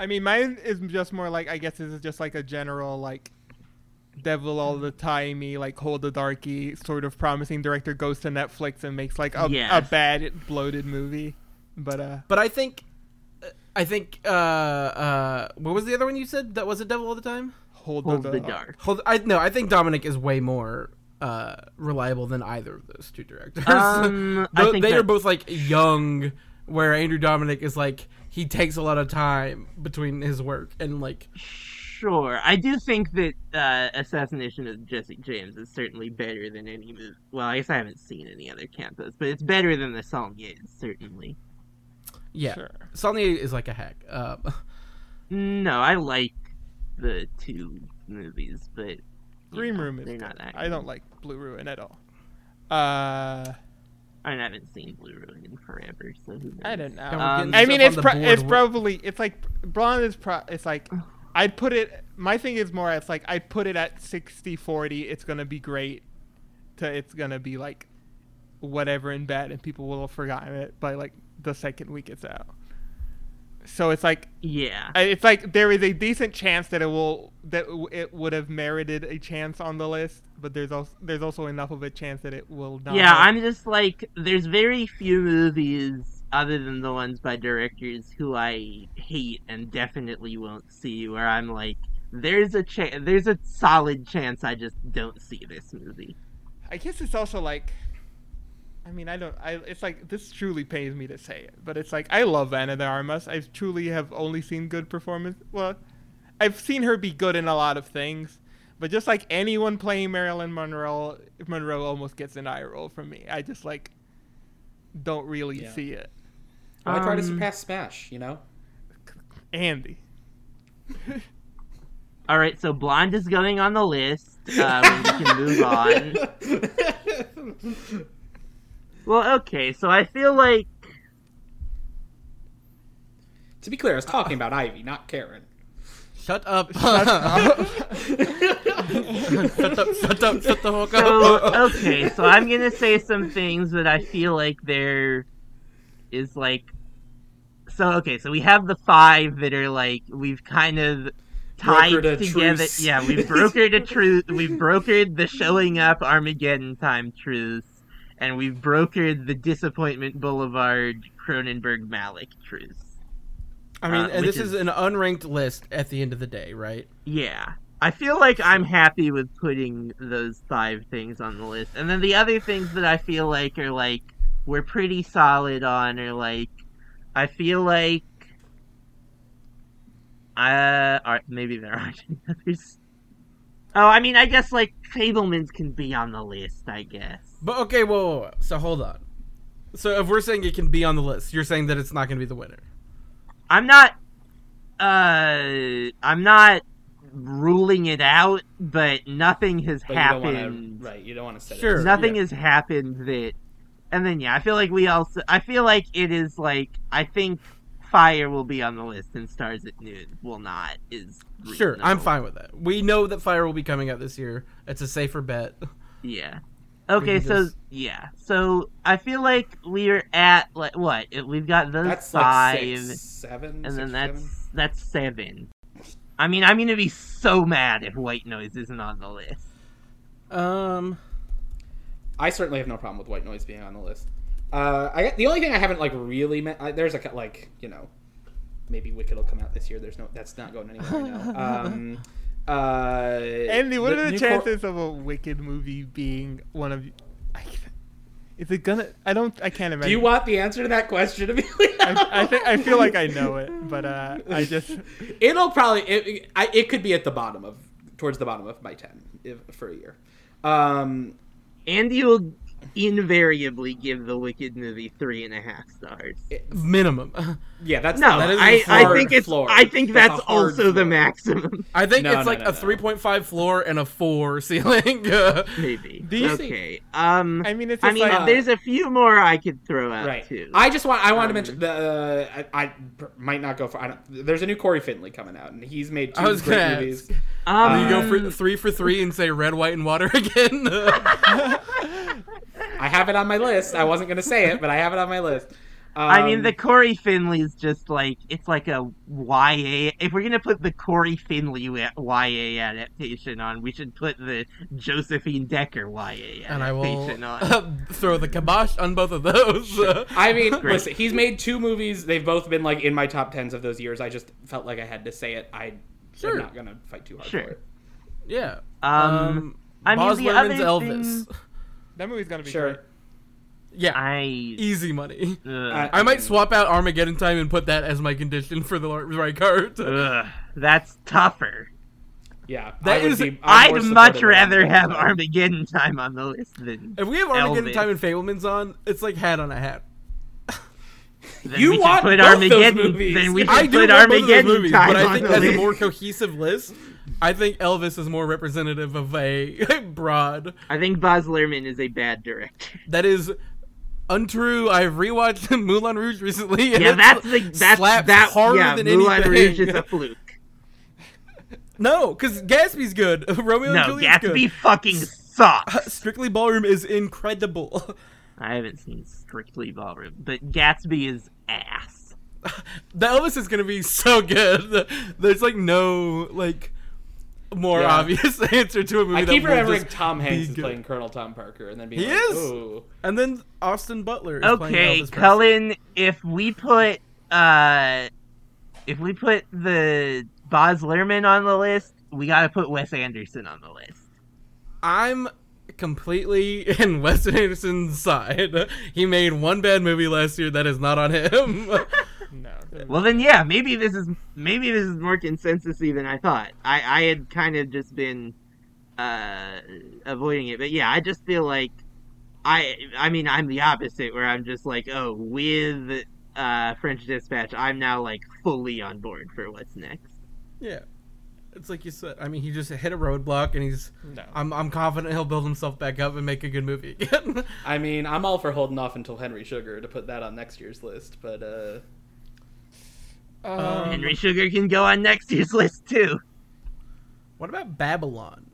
Speaker 5: i mean mine is just more like i guess this is just like a general like devil all the timey like hold the darky sort of promising director goes to netflix and makes like a, a
Speaker 3: Yes.
Speaker 5: bad bloated movie but uh
Speaker 6: But I think, I think. Uh, uh, what was the other one you said? That was a devil all the time.
Speaker 5: hold,
Speaker 3: hold
Speaker 5: the,
Speaker 3: the dark
Speaker 6: Hold. I no. I think Dominic is way more uh reliable than either of those two directors. [LAUGHS]
Speaker 3: Um, I
Speaker 6: Tho-
Speaker 3: think
Speaker 6: they are
Speaker 3: that-
Speaker 6: both like young, where Andrew Dominic is like he takes a lot of time between his work and like
Speaker 3: sure i do think that uh, assassination of jesse james is certainly better than any movie well i guess i haven't seen any other campus but it's better than the song is certainly
Speaker 6: yeah.
Speaker 5: Sure.
Speaker 6: Sonny is like a hack. [LAUGHS] Um,
Speaker 3: no i like the two movies but you
Speaker 5: green
Speaker 3: know,
Speaker 5: room is
Speaker 3: they're
Speaker 5: good.
Speaker 3: not that
Speaker 5: i don't like blue ruin at all uh
Speaker 3: I mean, I haven't seen Blue Ruin in forever, so who knows?
Speaker 5: I don't know.
Speaker 6: we're
Speaker 3: Um,
Speaker 6: getting
Speaker 5: I
Speaker 6: stuff
Speaker 5: mean,
Speaker 6: on
Speaker 5: it's
Speaker 6: the
Speaker 5: pro-
Speaker 6: board.
Speaker 5: it's
Speaker 6: What-
Speaker 5: probably it's like blonde is pro. It's like I'd put it. My thing is more. It's like I put it at 60-40. It's gonna be great. To it's gonna be like whatever in bed, and people will have forgotten it by like the second week it's out. So it's like
Speaker 3: Yeah.
Speaker 5: I- it's like there is a decent chance that it will that w- it would have merited a chance on the list, but there's also there's also enough of a chance that it will not.
Speaker 3: Yeah,
Speaker 5: have-
Speaker 3: I'm just like, there's very few movies other than the ones by directors who I hate and definitely won't see where I'm like, there's a cha- there's a solid chance I just don't see this movie.
Speaker 5: I guess it's also like, I mean, I don't. I it's like this truly pains me to say it, but it's like I love Anna de Armas. I truly have only seen good performance. Well, I've seen her be good in a lot of things, but just like anyone playing Marilyn Monroe, Monroe almost gets an eye roll from me. I just like don't really
Speaker 4: Yeah.
Speaker 5: see it.
Speaker 4: I like her to
Speaker 3: Um,
Speaker 4: surpass Smash, you know? [LAUGHS]
Speaker 5: Andy,
Speaker 3: All right, so Blonde is going on the list. Um, we can move on. Well, okay, so I feel like
Speaker 4: to be clear, I was talking about Ivy, not Karen. [LAUGHS]
Speaker 6: Shut up. [LAUGHS] Shut up. shut up. Shut up. Shut the
Speaker 4: [LAUGHS]
Speaker 6: fuck up.
Speaker 3: so okay, so I'm gonna say some things that I feel like there is like so okay, so we have the five that are like we've kind of tied
Speaker 4: Brokered a
Speaker 3: together.
Speaker 4: truce.
Speaker 3: Yeah,
Speaker 4: [LAUGHS]
Speaker 3: we've brokered a truce. We've brokered the showing up Armageddon time truce, and we've brokered the disappointment Boulevard Cronenberg Malik truce.
Speaker 6: [LAUGHS] I mean,
Speaker 3: Uh,
Speaker 6: and this
Speaker 3: which
Speaker 6: is...
Speaker 3: is-
Speaker 6: an unranked list at the end of the day, right?
Speaker 3: Yeah. I feel like I'm happy with putting those five things on the list. And then the other things that I feel like are like we're pretty solid on are like I feel like uh are, maybe there aren't any [LAUGHS] others. Oh, I mean I guess like Fablemans can be on the list, I guess.
Speaker 6: But okay, whoa, whoa, whoa. So hold on. So if we're saying it can be on the list, you're saying that it's not going to be the winner.
Speaker 3: I'm not uh I'm not ruling it out, but nothing has
Speaker 4: But
Speaker 3: happened.
Speaker 4: you don't want to, right? You don't want to set
Speaker 6: Sure.
Speaker 4: it.
Speaker 3: nothing
Speaker 6: yeah.
Speaker 3: has happened that and then yeah i feel like we also i feel like it is like i think fire will be on the list and stars at noon will not is
Speaker 6: Sure, I'm
Speaker 3: reasonable.
Speaker 6: fine with that. We know that Fire will be coming out this year. It's a safer bet.
Speaker 3: yeah okay
Speaker 6: can
Speaker 3: so
Speaker 6: just-
Speaker 3: yeah so i feel like we're at like what we've got those
Speaker 4: That's
Speaker 3: five
Speaker 4: like six, seven,
Speaker 3: and
Speaker 4: six
Speaker 3: then
Speaker 4: or
Speaker 3: that's
Speaker 4: seven.
Speaker 3: that's seven i mean i'm gonna be so mad if white noise isn't on the list
Speaker 6: Um,
Speaker 4: I certainly have no problem with White Noise being on the list. Uh, I the only thing I haven't like really met I, there's like a- like you know maybe Wicked will come out this year. There's no that's not going anywhere
Speaker 3: [LAUGHS]
Speaker 4: now. Um, uh, Eh,
Speaker 5: Andy, what are the
Speaker 4: new
Speaker 5: chances of a Wicked movie being one of? I, is it gonna? I don't. I can't imagine.
Speaker 4: Do you want the answer to that question, [LAUGHS] Amelia?
Speaker 5: I, I think I feel like I know it, but uh,
Speaker 3: [LAUGHS]
Speaker 5: I just
Speaker 4: It'll probably it, I, it could be at the bottom of towards the bottom of my ten if, for a year. Um,
Speaker 3: andy will invariably give the wicked movie three and a half stars
Speaker 6: minimum. [LAUGHS]
Speaker 4: yeah, that's
Speaker 3: No,
Speaker 6: That is a
Speaker 3: I, I
Speaker 6: hard
Speaker 3: think it's
Speaker 4: floor.
Speaker 3: I think
Speaker 4: That's a
Speaker 3: that's,
Speaker 4: hard
Speaker 3: also the
Speaker 4: floor.
Speaker 3: maximum. [LAUGHS]
Speaker 6: I think
Speaker 4: No,
Speaker 6: it's
Speaker 4: no,
Speaker 6: like
Speaker 4: no,
Speaker 6: a
Speaker 4: no.
Speaker 6: 3.5 floor and a 4 [LAUGHS] ceiling. Uh,
Speaker 3: Maybe.
Speaker 5: Do you
Speaker 3: okay.
Speaker 5: think-
Speaker 3: Um
Speaker 5: I mean it's
Speaker 3: I
Speaker 5: just
Speaker 3: mean
Speaker 5: like
Speaker 4: uh,
Speaker 3: there's a few more I could throw out
Speaker 4: right.
Speaker 3: too.
Speaker 4: I just want I want
Speaker 3: Um,
Speaker 4: to mention the uh, I, I pr- might not go for. I don't, there's a new Corey Finley coming out, and he's made two
Speaker 6: I was
Speaker 4: great
Speaker 6: gonna
Speaker 4: movies.
Speaker 6: ask.
Speaker 3: um,
Speaker 6: you go for three for three and say red, white, and water [LAUGHS] again.
Speaker 4: I have it on my list. I wasn't gonna say it, but I have it on my list. Um,
Speaker 3: I mean the Corey Finley's just like it's like a YA if we're gonna put the Corey Finley wa- YA adaptation on, we should put the Josephine Decker YA
Speaker 6: and I will
Speaker 3: adaptation
Speaker 6: [LAUGHS]
Speaker 3: on.
Speaker 6: uh, throw the kibosh on both of those. Uh,
Speaker 4: I mean, listen, he's made two movies. They've both been like in my top tens of those years. I just felt like I had to say it. I,
Speaker 6: Sure.
Speaker 4: am not gonna fight too hard
Speaker 3: Sure.
Speaker 4: for it.
Speaker 6: yeah.
Speaker 3: Um, I mean,
Speaker 6: Baz
Speaker 3: the
Speaker 6: Luhrmann's
Speaker 3: other
Speaker 6: Elvis.
Speaker 3: thing-
Speaker 5: that movie's gonna be
Speaker 4: Sure.
Speaker 5: great.
Speaker 6: [LAUGHS] Yeah.
Speaker 3: I
Speaker 6: Easy money.
Speaker 3: ugh,
Speaker 4: I-
Speaker 6: I might swap out Armageddon time and put that as my condition for the lar- right card.
Speaker 3: ugh, that's tougher.
Speaker 4: Yeah,
Speaker 6: That
Speaker 4: I would
Speaker 6: is-
Speaker 4: be- I'm
Speaker 3: I'd
Speaker 4: more
Speaker 3: much
Speaker 4: supportive of
Speaker 3: rather
Speaker 4: it.
Speaker 3: have Armageddon time on the list than
Speaker 6: If we have Armageddon
Speaker 3: Elvis.
Speaker 6: time and Fableman's on, it's like hat on a hat.
Speaker 3: Then
Speaker 4: You
Speaker 3: we should
Speaker 4: want
Speaker 3: put
Speaker 4: both those
Speaker 3: Armageddon.
Speaker 4: movies.
Speaker 3: Then we should
Speaker 6: I do
Speaker 3: put
Speaker 6: love both of those
Speaker 3: Armageddon
Speaker 6: movies,
Speaker 3: time
Speaker 6: but I
Speaker 3: on
Speaker 6: think
Speaker 3: the
Speaker 6: as a
Speaker 3: list.
Speaker 6: more cohesive list, I think Elvis is more representative of a [LAUGHS] broad
Speaker 3: I think Baz Luhrmann is a bad director.
Speaker 6: that is Untrue. I've rewatched [LAUGHS] Moulin Rouge recently. and
Speaker 3: Yeah,
Speaker 6: it
Speaker 3: that's the that's
Speaker 6: slaps
Speaker 3: that.
Speaker 6: harder
Speaker 3: yeah,
Speaker 6: than
Speaker 3: Moulin
Speaker 6: anything.
Speaker 3: Rouge
Speaker 6: [LAUGHS]
Speaker 3: is a fluke.
Speaker 6: No, because Gatsby's good. [LAUGHS] Romeo and
Speaker 3: No,
Speaker 6: Juliet's
Speaker 3: Gatsby fucking sucks.
Speaker 6: good. Strictly Ballroom is incredible. [LAUGHS]
Speaker 3: I haven't seen Strictly Ballroom, but Gatsby is ass.
Speaker 6: The Elvis is gonna be so good. There's like no like more
Speaker 4: Yeah.
Speaker 6: obvious [LAUGHS] answer to a movie.
Speaker 4: I
Speaker 6: that
Speaker 4: keep
Speaker 6: will
Speaker 4: remembering
Speaker 6: just
Speaker 4: Tom
Speaker 6: be
Speaker 4: Hanks is
Speaker 6: good.
Speaker 4: playing Colonel Tom Parker, and then being
Speaker 6: He
Speaker 4: like,
Speaker 6: is!
Speaker 4: "Ooh,
Speaker 6: And then Austin Butler. Is
Speaker 3: Okay,
Speaker 6: playing Elvis Presley.
Speaker 3: Cullen, if we put uh if we put the Boz Lerman on the list, we gotta put Wes Anderson on the list.
Speaker 6: I'm completely [LAUGHS] in Wes Anderson's side. He made one bad movie last year that is not on him.
Speaker 5: No.
Speaker 3: Well then yeah, maybe this is maybe this is more consensusy than I thought. I, I had kind of just been uh avoiding it. But yeah, I just feel like I I mean I'm the opposite where I'm just like, oh, with uh French Dispatch, I'm now like fully on board for what's next.
Speaker 6: yeah. It's like you said. I mean, he just hit a roadblock, and he's.
Speaker 5: No.
Speaker 6: I'm, I'm confident he'll build himself back up and make a good movie again. [LAUGHS]
Speaker 4: I mean, I'm all for holding off until Henry Sugar to put that on next year's list, but uh,
Speaker 6: Um,
Speaker 3: Henry Sugar can go on next year's list too.
Speaker 6: what about Babylon?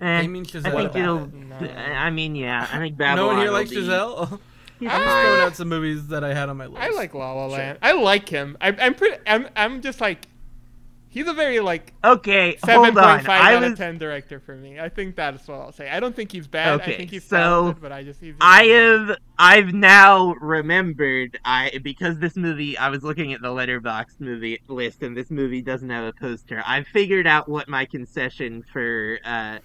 Speaker 3: Eh,
Speaker 6: They mean
Speaker 3: I
Speaker 6: Giselle.
Speaker 3: think it'll.
Speaker 5: No.
Speaker 3: I mean, yeah. I think
Speaker 6: no
Speaker 3: Babylon.
Speaker 6: one here
Speaker 3: will
Speaker 6: likes
Speaker 3: be-
Speaker 6: Giselle. [LAUGHS]
Speaker 3: Yeah.
Speaker 6: I'm just throwing out some movies that I had on my list.
Speaker 5: I like La La Land. I like him. I, I'm pretty. I'm. I'm just like. He's a very like
Speaker 3: Okay,
Speaker 5: seven
Speaker 3: hold
Speaker 5: point
Speaker 3: on.
Speaker 5: five
Speaker 3: I
Speaker 5: out of
Speaker 3: was.
Speaker 5: ten director for me. I think that's what I'll say. I don't think he's bad.
Speaker 3: Okay,
Speaker 5: I think he's
Speaker 3: so
Speaker 5: talented, but I just. He's just
Speaker 3: I uh, have. I've now remembered. I because this movie. I was looking at the Letterbox movie list, and this movie doesn't have a poster. I figured out what my concession for uh,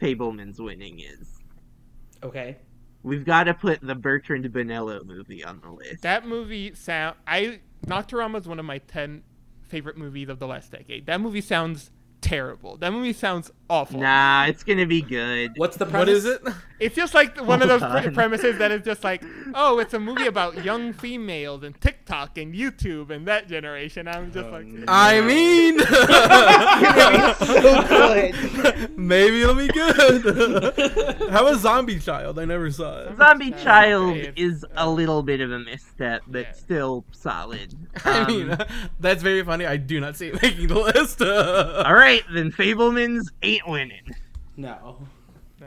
Speaker 3: Fableman's winning is.
Speaker 4: okay.
Speaker 3: We've got to put the Bertrand Bonello movie on the list.
Speaker 5: That movie sound. I Nocturama is one of my ten favorite movies of the last decade. That movie sounds terrible. That movie sounds awful.
Speaker 3: Nah, it's gonna be good.
Speaker 4: What's the premise?
Speaker 6: What is it?
Speaker 5: It's just like one of those
Speaker 3: Hold
Speaker 5: pre-
Speaker 3: on.
Speaker 5: premises that is just like, oh, it's a movie about young females and TikTok and YouTube and that generation. I'm just like,
Speaker 6: I mean, [LAUGHS] maybe it'll be good. How about Zombie Child? I never saw
Speaker 3: [LAUGHS]
Speaker 6: it.
Speaker 3: Zombie
Speaker 5: Uh,
Speaker 3: Child
Speaker 5: it's,
Speaker 3: is a little bit of a misstep, but
Speaker 5: yeah.
Speaker 3: still solid.
Speaker 6: [LAUGHS] I
Speaker 3: Um,
Speaker 6: mean, uh, that's very funny. I do not see it [LAUGHS] making the list.
Speaker 3: all right, then Fableman's ain't winning.
Speaker 4: No,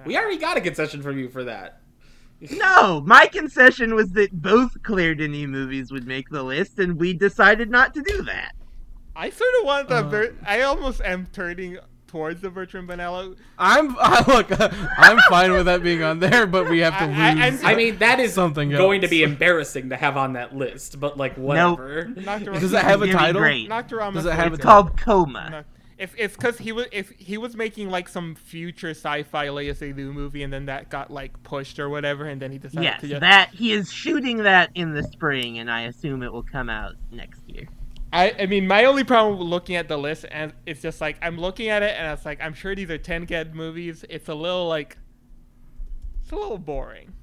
Speaker 4: we already got a concession from you for that.
Speaker 3: No, my concession was that both Claire Denis movies would make the list, and we decided not to do that.
Speaker 5: I sort of want the.
Speaker 6: Uh.
Speaker 5: Ber- I almost am turning towards the Bertrand Bonello.
Speaker 6: I'm [LAUGHS] uh, look. I'm fine with that being on there, but we have to lose.
Speaker 5: I- I- I'm-
Speaker 4: I mean, that is
Speaker 6: Something
Speaker 4: going
Speaker 6: else.
Speaker 4: to be embarrassing to have on that list, but like whatever.
Speaker 5: Nocturama.
Speaker 6: Does it have
Speaker 3: Gonna
Speaker 6: a
Speaker 3: be
Speaker 6: title?
Speaker 5: [LAUGHS]
Speaker 3: Great.
Speaker 5: Nocturama.
Speaker 6: Does it have a
Speaker 5: is-
Speaker 6: title?
Speaker 3: Called Coma.
Speaker 5: No. If if because he was if he was making like some future sci-fi Leia Seydoux movie and then that got like pushed or whatever and then he decided
Speaker 3: Yes,
Speaker 5: to just,
Speaker 3: that he is shooting that in the spring, and I assume it will come out next year.
Speaker 5: I I mean my only problem with looking at the list and it's just like I'm looking at it and it's like I'm sure these are ten good movies it's a little like it's a little boring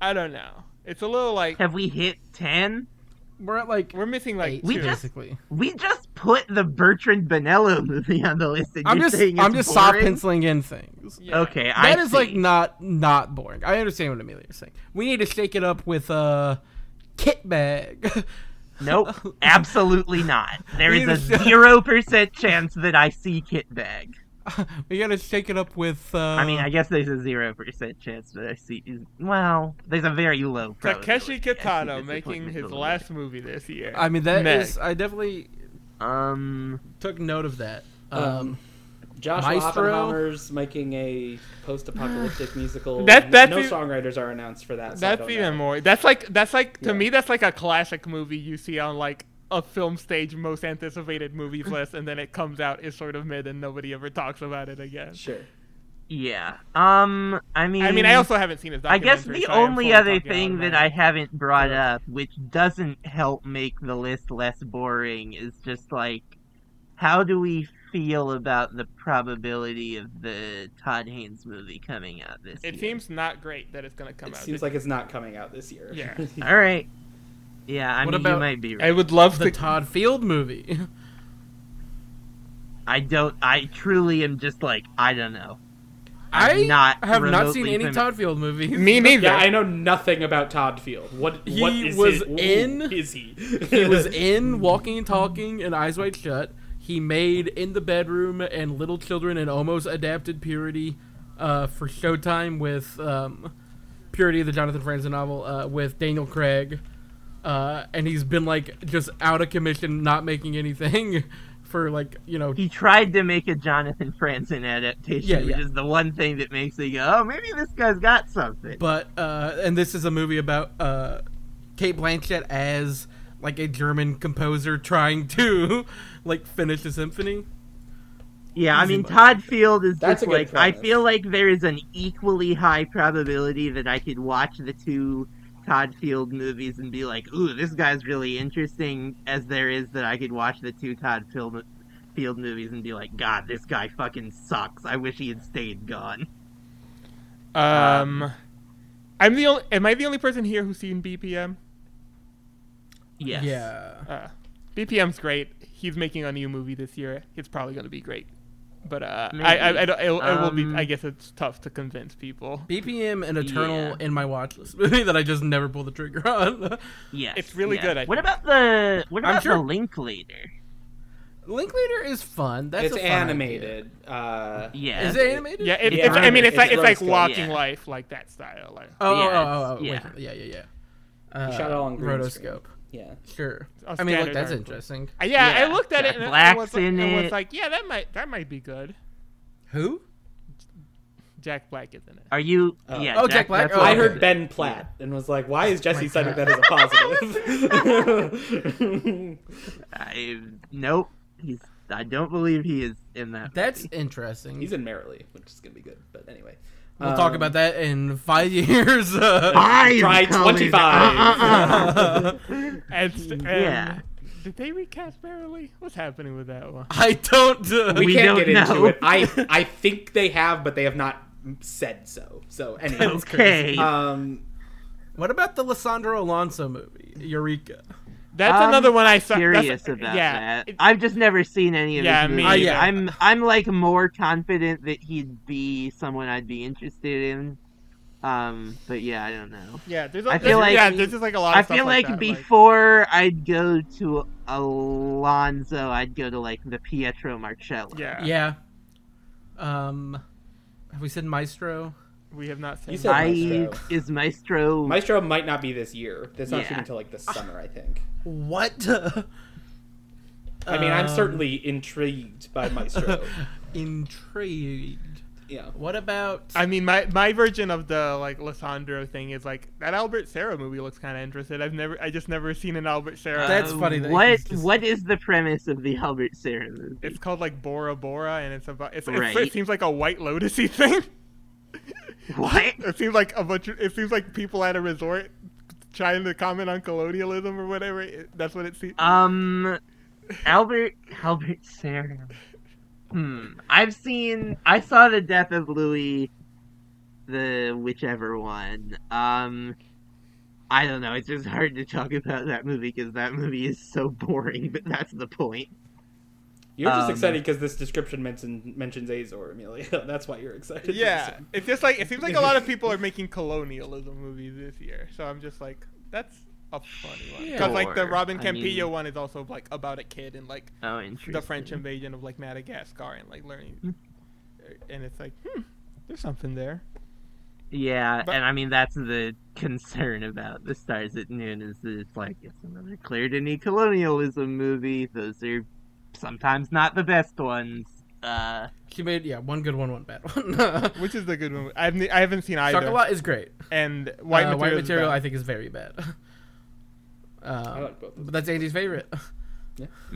Speaker 5: I don't know it's a little like
Speaker 3: Have we hit ten?
Speaker 6: We're at like
Speaker 5: we're missing like
Speaker 6: eight,
Speaker 3: We
Speaker 5: two.
Speaker 3: just-
Speaker 6: basically.
Speaker 3: We just put the Bertrand Bonello movie on the list, and
Speaker 6: I'm
Speaker 3: you're
Speaker 6: just
Speaker 3: saying it's
Speaker 6: I'm just soft
Speaker 3: boring?
Speaker 6: penciling in things.
Speaker 5: Yeah.
Speaker 3: Okay, I
Speaker 6: That is like
Speaker 3: see.
Speaker 6: not not boring. I understand what Amelia's saying. We need to shake it up with uh, kit bag. [LAUGHS]
Speaker 3: Nope, absolutely not. There
Speaker 6: We
Speaker 3: is
Speaker 6: need
Speaker 3: a
Speaker 6: to show-
Speaker 3: zero percent chance that I see Kitbag.
Speaker 6: [LAUGHS] we gotta shake it up with. Uh,
Speaker 3: I
Speaker 5: Um,
Speaker 3: mean, I guess there's a zero percent chance that I see. Well, there's a very low.
Speaker 5: Takeshi
Speaker 3: probability I see
Speaker 5: Kitano
Speaker 3: disappointment
Speaker 5: making his
Speaker 3: with the
Speaker 5: last movie this year
Speaker 6: I mean that is.
Speaker 5: Meg.
Speaker 6: I
Speaker 3: lead.
Speaker 6: definitely
Speaker 3: Um,
Speaker 6: took note of that. Um,
Speaker 4: Um, Josh
Speaker 6: Maestro?
Speaker 4: Oppenheimer's making a post-apocalyptic musical.
Speaker 5: That- that's
Speaker 4: no
Speaker 5: e-
Speaker 4: songwriters are announced for that. So I
Speaker 5: That's
Speaker 4: don't
Speaker 5: even
Speaker 4: know.
Speaker 5: more. That's like that's like to
Speaker 4: Yeah.
Speaker 5: me that's like a classic movie you see on like a film stage most anticipated movies list, and then it comes out is sort of mid, and nobody ever talks about it again.
Speaker 4: Sure.
Speaker 3: yeah. Um, I mean,
Speaker 5: I mean, I also haven't seen his.
Speaker 3: I guess
Speaker 5: documentary,
Speaker 3: the
Speaker 5: so I am
Speaker 3: only
Speaker 5: fully
Speaker 3: other
Speaker 5: talking out of
Speaker 3: thing
Speaker 5: my-
Speaker 3: that I haven't brought up, which doesn't help make the list less boring, is just like, how do we feel about the probability of the Todd Haynes movie coming out this year?
Speaker 5: it seems not great that it's gonna come
Speaker 4: It
Speaker 5: out.
Speaker 4: seems like it's not coming out this year.
Speaker 5: Yeah.
Speaker 4: [LAUGHS]
Speaker 3: All right. Yeah, I
Speaker 6: What
Speaker 3: mean, you
Speaker 6: about-
Speaker 3: might be right.
Speaker 5: I would love
Speaker 6: the
Speaker 5: [LAUGHS] to.
Speaker 6: Todd Field movie.
Speaker 3: I don't. I truly am just like I don't know. I'm
Speaker 6: [LAUGHS] I
Speaker 3: not
Speaker 6: have not
Speaker 3: remotely
Speaker 6: seen any
Speaker 3: fami-
Speaker 6: Todd Field movies. [LAUGHS]
Speaker 7: Me neither.
Speaker 8: Yeah, I know nothing about Todd Field. What
Speaker 6: He
Speaker 8: what is
Speaker 6: was
Speaker 8: his- ooh,
Speaker 6: in-
Speaker 8: Is he?
Speaker 6: he was in Walking and Talking and Eyes Wide Shut. He made In the Bedroom and Little Children and almost adapted Purity uh, for Showtime with um, Purity, the Jonathan Franzen novel, uh, with Daniel Craig. Uh, and he's been like just out of commission, not making anything [LAUGHS] for like, you know,
Speaker 3: He tried to make a Jonathan Franzen adaptation,
Speaker 6: Yeah,
Speaker 3: which
Speaker 6: yeah.
Speaker 3: is the one thing that makes me go, oh, maybe this guy's got something.
Speaker 6: but uh, and this is a movie about uh, Kate Blanchett as like a German composer trying to [LAUGHS] like finish a symphony.
Speaker 3: yeah, I
Speaker 6: easy
Speaker 3: mean,
Speaker 6: money.
Speaker 3: Todd Field is
Speaker 7: That's
Speaker 3: just
Speaker 7: a good
Speaker 3: like, I
Speaker 7: premise.
Speaker 3: feel like there is an equally high probability that I could watch the two Todd Field movies and be like, ooh, this guy's really interesting, as there is that I could watch the two Todd Field, Field movies and be like, God, this guy fucking sucks. I wish he had stayed gone.
Speaker 5: Um, I'm the only. Am I the only person here who's seen BPM?
Speaker 3: Yes.
Speaker 6: Yeah.
Speaker 5: Uh, BPM's great. He's making a new movie this year. It's probably gonna be great. But uh, I, I, I, don't, it'll, it will be.
Speaker 3: Um,
Speaker 5: I guess it's tough to convince people.
Speaker 6: BPM and Eternal
Speaker 3: Yeah.
Speaker 6: in my watch list movie that I just never pulled the trigger on. [LAUGHS]
Speaker 3: Yes.
Speaker 5: It's really
Speaker 3: yes.
Speaker 5: good, I
Speaker 3: what
Speaker 5: think.
Speaker 3: about the what
Speaker 6: I'm
Speaker 3: about
Speaker 6: sure-
Speaker 3: the Linklater?
Speaker 6: Linklater is fun. That's
Speaker 4: it's
Speaker 6: a fun
Speaker 4: animated. Uh,
Speaker 3: Yeah.
Speaker 6: idea. Is it animated?
Speaker 5: Yeah, it,
Speaker 8: Yeah,
Speaker 5: it's, I mean, it's
Speaker 8: it's
Speaker 5: like it's like
Speaker 8: roasted,
Speaker 5: walking
Speaker 3: yeah.
Speaker 5: life, like that style. Like,
Speaker 6: Oh, oh,
Speaker 3: Yeah,
Speaker 6: oh, oh,
Speaker 3: it's-
Speaker 6: yeah. yeah, yeah, yeah. Uh,
Speaker 8: shot it all on green screen.
Speaker 6: rotoscope.
Speaker 8: yeah.
Speaker 6: Sure.
Speaker 5: a
Speaker 6: I mean, look,
Speaker 5: standard
Speaker 6: that's
Speaker 5: article.
Speaker 6: interesting.
Speaker 5: Uh, yeah, I
Speaker 3: Yeah,
Speaker 5: looked at
Speaker 3: Jack
Speaker 5: it and
Speaker 3: Black's
Speaker 5: I was,
Speaker 3: in
Speaker 5: I was
Speaker 3: it.
Speaker 5: like, yeah, that might that might be good.
Speaker 6: Who?
Speaker 5: Jack Black is in it.
Speaker 3: Are you?
Speaker 8: Oh.
Speaker 3: yeah.
Speaker 6: Oh, Jack Black?
Speaker 3: that's
Speaker 6: Oh,
Speaker 3: what
Speaker 8: I
Speaker 6: okay. Oh
Speaker 8: heard Ben Platt and was like, why is Jesse citing that as
Speaker 6: [LAUGHS]
Speaker 8: a positive? [LAUGHS]
Speaker 3: I, nope. He's. I don't believe he is in that.
Speaker 6: That's interesting.
Speaker 8: He's um, in Merrily, which is gonna be good. But anyway,
Speaker 6: we'll talk about that in five [LAUGHS] years. Uh,
Speaker 3: Five
Speaker 8: Try
Speaker 3: colors.
Speaker 8: 25.
Speaker 5: And, st- [LAUGHS]
Speaker 3: Yeah.
Speaker 5: and Did they recast Merrily? What's happening with that one?
Speaker 6: [LAUGHS] I don't. Uh,
Speaker 8: [LAUGHS] we,
Speaker 3: We
Speaker 8: can't
Speaker 3: don't
Speaker 8: get into
Speaker 3: know.
Speaker 8: it. I I think they have, but they have not said so. So anyway,
Speaker 3: Okay.
Speaker 5: Uh,
Speaker 8: Um,
Speaker 6: what about the Lissandro Alonso movie, Eureka?
Speaker 5: That's
Speaker 3: I'm
Speaker 5: another one I saw. that's-
Speaker 3: Curious about
Speaker 5: yeah,
Speaker 3: that.
Speaker 5: it-
Speaker 3: I've just never seen any of
Speaker 5: Yeah,
Speaker 3: his
Speaker 5: me
Speaker 3: movies.
Speaker 6: either.
Speaker 3: I'm. I'm like more confident that he'd be someone I'd be interested in. Um. But yeah, I don't know.
Speaker 5: yeah, there's.
Speaker 3: I
Speaker 5: A,
Speaker 3: feel
Speaker 5: there's-
Speaker 3: like-
Speaker 5: yeah, there's just like a lot. Of
Speaker 3: I
Speaker 5: stuff
Speaker 3: feel like,
Speaker 5: that,
Speaker 3: before I'd go to Alonzo, I'd go to like the Pietro Marcello.
Speaker 5: yeah,
Speaker 6: Yeah. Um, have we said Maestro?
Speaker 5: we have not seen.
Speaker 8: said-
Speaker 5: that.
Speaker 3: I
Speaker 8: Maestro.
Speaker 3: is Maestro.
Speaker 8: Maestro might not be this year. That's not shooting
Speaker 3: Yeah.
Speaker 8: until like the summer, I think.
Speaker 6: What?
Speaker 8: I mean, I'm
Speaker 6: Um,
Speaker 8: certainly intrigued by
Speaker 6: [LAUGHS]
Speaker 8: Maestro.
Speaker 6: [LAUGHS] intrigued.
Speaker 8: yeah.
Speaker 6: What about?
Speaker 5: I mean, my my version of the like Lissandro thing is like that Albert Serra movie looks kind of interesting. I've never, I just never seen an Albert Serra.
Speaker 6: That- That's funny that
Speaker 3: what
Speaker 6: he's just-
Speaker 3: What is the premise of the Albert Serra movie?
Speaker 5: it's called like Bora Bora, and it's about. It's, it's, it
Speaker 3: Right.
Speaker 5: seems like a White Lotusy [LAUGHS] thing.
Speaker 3: what?
Speaker 5: It seems like a bunch. Of, it seems like people at a resort trying to comment on colonialism or whatever. It- that's what it seems.
Speaker 3: Um, Albert Albert Serra. Hmm. I've seen. I saw the death of Louis, the whichever one. Um. I don't know. It's just hard to talk about that movie because that movie is so boring. But that's the point.
Speaker 8: You're just
Speaker 3: Um,
Speaker 8: excited because this description mention, mentions Azor, Amelia. [LAUGHS] That's why you're excited.
Speaker 5: Yeah, it's just like it seems like
Speaker 6: [LAUGHS]
Speaker 5: a lot of people are making colonialism movies this year. So I'm just like, that's a funny one because like the
Speaker 3: Sure.
Speaker 5: Robin
Speaker 3: I
Speaker 5: Campillo
Speaker 3: mean-
Speaker 5: one is also like about a kid and like
Speaker 3: Oh, interesting.
Speaker 5: the French invasion of like Madagascar and like
Speaker 6: Hmm.
Speaker 5: learning, and it's like, hmm, there's something there.
Speaker 3: Yeah,
Speaker 5: But-
Speaker 3: and I mean that's the concern about the Stars at Noon is that it's like it's another Claire Denis colonialism movie. Those are sometimes not the best ones. Uh,
Speaker 6: she made yeah one good one, one bad
Speaker 8: [LAUGHS]
Speaker 6: one. [LAUGHS]
Speaker 5: Which is the good one? I've n- I haven't seen either.
Speaker 6: Chocolat is great.
Speaker 5: And white
Speaker 6: Uh,
Speaker 5: material.
Speaker 6: White material I
Speaker 5: I
Speaker 6: think is very bad.
Speaker 8: I
Speaker 6: Um,
Speaker 8: like both of
Speaker 6: but
Speaker 8: them.
Speaker 6: that's Andy's favorite.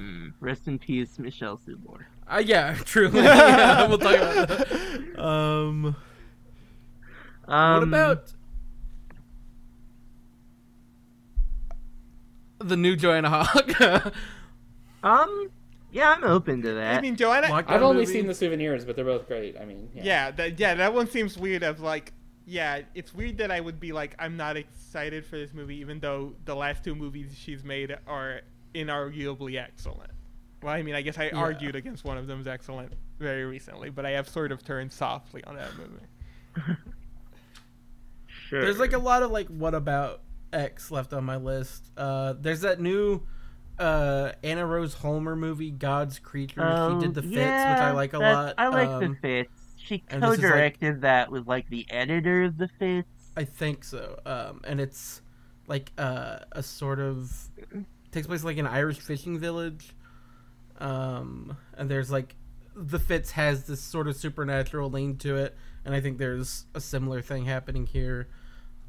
Speaker 8: [LAUGHS]
Speaker 3: rest in peace, Michelle Subor.
Speaker 6: Uh, yeah, [LAUGHS] truly.
Speaker 8: [LAUGHS]
Speaker 6: Yeah, we'll talk about that. Um,
Speaker 3: Um,
Speaker 6: what about the new Joanna [LAUGHS] Hogg?
Speaker 3: Um, yeah, I'm open to that.
Speaker 5: mean, Joanna.
Speaker 8: I've only seen the souvenirs, but they're both great. I mean, yeah.
Speaker 5: yeah, that yeah, that one seems weird. Of like, yeah, it's weird that I would be like, I'm not excited for this movie, even though the last two movies she's made are inarguably excellent. Well, I mean, I guess I argued against one of them's excellent very recently, but I have sort of turned softly on that movie.
Speaker 3: Sure.
Speaker 6: There's like a lot of like what about X left on my list. Uh, there's that new uh, Anna Rose Holmer movie, God's Creature.
Speaker 3: Um,
Speaker 6: he did the fits, which
Speaker 3: yeah,
Speaker 6: I like a
Speaker 3: that's-
Speaker 6: lot.
Speaker 3: I like
Speaker 6: Um,
Speaker 3: the fits. She
Speaker 6: and this is like-
Speaker 3: co-directed that with like the editor of the fits.
Speaker 6: I think so. Um, and it's like uh, a sort of takes place like an Irish fishing village. Um, and there's like the Fitz has this sort of supernatural lean to it, and I think there's a similar thing happening here.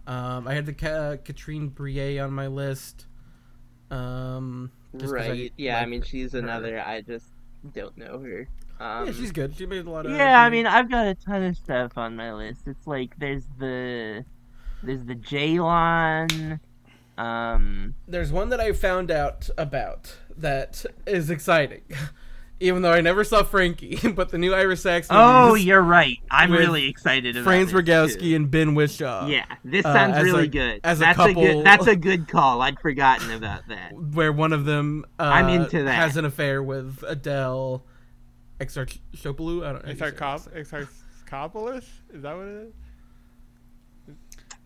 Speaker 6: Um, I had the Ca- Katrine Brie on my list. Um, just 'cause I
Speaker 7: right. Yeah, I
Speaker 6: like
Speaker 7: mean,
Speaker 6: her.
Speaker 7: she's another. I just don't know her. Um,
Speaker 6: yeah, she's good. She made a lot of
Speaker 3: yeah, I
Speaker 6: she made-
Speaker 3: mean, I've got a ton of stuff on my list. It's like there's the there's the Jalon. Um,
Speaker 6: there's one that I found out about that is exciting. Even though I never saw Frankie, [LAUGHS] but the new Irish Saxon.
Speaker 3: oh,
Speaker 6: movies,
Speaker 3: you're right. I'm
Speaker 6: with
Speaker 3: really excited about
Speaker 6: Franz
Speaker 3: this,
Speaker 6: Rogowski
Speaker 3: too.
Speaker 6: and Ben Whishaw.
Speaker 3: Yeah, this
Speaker 6: uh,
Speaker 3: sounds
Speaker 6: as
Speaker 3: really
Speaker 6: a-
Speaker 3: good.
Speaker 6: as a
Speaker 3: that's a
Speaker 6: couple-
Speaker 3: good that's a good call. I'd forgotten about that.
Speaker 6: Where one of them uh,
Speaker 3: I'm into that.
Speaker 6: has an affair with Adele Exarchopoulos. I don't know.
Speaker 5: It's Exarchopolis? Is that what it is?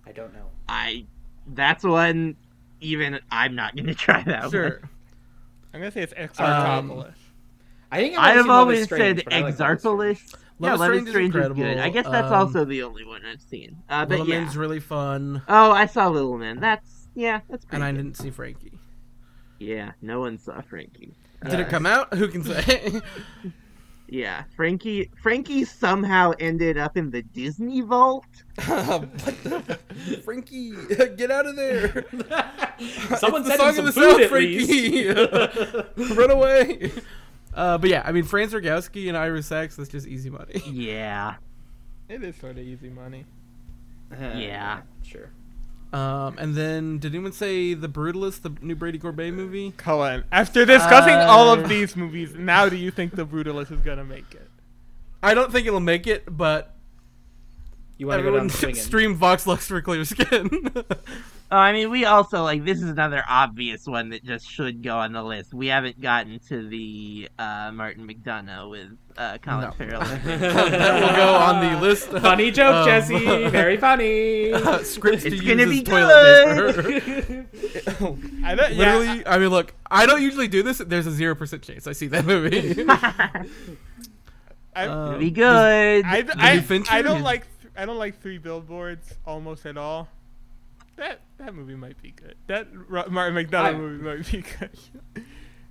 Speaker 8: I don't know.
Speaker 3: I that's one even I'm not gonna [LAUGHS] try that one.
Speaker 6: Sure.
Speaker 5: I'm gonna say it's Exarchopolis.
Speaker 8: I think I've
Speaker 3: I
Speaker 8: only
Speaker 3: have
Speaker 8: seen Love is
Speaker 3: always
Speaker 8: Strange,
Speaker 3: said
Speaker 8: but I like Love is
Speaker 3: Exarpolis.
Speaker 8: Strange.
Speaker 6: Love
Speaker 3: yeah,
Speaker 6: is
Speaker 3: Love is
Speaker 6: Strange is
Speaker 3: Strange is, good.
Speaker 6: incredible.
Speaker 3: I guess that's
Speaker 6: Um,
Speaker 3: also the only one I've seen. Uh, but
Speaker 6: Little
Speaker 3: yeah.
Speaker 6: Man's really fun,
Speaker 3: Oh, I saw Little Man. That's yeah, that's pretty.
Speaker 6: and I
Speaker 3: good.
Speaker 6: didn't see Frankie.
Speaker 3: Yeah, no one saw Frankie.
Speaker 6: Did it come out? [LAUGHS] Who
Speaker 8: [LAUGHS]
Speaker 6: can say?
Speaker 3: Yeah, Frankie. Frankie somehow ended up in the Disney Vault.
Speaker 6: Frankie, [LAUGHS] get out of there!
Speaker 8: Someone
Speaker 6: It's
Speaker 8: said him
Speaker 6: the song
Speaker 8: some
Speaker 6: of the
Speaker 8: food
Speaker 6: South,
Speaker 8: at least.
Speaker 6: [LAUGHS]
Speaker 8: [LAUGHS]
Speaker 6: Frankie. Run away. [LAUGHS] Uh, but yeah, I mean Franz Rogowski and Iris Sachs. That's just easy money. [LAUGHS]
Speaker 3: Yeah,
Speaker 5: It is sort of easy money.
Speaker 8: Uh,
Speaker 3: Yeah.
Speaker 8: Sure.
Speaker 6: Um, and then did anyone say the Brutalist, the new Brady Corbet movie?
Speaker 5: Cullen, after discussing all
Speaker 6: Uh,
Speaker 5: of these movies, now do you think the Brutalist is gonna make it?
Speaker 6: I don't think it'll make it, but
Speaker 8: You want to go down
Speaker 6: everyone [LAUGHS] should
Speaker 8: swinging?
Speaker 6: stream Vox Lux for Clear Skin. [LAUGHS]
Speaker 3: Oh, I mean, we also like this is another obvious one that just should go on the list. We haven't gotten to the uh, Martin McDonough with uh, Colin
Speaker 6: No.
Speaker 3: Farrell. [LAUGHS]
Speaker 6: that will go on the list.
Speaker 8: Funny joke, [LAUGHS]
Speaker 6: Um,
Speaker 8: Jesse. Very
Speaker 3: [LAUGHS]
Speaker 8: funny.
Speaker 6: Uh, [LAUGHS] scripts to
Speaker 3: It's
Speaker 6: use
Speaker 3: gonna
Speaker 6: as
Speaker 3: be
Speaker 6: toilet paper.
Speaker 3: [LAUGHS]
Speaker 6: [LAUGHS]
Speaker 5: I don't, yeah,
Speaker 6: Literally, I mean, look, I don't usually do this. There's a zero percent chance I see that movie.
Speaker 5: I,
Speaker 6: Um,
Speaker 3: Be good.
Speaker 5: I,
Speaker 6: David
Speaker 5: I,
Speaker 6: Fincher?
Speaker 5: I don't like th- I don't like Three Billboards almost at all. That that movie might be good. That Ro- Martin McDonough
Speaker 8: I-
Speaker 5: movie might be [LAUGHS] good.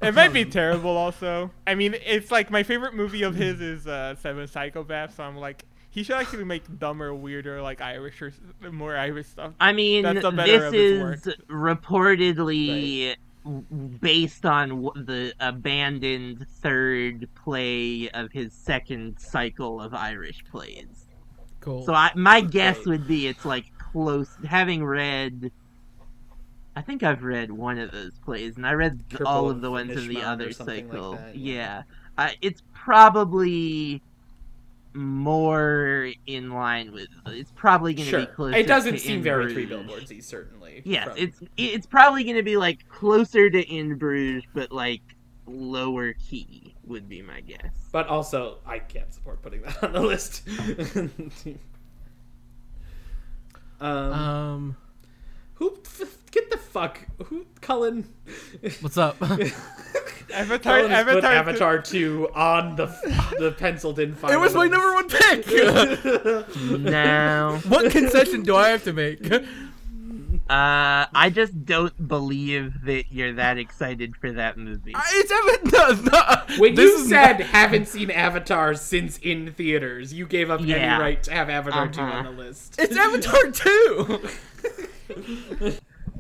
Speaker 5: it might be terrible also. I mean, it's like my favorite movie of his is uh, Seven Psychopaths. So I'm like, he should actually make dumber, weirder, like Irish or s- more Irish stuff.
Speaker 3: I mean,
Speaker 5: That's the better
Speaker 3: this
Speaker 5: of
Speaker 3: is
Speaker 5: his work.
Speaker 3: reportedly w- based on w- the abandoned third play of his second cycle of Irish plays.
Speaker 6: cool.
Speaker 8: Oh,
Speaker 3: So I, my guess would be it's like close. Having read, I think I've read one of those plays, and I read th- all of the ones in the
Speaker 8: Krippel,
Speaker 3: other
Speaker 8: or something like
Speaker 3: cycle.
Speaker 8: that,
Speaker 3: yeah,
Speaker 8: yeah.
Speaker 3: Uh, it's probably more in line with. It's probably going to
Speaker 8: sure.
Speaker 3: be close.
Speaker 8: It doesn't
Speaker 3: to
Speaker 8: seem
Speaker 3: In
Speaker 8: very three
Speaker 3: Bruges.
Speaker 8: billboardsy, certainly.
Speaker 3: Yes,
Speaker 8: from-
Speaker 3: it's it's probably going to be like closer to In Bruges, but like lower key would be
Speaker 8: [LAUGHS]
Speaker 3: my guess.
Speaker 8: But also, I can't support putting that on the list. [LAUGHS] um,
Speaker 6: um,
Speaker 8: who? F- get the fuck. Who? Cullen.
Speaker 6: what's up? [LAUGHS] it
Speaker 5: Avatar,
Speaker 8: Cullen has
Speaker 5: Avatar,
Speaker 8: put Avatar 2 on the the penciled in file.
Speaker 6: was my number one pick.
Speaker 3: No,
Speaker 6: what concession do I have to make?
Speaker 3: uh, I just don't believe that you're that excited for that movie.
Speaker 6: It's evident. [LAUGHS] No, no,
Speaker 8: When
Speaker 6: this
Speaker 8: you
Speaker 6: is
Speaker 8: said
Speaker 6: not- [LAUGHS]
Speaker 8: haven't seen Avatar since in theaters, you gave up
Speaker 3: Yeah.
Speaker 8: any right to have Avatar 2
Speaker 3: Uh-huh.
Speaker 8: on the list.
Speaker 6: it's Avatar
Speaker 5: [LAUGHS]
Speaker 6: two.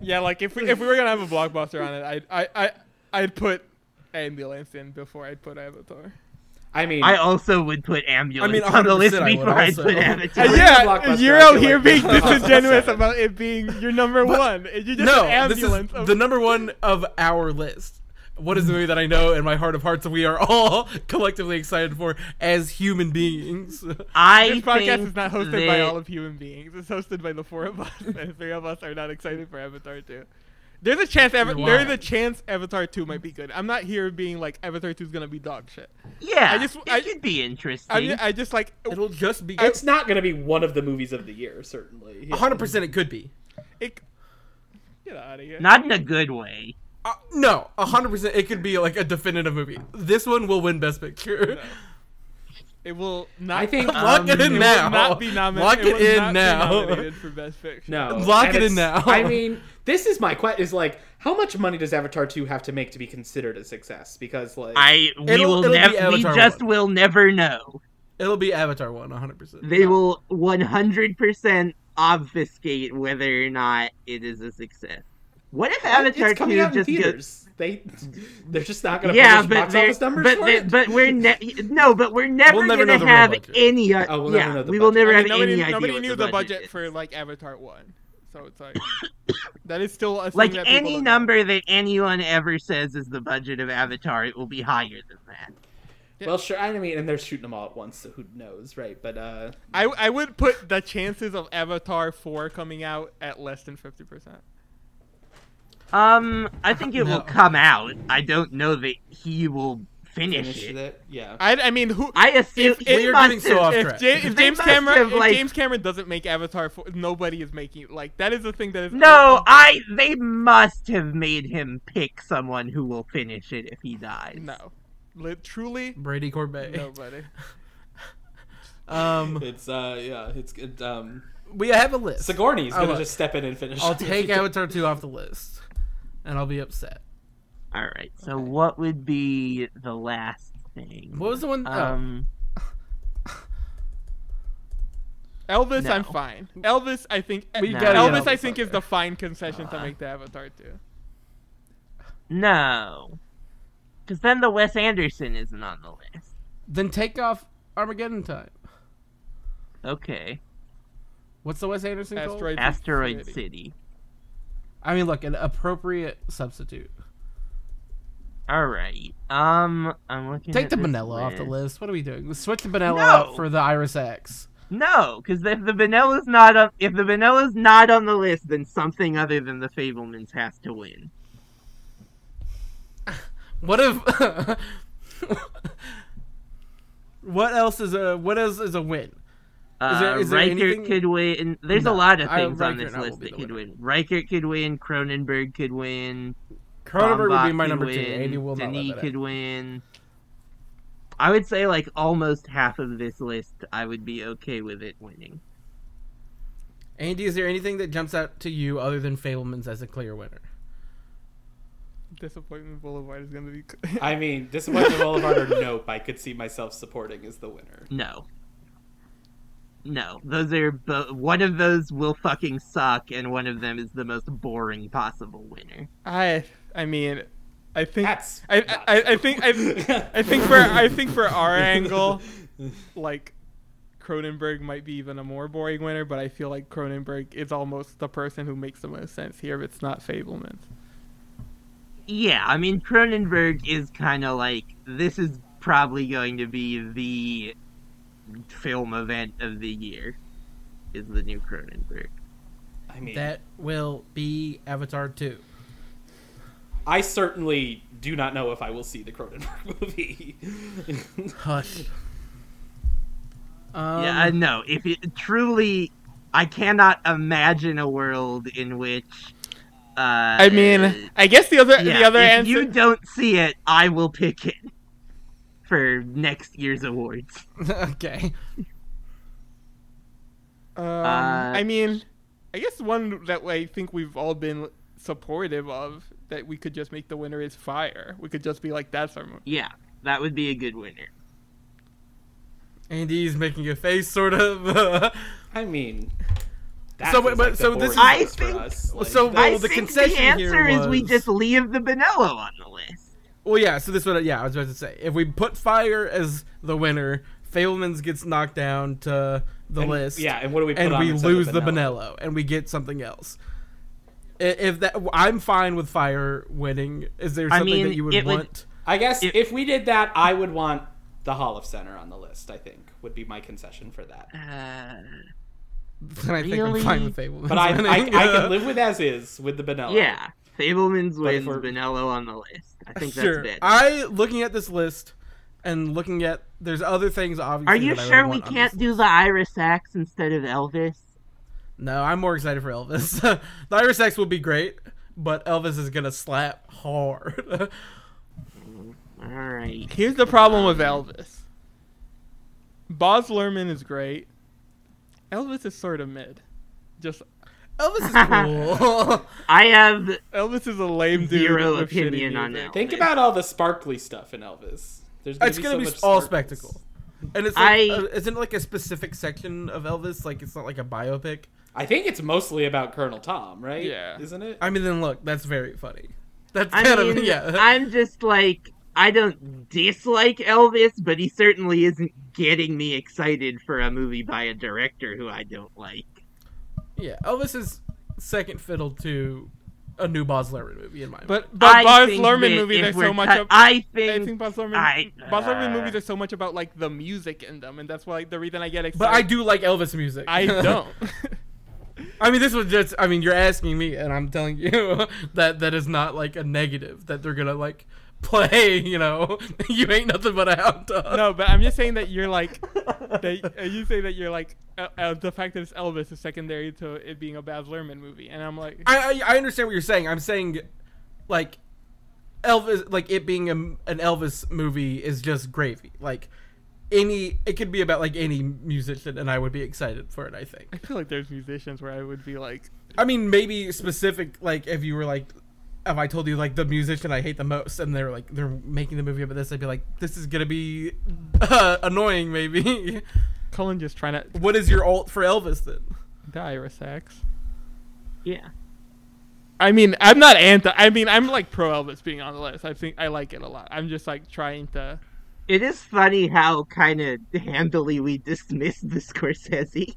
Speaker 5: yeah, like if we if we were gonna have a blockbuster on it, I'd I I I'd put ambulance in before I'd put Avatar.
Speaker 8: I mean,
Speaker 3: I also would put Ambulance on the
Speaker 6: 100%
Speaker 3: list
Speaker 6: I would
Speaker 3: before I
Speaker 6: also.
Speaker 3: put
Speaker 5: And
Speaker 3: Avatar.
Speaker 8: Original
Speaker 5: Uh, yeah,
Speaker 8: blockbuster,
Speaker 5: you're
Speaker 8: I
Speaker 5: out
Speaker 8: feel
Speaker 5: here
Speaker 8: like-
Speaker 5: being disingenuous about it being your number one. and You just
Speaker 6: no,
Speaker 5: an
Speaker 6: this is
Speaker 5: ambulance. of-
Speaker 6: the number one of our list. What is the movie that I know in my heart of hearts we are all [LAUGHS] collectively excited for as human beings?
Speaker 3: I
Speaker 5: this podcast
Speaker 3: think
Speaker 5: is not hosted by
Speaker 3: that-
Speaker 5: [LAUGHS] all of human beings. It's hosted by the four of us, and three of us are not excited for Avatar 2. There's a chance. Ava-
Speaker 6: You're
Speaker 5: there's
Speaker 6: wild.
Speaker 5: a chance Avatar Two might be good. I'm not here being like Avatar Two is gonna be dog shit.
Speaker 3: Yeah,
Speaker 5: I just-
Speaker 3: it
Speaker 5: I-
Speaker 3: could be interesting.
Speaker 5: I'm, ju- I just like
Speaker 6: It'll just be.
Speaker 8: It's not going to be one of the movies of the year, certainly. Yeah.
Speaker 6: 100% it could be.
Speaker 5: it. Get out of here.
Speaker 3: Not in a good way.
Speaker 6: Uh, no, 100% it could be like a definitive movie. This one will win Best Picture.
Speaker 5: It will not.
Speaker 8: I
Speaker 5: [LAUGHS]
Speaker 8: think-
Speaker 6: [LAUGHS]
Speaker 8: um,
Speaker 6: Lock it in
Speaker 5: will
Speaker 6: now.
Speaker 5: Um, Not be nominated.
Speaker 6: Lock it
Speaker 5: will
Speaker 6: in
Speaker 5: not be
Speaker 6: now.
Speaker 5: nominated for best fiction.
Speaker 8: No.
Speaker 6: Lock
Speaker 8: and
Speaker 6: it in
Speaker 8: it's-
Speaker 6: now.
Speaker 8: I mean, this is my question is like, how much money does Avatar 2 have to make to be considered a success? Because, like,
Speaker 3: I we
Speaker 6: It'll-
Speaker 3: will
Speaker 6: it'll be
Speaker 3: never. We
Speaker 6: Avatar
Speaker 3: just
Speaker 6: one.
Speaker 3: will never know.
Speaker 6: [LAUGHS] It'll be Avatar 1, 100%.
Speaker 3: They will one hundred percent obfuscate whether or not it is a success. What if Avatar
Speaker 8: it's coming
Speaker 3: Two
Speaker 8: out in
Speaker 3: just goes?
Speaker 8: theaters. They, they're just not going to
Speaker 3: Yeah,
Speaker 8: publish
Speaker 3: but
Speaker 8: box
Speaker 3: they're-
Speaker 8: office numbers
Speaker 3: but
Speaker 8: for
Speaker 3: they-
Speaker 8: it.
Speaker 3: but we're ne- no, but we're never,
Speaker 6: never
Speaker 3: gonna
Speaker 6: know the real
Speaker 3: have
Speaker 6: budget.
Speaker 3: any. Uh,
Speaker 8: Oh, we'll never
Speaker 3: yeah,
Speaker 8: know the
Speaker 3: we will
Speaker 8: budget.
Speaker 3: never
Speaker 5: I
Speaker 3: have
Speaker 5: mean, nobody
Speaker 3: any idea.
Speaker 5: nobody
Speaker 3: what
Speaker 5: knew
Speaker 3: the
Speaker 5: the budget
Speaker 3: is.
Speaker 5: for like Avatar One, so
Speaker 3: [COUGHS]
Speaker 5: it's like that is still a thing
Speaker 3: like
Speaker 5: that people
Speaker 3: any
Speaker 5: don't know.
Speaker 3: number that anyone ever says is the budget of Avatar, it will be higher than that.
Speaker 8: Well, sure. I mean, and they're shooting them all at once, so who knows, right? But uh,
Speaker 5: I, I would put the chances of Avatar 4 coming out at less than 50%.
Speaker 3: Um, I think it
Speaker 6: No.
Speaker 3: will come out. I don't know that he will finish,
Speaker 8: finish
Speaker 3: it.
Speaker 8: that. Yeah.
Speaker 5: I, I mean, who.
Speaker 3: I assume
Speaker 5: If-
Speaker 3: he
Speaker 5: if-
Speaker 6: We are
Speaker 3: must
Speaker 6: getting so
Speaker 3: have-
Speaker 6: off
Speaker 5: if,
Speaker 6: track.
Speaker 5: Ja- if
Speaker 3: They
Speaker 5: James
Speaker 3: must
Speaker 5: Cameron,
Speaker 3: have,
Speaker 5: if
Speaker 3: like-
Speaker 5: James Cameron doesn't make Avatar 4, nobody is making it. Like, that is the thing that is.
Speaker 3: No, I. They must have made him pick someone who will finish it if he dies.
Speaker 5: No. Li-
Speaker 6: [LAUGHS]
Speaker 5: truly,
Speaker 6: Brady Corbet.
Speaker 5: nobody.
Speaker 6: Um,
Speaker 8: It's uh yeah, it's good. Um,
Speaker 6: we have a list.
Speaker 8: Sigourney's
Speaker 6: I
Speaker 8: gonna
Speaker 6: love-
Speaker 8: just step in and finish.
Speaker 6: I'll
Speaker 8: it.
Speaker 6: take Avatar 2 off the list, and I'll be upset.
Speaker 3: All right. So what would be the last thing?
Speaker 6: What was the one? Um,
Speaker 3: Um.
Speaker 5: Elvis,
Speaker 3: No.
Speaker 5: I'm fine. Elvis, I think. eh,
Speaker 6: We
Speaker 3: No.
Speaker 6: gotta get
Speaker 5: Elvis, I
Speaker 6: Elvis
Speaker 5: think,
Speaker 6: on
Speaker 5: is the fine concession to
Speaker 3: Uh.
Speaker 5: make the Avatar 2.
Speaker 3: No. Because then the Wes Anderson isn't on the list.
Speaker 6: then take off Armageddon Time.
Speaker 3: Okay.
Speaker 6: What's the Wes Anderson called?
Speaker 5: Asteroid,
Speaker 3: Asteroid City.
Speaker 6: I mean, look, an appropriate substitute.
Speaker 3: All right. Um, I'm looking.
Speaker 6: Take
Speaker 3: at
Speaker 6: the
Speaker 3: this
Speaker 6: Benella off the list. What are we doing? Let's switch the Benella
Speaker 3: No.
Speaker 6: out for the Iris X.
Speaker 3: No, because if the Benella's not on, if the Benella's not on the list, then something other than the Fablemans has to win.
Speaker 6: What if? [LAUGHS] what else is a what else is a win?
Speaker 3: Uh,
Speaker 6: there- is there
Speaker 3: Reichert
Speaker 6: anything-
Speaker 3: could win. There's
Speaker 6: No,
Speaker 3: a lot of
Speaker 6: I-
Speaker 3: things on
Speaker 6: Reichert
Speaker 3: this
Speaker 6: now will
Speaker 3: list
Speaker 6: be
Speaker 3: that
Speaker 6: the
Speaker 3: could
Speaker 6: winner.
Speaker 3: win. Reichert could win. Cronenberg could win.
Speaker 6: Cronenberg would
Speaker 3: Bombach
Speaker 6: be my
Speaker 3: could
Speaker 6: number two.
Speaker 3: win,
Speaker 6: Andy will not
Speaker 3: Denis
Speaker 6: let that
Speaker 3: could
Speaker 6: happen.
Speaker 3: win. I would say like almost half of this list, I would be okay with it winning.
Speaker 6: Andy, is there anything that jumps out to you other than Fableman's as a clear winner?
Speaker 5: Disappointment Boulevard is going to be. [LAUGHS]
Speaker 8: I mean, Disappointment Boulevard or Nope, I could see myself supporting is the [LAUGHS] winner.
Speaker 3: No. No, those are bo- one of those will fucking suck, and one of them is the most boring possible winner.
Speaker 5: I I mean, I think
Speaker 8: That's
Speaker 5: I,
Speaker 8: not
Speaker 5: I, I think I, I think for I think for our angle, like Cronenberg might be even a more boring winner, but I feel like Cronenberg is almost the person who makes the most sense here. If it's not Fableman,
Speaker 3: Yeah, I mean Cronenberg is kind of like this is probably going to be the film event of the year. Is the new Cronenberg?
Speaker 8: I mean,
Speaker 6: That will be Avatar 2.
Speaker 8: I certainly do not know if I will see the Cronenberg [LAUGHS] movie.
Speaker 6: Hush. Um,
Speaker 3: yeah, I know. If it truly, I cannot imagine a world in which. Uh,
Speaker 5: I mean, I guess the other
Speaker 3: yeah,
Speaker 5: the other
Speaker 3: if
Speaker 5: answer.
Speaker 3: you don't see it, I will pick it [LAUGHS] for next year's awards.
Speaker 6: [LAUGHS] okay.
Speaker 5: um,
Speaker 3: uh,
Speaker 5: I mean, I guess one that I think we've all been supportive of that we could just make the winner is Fire. We could just be like, that's our mo-
Speaker 3: Yeah, that would be a good winner.
Speaker 6: Andy's making a face, sort of. [LAUGHS]
Speaker 8: I mean, that
Speaker 6: So,
Speaker 8: feels
Speaker 6: but-
Speaker 8: the
Speaker 6: so
Speaker 8: boring
Speaker 6: this is-
Speaker 3: I
Speaker 8: list for
Speaker 3: think-
Speaker 8: us, like-
Speaker 6: so- Well,
Speaker 3: I
Speaker 6: the
Speaker 3: think
Speaker 6: concession
Speaker 3: the answer
Speaker 6: here
Speaker 3: is we
Speaker 6: was-
Speaker 3: just leave the Benello on the list.
Speaker 6: well, yeah. So this one, yeah, I was about to say, if we put Fire as the winner, Fableman's gets knocked down to the
Speaker 8: and-
Speaker 6: list.
Speaker 8: Yeah, and what do we put
Speaker 6: and
Speaker 8: on
Speaker 6: we
Speaker 8: instead of
Speaker 6: lose the
Speaker 8: Benello?
Speaker 6: Benello, and we get something else. I- If that, I'm fine with Fire winning. Is there
Speaker 3: I
Speaker 6: something
Speaker 3: mean,
Speaker 6: that you
Speaker 3: it
Speaker 6: would
Speaker 3: would-
Speaker 6: want? [LAUGHS]
Speaker 8: I guess
Speaker 3: If-
Speaker 8: if we did that, I would want the Hall of Center on the list. I think would be my concession for that.
Speaker 3: Uh,
Speaker 6: Then I think I'm fine
Speaker 3: Really?
Speaker 6: with Fable.
Speaker 8: But I, I, I can
Speaker 6: [LAUGHS]
Speaker 8: live with as is with the Benello.
Speaker 3: Yeah, Fableman's wins
Speaker 8: for-
Speaker 3: Benello on the list. I think
Speaker 6: sure.
Speaker 3: that's it.
Speaker 6: I looking at this list and looking at there's other things obviously.
Speaker 3: Are you
Speaker 6: that I would
Speaker 3: sure we
Speaker 6: want on
Speaker 3: can't
Speaker 6: this
Speaker 3: do
Speaker 6: list.
Speaker 3: the Iris Axe instead of Elvis?
Speaker 6: No, I'm more excited for Elvis. [LAUGHS] the Irish X will be great, but Elvis is gonna slap hard. [LAUGHS]
Speaker 3: All right.
Speaker 5: Here's the problem with Elvis. Boz Lerman is great. Elvis is sort of mid. Just
Speaker 6: Elvis
Speaker 3: [LAUGHS]
Speaker 6: is cool. [LAUGHS]
Speaker 3: I have
Speaker 5: Elvis is a lame dude.
Speaker 3: Zero
Speaker 5: with shitty
Speaker 3: opinion on
Speaker 5: music.
Speaker 3: Elvis.
Speaker 8: Think about all the sparkly stuff in Elvis. There's gonna
Speaker 6: it's
Speaker 8: be
Speaker 6: gonna
Speaker 8: so
Speaker 6: be
Speaker 8: much
Speaker 6: all
Speaker 8: sparkles.
Speaker 6: spectacle. And it's
Speaker 3: I-
Speaker 6: like, uh, isn't it like a specific section of Elvis? Like it's not like a biopic.
Speaker 8: I think it's mostly about Colonel Tom, right?
Speaker 5: Yeah.
Speaker 8: Isn't it?
Speaker 6: I mean, then look, that's very funny. That's
Speaker 3: I
Speaker 6: [LAUGHS] kind
Speaker 3: mean,
Speaker 6: of yeah.
Speaker 3: I'm just like I don't dislike Elvis, but he certainly isn't getting me excited for a movie by a director who I don't like.
Speaker 6: Yeah, Elvis is second fiddle to a new Boz Lerman movie in my mind.
Speaker 5: But but
Speaker 3: I
Speaker 5: Boz
Speaker 3: think
Speaker 5: Lerman
Speaker 3: that
Speaker 5: movie,
Speaker 3: if
Speaker 5: there's
Speaker 3: we're
Speaker 5: so much.
Speaker 3: cut-
Speaker 5: of,
Speaker 3: I
Speaker 5: I
Speaker 3: think.
Speaker 5: think Boz Lerman,
Speaker 3: I-
Speaker 5: Boz Lerman
Speaker 3: uh,
Speaker 5: movies are so much about like the music in them, and that's why like, the reason I get excited.
Speaker 6: but I do like Elvis music. [LAUGHS]
Speaker 5: I don't. [LAUGHS]
Speaker 6: I mean, this was just. I mean, you're asking me, and I'm telling you [LAUGHS] that that is not like a negative that they're gonna like [LAUGHS] play. You know, [LAUGHS] you ain't nothing but a hound dog.
Speaker 5: no, but I'm just saying that you're like, that uh, you say that you're like uh, uh, the fact that it's Elvis is secondary to it being a Boz Lerman movie, and I'm like,
Speaker 6: I, I I understand what you're saying. I'm saying, like, Elvis, like it being a, an Elvis movie is just gravy. Like, any it could be about like any musician, and I would be excited for it. I think.
Speaker 5: I feel like there's musicians where I would be like,
Speaker 6: I mean, maybe specific, like if you were like, if I told you like the musician I hate the most, and they're like they're making the movie about this, I'd be like, this is gonna be [LAUGHS] uh, annoying. Maybe. [LAUGHS]
Speaker 5: Cullen just trying to
Speaker 6: what is your alt for Elvis then?
Speaker 5: the Iris Axe.
Speaker 3: Yeah.
Speaker 5: I mean, I'm not anti. I mean, I'm like pro Elvis being on the list. I think I like it a lot. I'm just like trying to.
Speaker 3: It is funny how kind of handily we dismissed the Scorsese.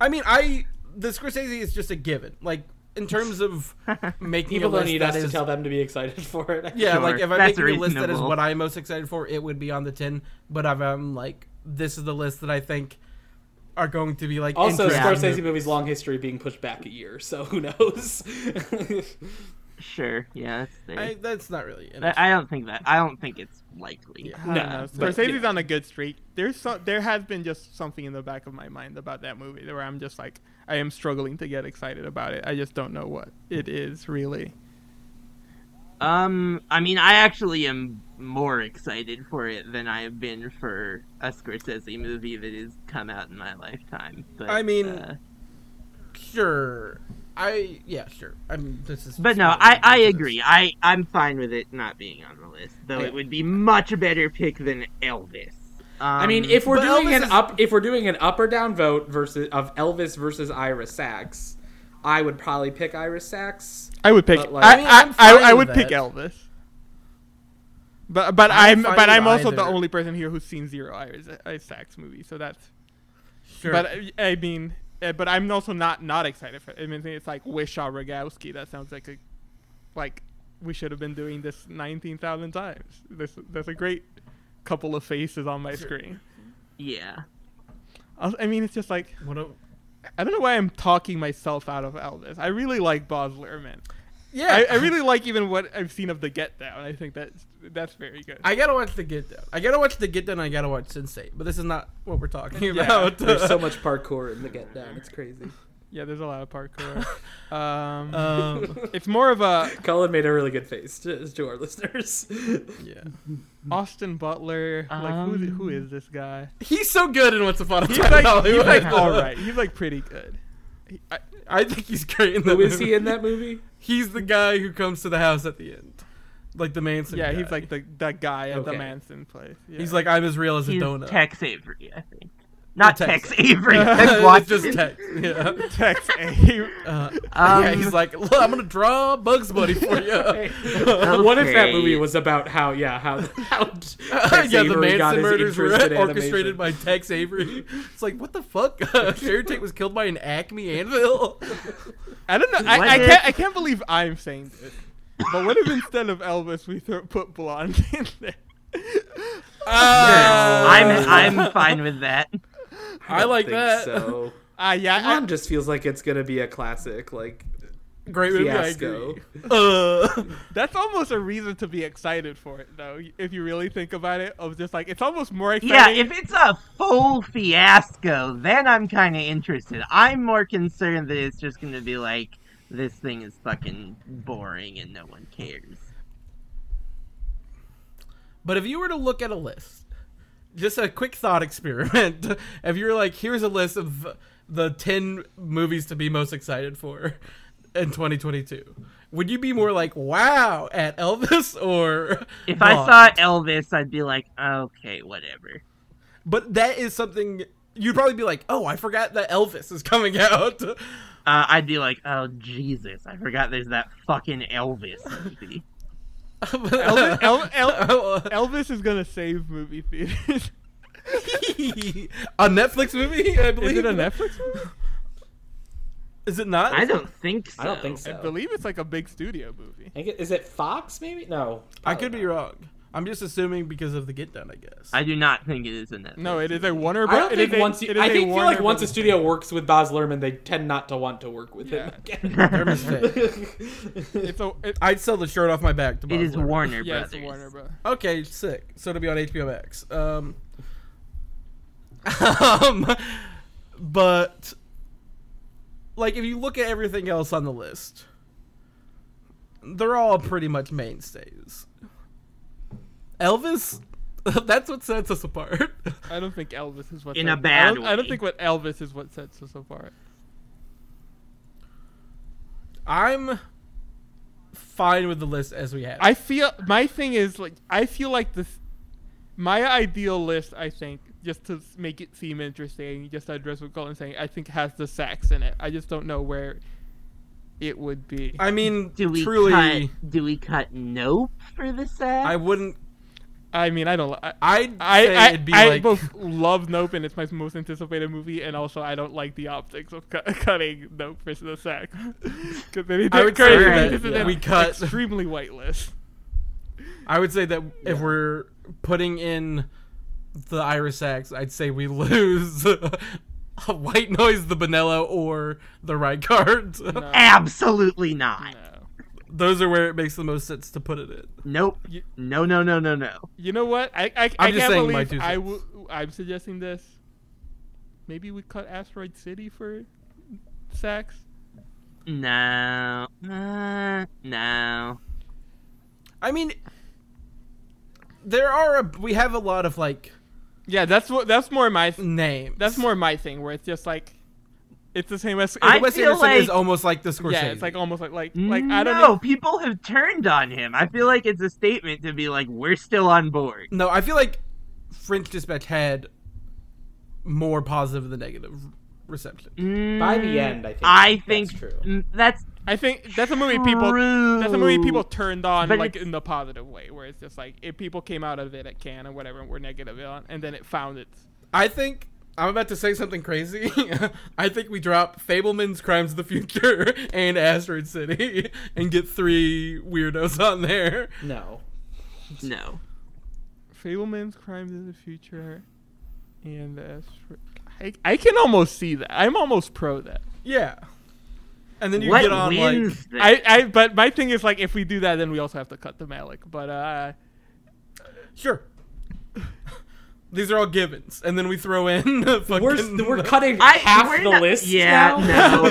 Speaker 6: I mean, I the Scorsese is just a given. Like in
Speaker 8: [LAUGHS]
Speaker 6: terms of making
Speaker 8: People
Speaker 6: a
Speaker 8: don't
Speaker 6: list
Speaker 8: need
Speaker 6: that
Speaker 8: us to
Speaker 6: is-
Speaker 8: tell them to be excited [LAUGHS] for it.
Speaker 6: Yeah,
Speaker 3: Sure,
Speaker 6: like if I make
Speaker 3: that's
Speaker 6: a list that is
Speaker 3: reasonable.
Speaker 6: what I'm most excited for, it would be on the tin. But if I'm like, this is the list that I think are going to be like
Speaker 8: Also,
Speaker 6: interesting
Speaker 8: Scorsese movies long history being pushed back a year, so who knows? [LAUGHS]
Speaker 3: Sure. Yeah. That's fair.
Speaker 6: I, that's not really. an
Speaker 3: I, I don't think that. I don't think it's likely.
Speaker 5: I don't know.
Speaker 8: Nah, but,
Speaker 5: Scorsese's
Speaker 8: yeah.
Speaker 5: on a good streak. There's so, there has been just something in the back of my mind about that movie where I'm just like I am struggling to get excited about it. I just don't know what it is really.
Speaker 3: Um, I mean, I actually am more excited for it than I have been for a Scorsese movie that has come out in my lifetime. But,
Speaker 6: I mean-
Speaker 3: uh,
Speaker 6: Sure. I yeah, sure. I'm this is
Speaker 3: but no, I I agree. I I'm fine with it not being on the list, though
Speaker 6: Yeah.
Speaker 3: it would be much better pick than Elvis. Um,
Speaker 8: I mean, if we're
Speaker 6: But
Speaker 8: doing
Speaker 6: Elvis
Speaker 8: an
Speaker 6: is-
Speaker 8: up, if we're doing an up or down vote versus of Elvis versus Ira Sachs, I would probably pick Ira Sachs.
Speaker 5: I would pick.
Speaker 8: But, like-
Speaker 5: I,
Speaker 8: I
Speaker 6: mean,
Speaker 5: I,
Speaker 6: I'm
Speaker 5: I,
Speaker 6: fine
Speaker 5: I
Speaker 6: with
Speaker 5: would pick
Speaker 6: that.
Speaker 5: Elvis. But but
Speaker 6: I'm
Speaker 5: I'm,
Speaker 6: fine
Speaker 5: but
Speaker 6: with
Speaker 5: I'm also the
Speaker 6: either.
Speaker 5: only person here who's seen zero Iris, uh, Iris Axe movie, so that's.
Speaker 6: Sure.
Speaker 5: But uh, I mean, uh, but I'm also not not excited for. I mean, it's like Wishaw Rogowski. That sounds like a, like we should have been doing this nineteen thousand times. This that's a great couple of faces on my screen.
Speaker 3: yeah,
Speaker 5: I I mean, it's just like
Speaker 6: What a-
Speaker 5: I don't know why I'm talking myself out of Elvis. I really like Boz Lerman.
Speaker 6: yeah,
Speaker 5: I, I really like even what I've seen of the Get Down. I think that's that's very good.
Speaker 6: I gotta watch the Get Down. I gotta watch the Get Down. and I gotta watch Sensei. But this is not what we're talking about. [LAUGHS]
Speaker 8: There's so
Speaker 4: [LAUGHS]
Speaker 8: much parkour in the Get Down. It's crazy.
Speaker 5: yeah, there's a lot
Speaker 6: [LAUGHS]
Speaker 5: of parkour. um,
Speaker 6: Um,
Speaker 5: [LAUGHS] it's more of a
Speaker 8: Colin made a really good face to, to our
Speaker 4: [LAUGHS]
Speaker 8: listeners.
Speaker 6: yeah,
Speaker 5: Austin Butler. like who, who
Speaker 6: um,
Speaker 5: is this guy?
Speaker 6: he's so good in Once Upon a Time
Speaker 5: He's [LAUGHS] like,
Speaker 6: in Hollywood.
Speaker 5: he's like all right. He's like pretty good. He- I,
Speaker 6: [LAUGHS] I think he's great in the
Speaker 8: Who is
Speaker 6: movie.
Speaker 8: he in that movie?
Speaker 6: He's the guy who comes to the house at the end, like the Manson.
Speaker 5: yeah, he's
Speaker 6: guy.
Speaker 5: like the that guy at the
Speaker 8: Okay.
Speaker 5: Manson place.
Speaker 6: [LAUGHS]
Speaker 5: Yeah. [LAUGHS]
Speaker 6: he's like I'm as real as a
Speaker 3: he's
Speaker 6: donut. [LAUGHS]
Speaker 3: Tex Avery, I think. Not
Speaker 6: Tex.
Speaker 3: Tex,
Speaker 6: [LAUGHS]
Speaker 3: Avery. Tex
Speaker 6: it's
Speaker 3: Watson.
Speaker 6: just text. Yeah.
Speaker 5: Tex A.
Speaker 6: Uh,
Speaker 3: Um,
Speaker 6: yeah, he's like, look, I'm gonna draw Bugs Bunny
Speaker 3: [LAUGHS]
Speaker 6: for you. [LAUGHS]
Speaker 4: [LAUGHS]
Speaker 8: What if that
Speaker 3: Okay.
Speaker 8: movie was about how yeah how how Tex
Speaker 6: [LAUGHS] yeah, the
Speaker 8: Avery got
Speaker 6: Manson
Speaker 8: his
Speaker 6: murders were
Speaker 8: interest in
Speaker 6: orchestrated
Speaker 8: animation.
Speaker 6: by Tex Avery. [LAUGHS] It's like, what the fuck? [LAUGHS] Uh, Sharon Tate was killed by an Acme anvil.
Speaker 8: [LAUGHS]
Speaker 5: I don't know. I,
Speaker 3: What
Speaker 5: I
Speaker 3: if-
Speaker 5: can't. I can't believe I'm saying this. But what if instead of Elvis we throw, put Blonde [LAUGHS] in there?
Speaker 3: I'm I'm fine with that.
Speaker 6: I like
Speaker 8: think
Speaker 6: that.
Speaker 8: So
Speaker 5: Ah, yeah.
Speaker 8: One just feels like it's gonna be a classic, like
Speaker 6: [LAUGHS] Great movie. I
Speaker 8: fiasco.
Speaker 6: agree. Uh, [LAUGHS]
Speaker 5: That's almost a reason to be excited for it, though. If you really think about it, of just like it's almost more
Speaker 3: Yeah,
Speaker 5: exciting.
Speaker 3: if it's a full fiasco, then I'm kind of interested. I'm more concerned that it's just going to be like, this thing is fucking boring and no one cares.
Speaker 6: but if you were to look at a list, just a quick thought experiment. [LAUGHS] If you were like, here's a list of the ten movies to be most excited for in 2022, would you be more like, wow, at Elvis or
Speaker 3: If
Speaker 6: Bond?
Speaker 3: I saw Elvis, I'd be like, okay, whatever.
Speaker 6: But that is something you'd probably be like, oh, I forgot that Elvis is coming out. [LAUGHS]
Speaker 3: Uh, I'd be like, oh, Jesus, I forgot there's that fucking Elvis movie.
Speaker 5: Elvis,
Speaker 6: Elvis,
Speaker 5: [LAUGHS] El- El-
Speaker 6: Oh.
Speaker 5: Elvis is gonna save movie theaters.
Speaker 6: [LAUGHS] a Netflix movie, I
Speaker 5: is
Speaker 6: believe.
Speaker 5: it a Netflix? Movie?
Speaker 6: Is it not?
Speaker 3: I don't think so.
Speaker 4: I don't think
Speaker 5: I
Speaker 4: so.
Speaker 5: believe it's like a big studio movie.
Speaker 4: I think it- Is it Fox? Maybe no.
Speaker 6: I could be wrong. I'm just assuming because of the get done, I guess.
Speaker 3: I do not think it is a Netflix.
Speaker 5: No, it is a Warner.
Speaker 4: I
Speaker 5: Bros.
Speaker 4: don't
Speaker 5: it
Speaker 4: think
Speaker 5: is a-
Speaker 4: once you,
Speaker 5: it is
Speaker 4: I
Speaker 5: a
Speaker 4: think feel like
Speaker 5: Warner
Speaker 4: once a
Speaker 5: Bros.
Speaker 4: studio works with Boz Lerman, they tend not to want to work with him again.
Speaker 5: [LAUGHS]
Speaker 3: [LAUGHS]
Speaker 6: Their mistake.
Speaker 5: It's a. It,
Speaker 6: I'd sell the shirt off my back to
Speaker 3: It
Speaker 6: Bob
Speaker 3: is
Speaker 6: Lerman.
Speaker 3: Warner
Speaker 5: yeah,
Speaker 3: Brothers.
Speaker 5: it's a Warner Bros.
Speaker 6: Okay, sick. So it'll be on HBO Max. Um, [LAUGHS] um, but like if you look at everything else on the list, they're all pretty much mainstays. Elvis, [LAUGHS] that's what sets us apart. [LAUGHS]
Speaker 5: I don't think Elvis is what.
Speaker 3: In
Speaker 5: sets-
Speaker 3: a bad
Speaker 5: I don't, I don't
Speaker 3: way.
Speaker 5: think what Elvis is what sets us apart.
Speaker 6: I'm fine with the list as we have.
Speaker 5: I feel my thing is like I feel like this. My ideal list, I think, just to s- make it seem interesting, just to address what Colin's saying, I think has the sax in it. I just don't know where it would be.
Speaker 6: I mean,
Speaker 3: Do we
Speaker 6: truly,
Speaker 3: cut? Do we cut? Nope for the sack.
Speaker 6: I wouldn't.
Speaker 5: I mean, I don't. li- I
Speaker 6: I'd
Speaker 5: I
Speaker 6: say
Speaker 5: I,
Speaker 6: it'd be
Speaker 5: I
Speaker 6: like
Speaker 5: both love Nope and it's my most anticipated movie, and also I don't like the optics of cu- [LAUGHS] cutting Nope versus the [LAUGHS] sax because it
Speaker 6: I would
Speaker 5: occurs
Speaker 6: say
Speaker 5: to me
Speaker 6: that
Speaker 5: this is an
Speaker 6: we cut-
Speaker 5: extremely white list.
Speaker 6: I would say that if we're putting in the Iris X, I'd say we [LAUGHS] lose White Noise, the Bonello, or the Right [LAUGHS] Card.
Speaker 5: No,
Speaker 3: Absolutely not.
Speaker 5: no.
Speaker 6: Those are where it makes the most sense to put it in.
Speaker 3: Nope.
Speaker 5: You-
Speaker 3: No, no, no, no, no.
Speaker 5: You know what? I I, I
Speaker 6: I'm just
Speaker 5: can't
Speaker 6: saying my
Speaker 5: believe
Speaker 6: two
Speaker 5: I
Speaker 6: cents.
Speaker 5: w- I'm suggesting this. Maybe we cut Asteroid City for Sax.
Speaker 3: No. Uh, no.
Speaker 6: I mean, there are a, we have a lot of like
Speaker 5: Yeah, that's what that's more my th-
Speaker 6: names.
Speaker 5: that's more my thing where it's just like it's the same as
Speaker 3: I
Speaker 6: Wes
Speaker 3: feel
Speaker 6: Anderson is
Speaker 3: like-
Speaker 6: almost like the Scorsese.
Speaker 5: yeah, it's like almost like like like I don't
Speaker 3: no,
Speaker 5: know.
Speaker 3: people have turned on him. I feel like it's a statement to be like, we're still on board.
Speaker 6: no, I feel like French Dispatch had more positive than negative reception.
Speaker 4: By the end, I
Speaker 3: Mm,
Speaker 4: think.
Speaker 3: I think
Speaker 4: that's true.
Speaker 3: mm, that's
Speaker 5: I think that's a movie people
Speaker 3: True.
Speaker 5: that's a movie people turned on
Speaker 3: But
Speaker 5: like
Speaker 3: it's-
Speaker 5: in the positive way where it's just like if people came out of it at Cannes and whatever and were negative on and then it found it.
Speaker 6: I think I'm about to say something crazy. [LAUGHS] I think we drop Fableman's Crimes of the Future [LAUGHS] and Asteroid City [LAUGHS] and get three weirdos on there.
Speaker 4: [LAUGHS] No.
Speaker 3: no.
Speaker 5: Fableman's Crimes in the Future and the Astro- I, I can almost see that. I'm almost pro that.
Speaker 6: Yeah. And then you
Speaker 3: What
Speaker 6: get on like
Speaker 3: wins this?
Speaker 5: I, I but my thing is like if we do that then we also have to cut the Malik. But uh
Speaker 6: sure. [LAUGHS] These are all givens, and then we throw in [LAUGHS] a fucking.
Speaker 4: We're, s- we're cutting
Speaker 3: I-
Speaker 4: half
Speaker 3: we're
Speaker 4: the
Speaker 3: not-
Speaker 4: list.
Speaker 3: Yeah,
Speaker 4: [LAUGHS] now.
Speaker 3: no.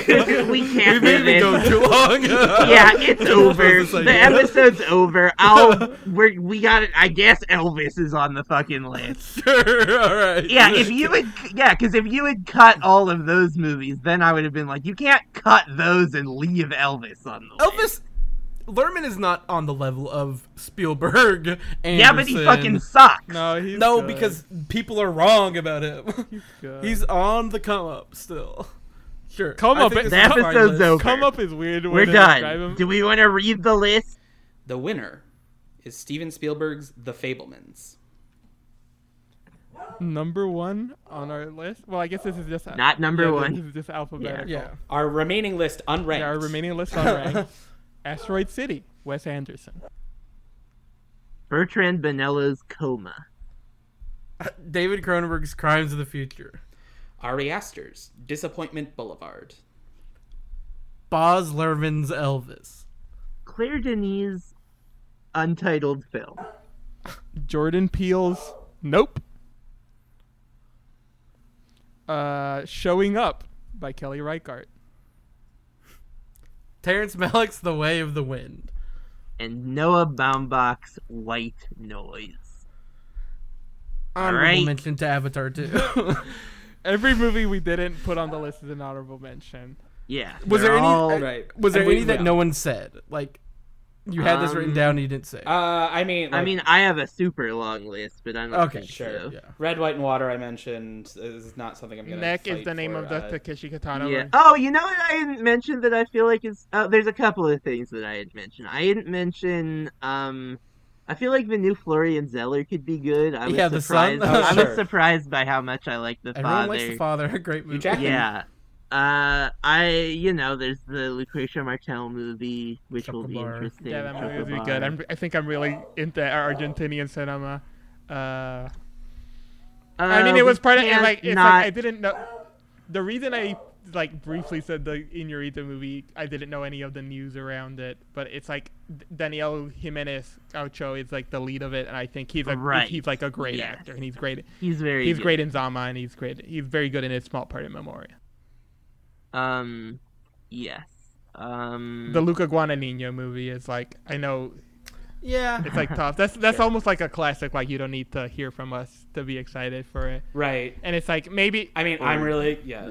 Speaker 3: we
Speaker 6: [LAUGHS] we
Speaker 3: can't do
Speaker 6: made it
Speaker 3: this.
Speaker 6: go too long.
Speaker 3: [LAUGHS]
Speaker 6: [LAUGHS]
Speaker 3: yeah, it's over.
Speaker 6: This
Speaker 3: The
Speaker 6: idea.
Speaker 3: episode's over. I'll we're, we got it. I guess Elvis is on the fucking list.
Speaker 6: Sure. All right.
Speaker 3: Yeah,
Speaker 6: [LAUGHS]
Speaker 3: if you would, yeah, because if you had cut all of those movies, then I would have been like, you can't cut those and leave Elvis on the list.
Speaker 6: Elvis Lerman is not on the level of Spielberg. Anderson.
Speaker 3: Yeah, but he fucking sucks.
Speaker 5: no he's
Speaker 6: No,
Speaker 5: good.
Speaker 6: because people are wrong about him.
Speaker 3: [LAUGHS]
Speaker 5: good.
Speaker 6: He's on the come up still. Sure.
Speaker 5: Come
Speaker 6: I
Speaker 5: up
Speaker 6: think
Speaker 5: is-
Speaker 6: this is a
Speaker 3: The
Speaker 6: fine
Speaker 3: episode's
Speaker 6: list.
Speaker 3: over.
Speaker 5: come up is weird.
Speaker 3: We're
Speaker 5: way to describe
Speaker 3: done.
Speaker 5: him.
Speaker 3: Do we want to read the list?
Speaker 4: The winner is Steven Spielberg's The Fablemans.
Speaker 5: number one on our list. Well, I guess this is just
Speaker 3: Not number
Speaker 5: yeah,
Speaker 3: one.
Speaker 5: This is just alphabetical.
Speaker 6: Yeah.
Speaker 4: Our remaining list unranked.
Speaker 5: There are remaining lists [LAUGHS] on rank. Asteroid City, Wes Anderson.
Speaker 3: Bertrand Bonello's coma.
Speaker 6: David Cronenberg's Crimes of the Future.
Speaker 4: Ari Aster's Disappointment Boulevard.
Speaker 6: Boz Lervin's Elvis.
Speaker 3: Claire Denis' untitled film.
Speaker 5: Jordan Peele's Nope. Uh, Showing Up by Kelly Reichardt.
Speaker 6: Terrence Malick's The Way of the Wind.
Speaker 3: And Noah Baumbach's White Noise.
Speaker 6: Honorable
Speaker 3: right.
Speaker 6: mention to Avatar too.
Speaker 5: Every movie we didn't put on the list is an honorable mention.
Speaker 3: Yeah.
Speaker 6: [LAUGHS] Was
Speaker 3: they're
Speaker 6: there any-
Speaker 3: all-
Speaker 8: Right.
Speaker 6: Was there
Speaker 8: And we-
Speaker 6: any that no one said? Like you had this written
Speaker 3: Um,
Speaker 6: down and you didn't say. it.
Speaker 8: Uh, I mean,
Speaker 3: I
Speaker 8: like,
Speaker 3: mean, I have a super long list, but I'm not
Speaker 6: Okay,
Speaker 3: gonna
Speaker 6: sure,
Speaker 3: go.
Speaker 6: yeah.
Speaker 8: Red, White, and Water. I mentioned is not something I'm gonna.
Speaker 5: Neck is
Speaker 8: fight
Speaker 5: the name
Speaker 8: for,
Speaker 5: of the
Speaker 8: uh,
Speaker 5: Takeshi Kitano.
Speaker 3: Yeah.
Speaker 5: movie.
Speaker 3: Oh, you know what I didn't mention that I feel like is oh, there's a couple of things that I had mentioned. I didn't mention um I feel like the new Florian Zeller could be good. I was
Speaker 6: Yeah, The Son?
Speaker 3: surprised.
Speaker 5: [LAUGHS]
Speaker 6: Oh,
Speaker 3: I
Speaker 8: sure.
Speaker 3: was surprised by how much I like the
Speaker 6: Everyone
Speaker 3: father.
Speaker 6: likes the father. A great movie.
Speaker 8: Jack-
Speaker 3: yeah. Uh, I you know there's the Lucretia Martel movie which will be
Speaker 6: Chocobar.
Speaker 3: interesting.
Speaker 5: Yeah, that movie would be
Speaker 3: Chocobar.
Speaker 5: good. I'm, I think I'm really into our Argentinian cinema. Uh, I mean,
Speaker 3: Uh,
Speaker 5: it was
Speaker 3: we
Speaker 5: part of
Speaker 3: can't
Speaker 5: and like it's
Speaker 3: not-
Speaker 5: like I didn't know. The reason I like briefly said the Inurita movie, I didn't know any of the news around it, but it's like D- Daniel Jimenez Ocho is like the lead of it, and I think he's a
Speaker 3: Right.
Speaker 5: he's like a great
Speaker 3: Yes.
Speaker 5: actor, and he's great.
Speaker 3: he's very
Speaker 5: he's
Speaker 3: good.
Speaker 5: great in Zama, and he's great. He's very good in his small part in Memoria.
Speaker 3: Um, yes. Um,
Speaker 5: The Luca Guadagnino movie is like I know
Speaker 6: Yeah.
Speaker 3: [LAUGHS]
Speaker 5: it's like tough. That's that's almost like a classic. Like you don't need to hear from us to be excited for it.
Speaker 8: Right.
Speaker 5: And it's like maybe
Speaker 8: I mean, I'm really yeah.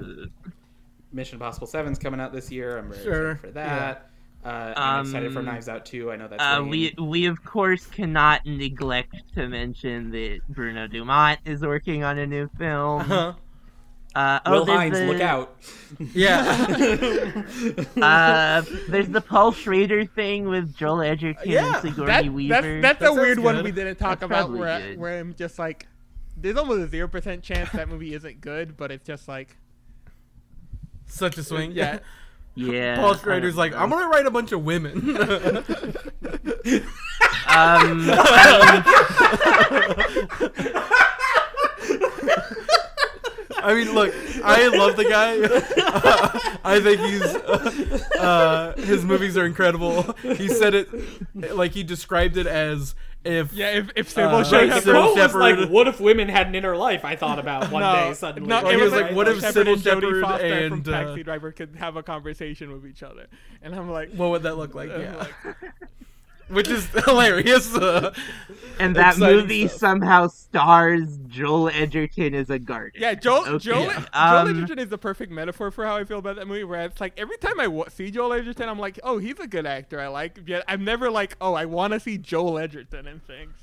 Speaker 8: Mission Impossible Seven's coming out this year. I'm very
Speaker 6: Sure,
Speaker 8: excited for that. Uh, I'm excited for
Speaker 3: Um,
Speaker 8: Knives Out too. I know that's
Speaker 3: Uh,
Speaker 8: lame.
Speaker 3: we we of course cannot neglect to mention that Bruno Dumont is working on a new film.
Speaker 6: [LAUGHS] Huh.
Speaker 3: Uh, oh,
Speaker 8: Will
Speaker 3: there's
Speaker 8: Hines,
Speaker 3: the,
Speaker 8: look out.
Speaker 6: Yeah.
Speaker 3: [LAUGHS] Uh, there's the Paul Schrader thing with Joel Edgerton
Speaker 6: Yeah,
Speaker 3: and Sigourney
Speaker 5: that,
Speaker 3: Weaver.
Speaker 5: that's that's a
Speaker 6: That
Speaker 5: weird
Speaker 6: sounds
Speaker 5: one
Speaker 6: good.
Speaker 5: we didn't talk
Speaker 3: That's
Speaker 5: about.
Speaker 3: probably
Speaker 5: Where, I-
Speaker 3: good.
Speaker 5: where I'm just like, there's almost a zero percent chance that movie isn't good, but it's just like,
Speaker 6: Such a swing.
Speaker 5: yeah,
Speaker 3: yeah.
Speaker 6: Paul Schrader's
Speaker 3: I
Speaker 6: like,
Speaker 3: don't
Speaker 6: I'm gonna write a bunch of [LAUGHS] women.
Speaker 3: know. Um,
Speaker 6: I mean, look, I love the guy. [LAUGHS] I think he's uh, uh, his movies are incredible. He said it like he described it as if
Speaker 5: yeah. If if Sybil
Speaker 6: Uh,
Speaker 5: showed
Speaker 6: Right,
Speaker 5: up,
Speaker 6: Sybil
Speaker 5: early-
Speaker 6: Sybil Shepherd. like,
Speaker 8: what if women had an inner life? I thought about one
Speaker 5: no,
Speaker 8: day suddenly.
Speaker 5: no,
Speaker 6: Or
Speaker 5: it
Speaker 6: he
Speaker 5: was
Speaker 6: was like,
Speaker 5: like,
Speaker 6: what if
Speaker 5: Shepherd
Speaker 6: Sybil
Speaker 5: and Jodie
Speaker 6: Shepherd
Speaker 5: Foster
Speaker 6: and,
Speaker 5: from
Speaker 6: uh,
Speaker 5: Taxi Driver could have a conversation with each other? And I'm like,
Speaker 6: what would that look Uh, like? Yeah, which is [LAUGHS] hilarious. Uh,
Speaker 3: and that
Speaker 6: Exciting
Speaker 3: movie
Speaker 6: stuff.
Speaker 3: somehow stars Joel Edgerton as a gardener.
Speaker 5: Yeah, Joel,
Speaker 3: Okay.
Speaker 5: Joel,
Speaker 3: Yeah.
Speaker 5: Joel
Speaker 3: Um,
Speaker 5: Edgerton is the perfect metaphor for how I feel about that movie. Where it's like every time I wa see Joel Edgerton, I'm like, oh, he's a good actor. I like. Yet I'm never like, oh, I want to see Joel Edgerton in things.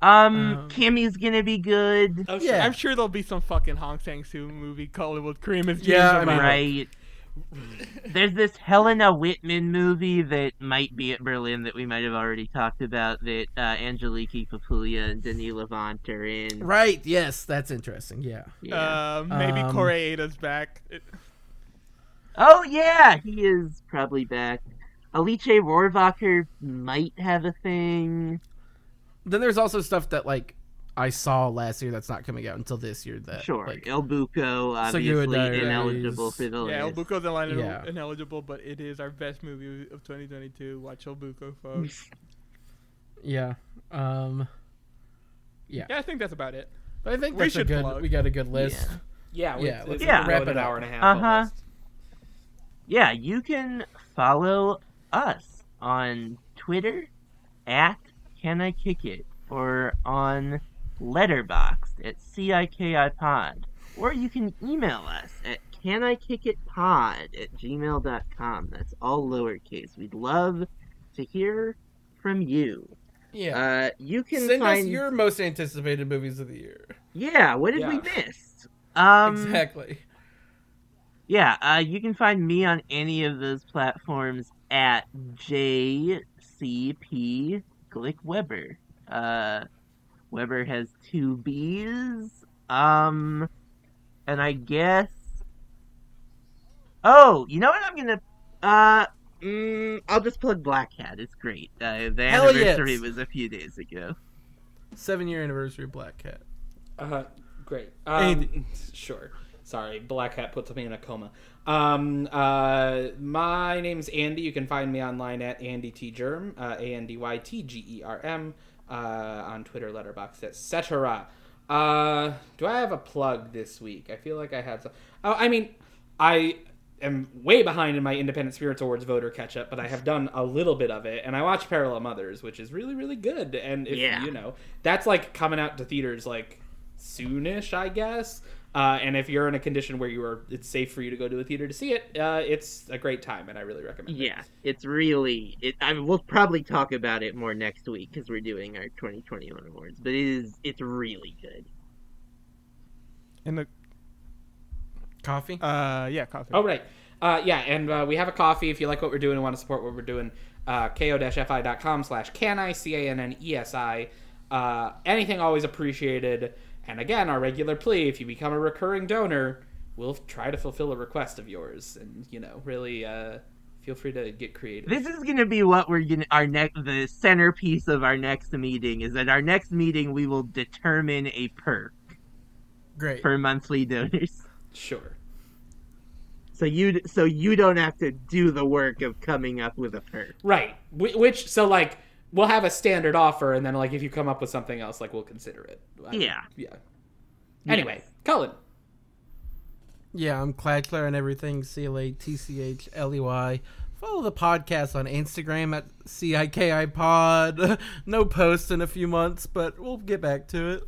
Speaker 3: Um,
Speaker 6: Um,
Speaker 3: Kimmy's gonna be good.
Speaker 8: Oh,
Speaker 6: Yeah.
Speaker 5: I'm sure there'll be some fucking Hong Sang Soo movie called with cream as James.
Speaker 6: Yeah, I
Speaker 5: Earl
Speaker 6: mean,
Speaker 5: Jones.
Speaker 3: Right. There's this Helena Whitman movie that might be at Berlin that we might have already talked about that uh, Angeliki Papulia and Denis Levant are in.
Speaker 6: right? Yes, that's interesting. Yeah.
Speaker 3: Yeah.
Speaker 5: Uh, maybe
Speaker 6: Um,
Speaker 5: Corey Ada's back. It-
Speaker 3: oh yeah, he is probably back. Alice Rohrwacher might have a thing.
Speaker 6: Then there's also stuff that like I saw last year that's not coming out until this year. That
Speaker 3: Sure,
Speaker 6: like,
Speaker 3: El Buco
Speaker 6: Segura
Speaker 3: obviously
Speaker 6: Diaries.
Speaker 3: ineligible for
Speaker 6: Oh,
Speaker 3: the
Speaker 5: yeah, El
Speaker 3: list.
Speaker 5: Buco's ineligible,
Speaker 6: Yeah.
Speaker 5: ineligible, but it is our best movie of 2022. Watch El Buco, folks.
Speaker 6: [LAUGHS] yeah. Um,
Speaker 5: yeah, I think that's about it.
Speaker 6: but I think
Speaker 5: We
Speaker 6: that's a
Speaker 5: should
Speaker 6: good.
Speaker 5: plug.
Speaker 6: We got a good list.
Speaker 3: Yeah.
Speaker 8: Yeah, we,
Speaker 6: Yeah,
Speaker 8: it's
Speaker 3: yeah.
Speaker 8: been
Speaker 6: Wrap
Speaker 8: an
Speaker 6: it up.
Speaker 8: hour and a half.
Speaker 3: Uh-huh.
Speaker 8: almost.
Speaker 3: yeah, you can follow us on Twitter at Can I Kick It or on Letterboxd at CIKI Pod. Or you can email us at can I kick it pod at gmail.com. That's all lowercase. We'd love to hear from you. Uh,
Speaker 6: Yeah.
Speaker 3: you can
Speaker 6: Send
Speaker 3: find
Speaker 6: us your most anticipated movies of the year.
Speaker 3: Yeah, what did we
Speaker 8: Yeah.
Speaker 3: miss? Um
Speaker 6: exactly.
Speaker 3: Yeah, uh, you can find me on any of those platforms at JCP Glick Weber. Uh, Weber has two B's. Um, and I guess. Oh, you know what? I'm gonna. Uh, mm, I'll just plug Black Hat. It's great. Uh, the
Speaker 6: Hell yes.
Speaker 3: anniversary was a few days ago.
Speaker 6: Seven year anniversary of Black Cat.
Speaker 8: Uh,
Speaker 4: Uh-huh. Great. Um, sure. Sorry, Black Hat puts me in a coma. Um, uh, my name's Andy. You can find me online at Andy T Germ, uh, A N D Y T G E R M, uh, on Twitter, Letterboxd, etc. Uh, do I have a plug this week? I feel like I had some. Oh, I mean, I am way behind in my Independent Spirits Awards voter catch up, but I have done a little bit of it, and I watched Parallel Mothers, which is really, really good. And if
Speaker 9: Yeah.
Speaker 4: you know, that's like coming out to theaters like soonish, I guess. Uh, and if you're in a condition where you are, it's safe for you to go to a theater to see it. Uh, it's a great time, and I really recommend. it.
Speaker 9: Yeah, it's really. It, I mean, we'll probably talk about it more next week because we're doing our 2021 awards. But it is. It's really good.
Speaker 5: And the
Speaker 6: Coffee?
Speaker 5: uh, yeah, coffee.
Speaker 4: Oh, right. Uh, yeah, and uh, we have a coffee if you like what we're doing and want to support what we're doing. Uh, ko-fi.com slash cani, C-A-N-N-E-S-I. E Uh, anything always appreciated. And again, our regular plea, if you become a recurring donor, we'll try to fulfill a request of yours. And, you know, really uh, feel free to get creative.
Speaker 3: This is gonna be what we're gonna our next the centerpiece of our next meeting is that our next meeting we will determine a perk
Speaker 6: Great.
Speaker 3: for monthly donors. [LAUGHS]
Speaker 4: Sure.
Speaker 3: So you so you don't have to do the work of coming up with a perk.
Speaker 4: Right. Wh- Which, so, like, we'll have a standard offer, and then, like, if you come up with something else, like, we'll consider it. I-
Speaker 3: Yeah.
Speaker 4: Yeah. Anyway, Colin.
Speaker 6: Yeah, I'm Clatchler and everything. C L A T C H L E Y. Follow the podcast on Instagram at C I K I Pod. [LAUGHS] no posts in a few months, but we'll get back to it.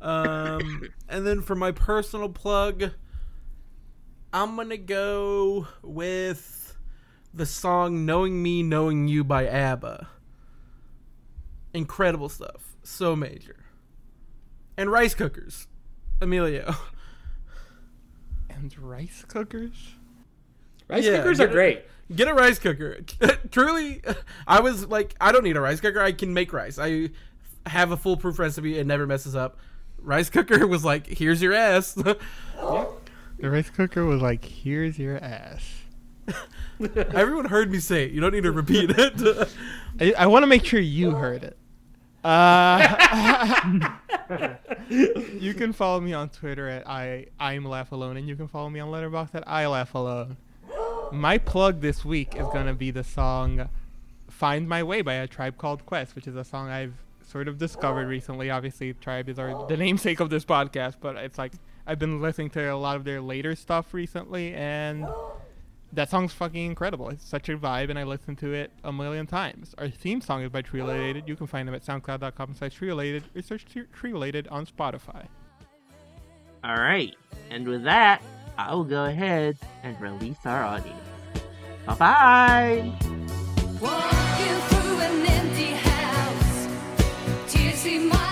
Speaker 6: Um, and then for my personal plug, I'm gonna go with the song "Knowing Me, Knowing You" by ABBA. Incredible stuff. So major. And rice cookers, Emilio. [LAUGHS]
Speaker 5: And rice cookers.
Speaker 4: Rice
Speaker 6: Yeah,
Speaker 4: cookers are
Speaker 6: get it-
Speaker 4: great.
Speaker 6: Get a rice cooker. [LAUGHS] Truly, I was like, I don't need a rice cooker. I can make rice. I have a foolproof recipe. It never messes up. Rice [LAUGHS] cooker was like, here's your ass. [LAUGHS] Oh.
Speaker 5: The rice cooker was like, "Here's your ass."
Speaker 6: Everyone heard me say it. You don't need to repeat it. [LAUGHS]
Speaker 5: I, I want to make sure you heard it. Uh, [LAUGHS] you can follow me on Twitter at I I'm laugh alone, and you can follow me on Letterboxd at I laugh alone. My plug this week is gonna be the song "Find My Way" by A Tribe Called Quest, which is a song I've sort of discovered recently. Obviously, Tribe is our, the namesake of this podcast, but it's like I've been listening to a lot of their later stuff recently, and that song's fucking incredible. It's such a vibe, and I listen to it a million times. Our theme song is by Tree Related. You can find them at soundcloud.com slash Tree Related or search Tree Related on Spotify.
Speaker 3: All right, and with that, I will go ahead and release our audience. Bye bye.
Speaker 10: Walking through an empty house, tears in my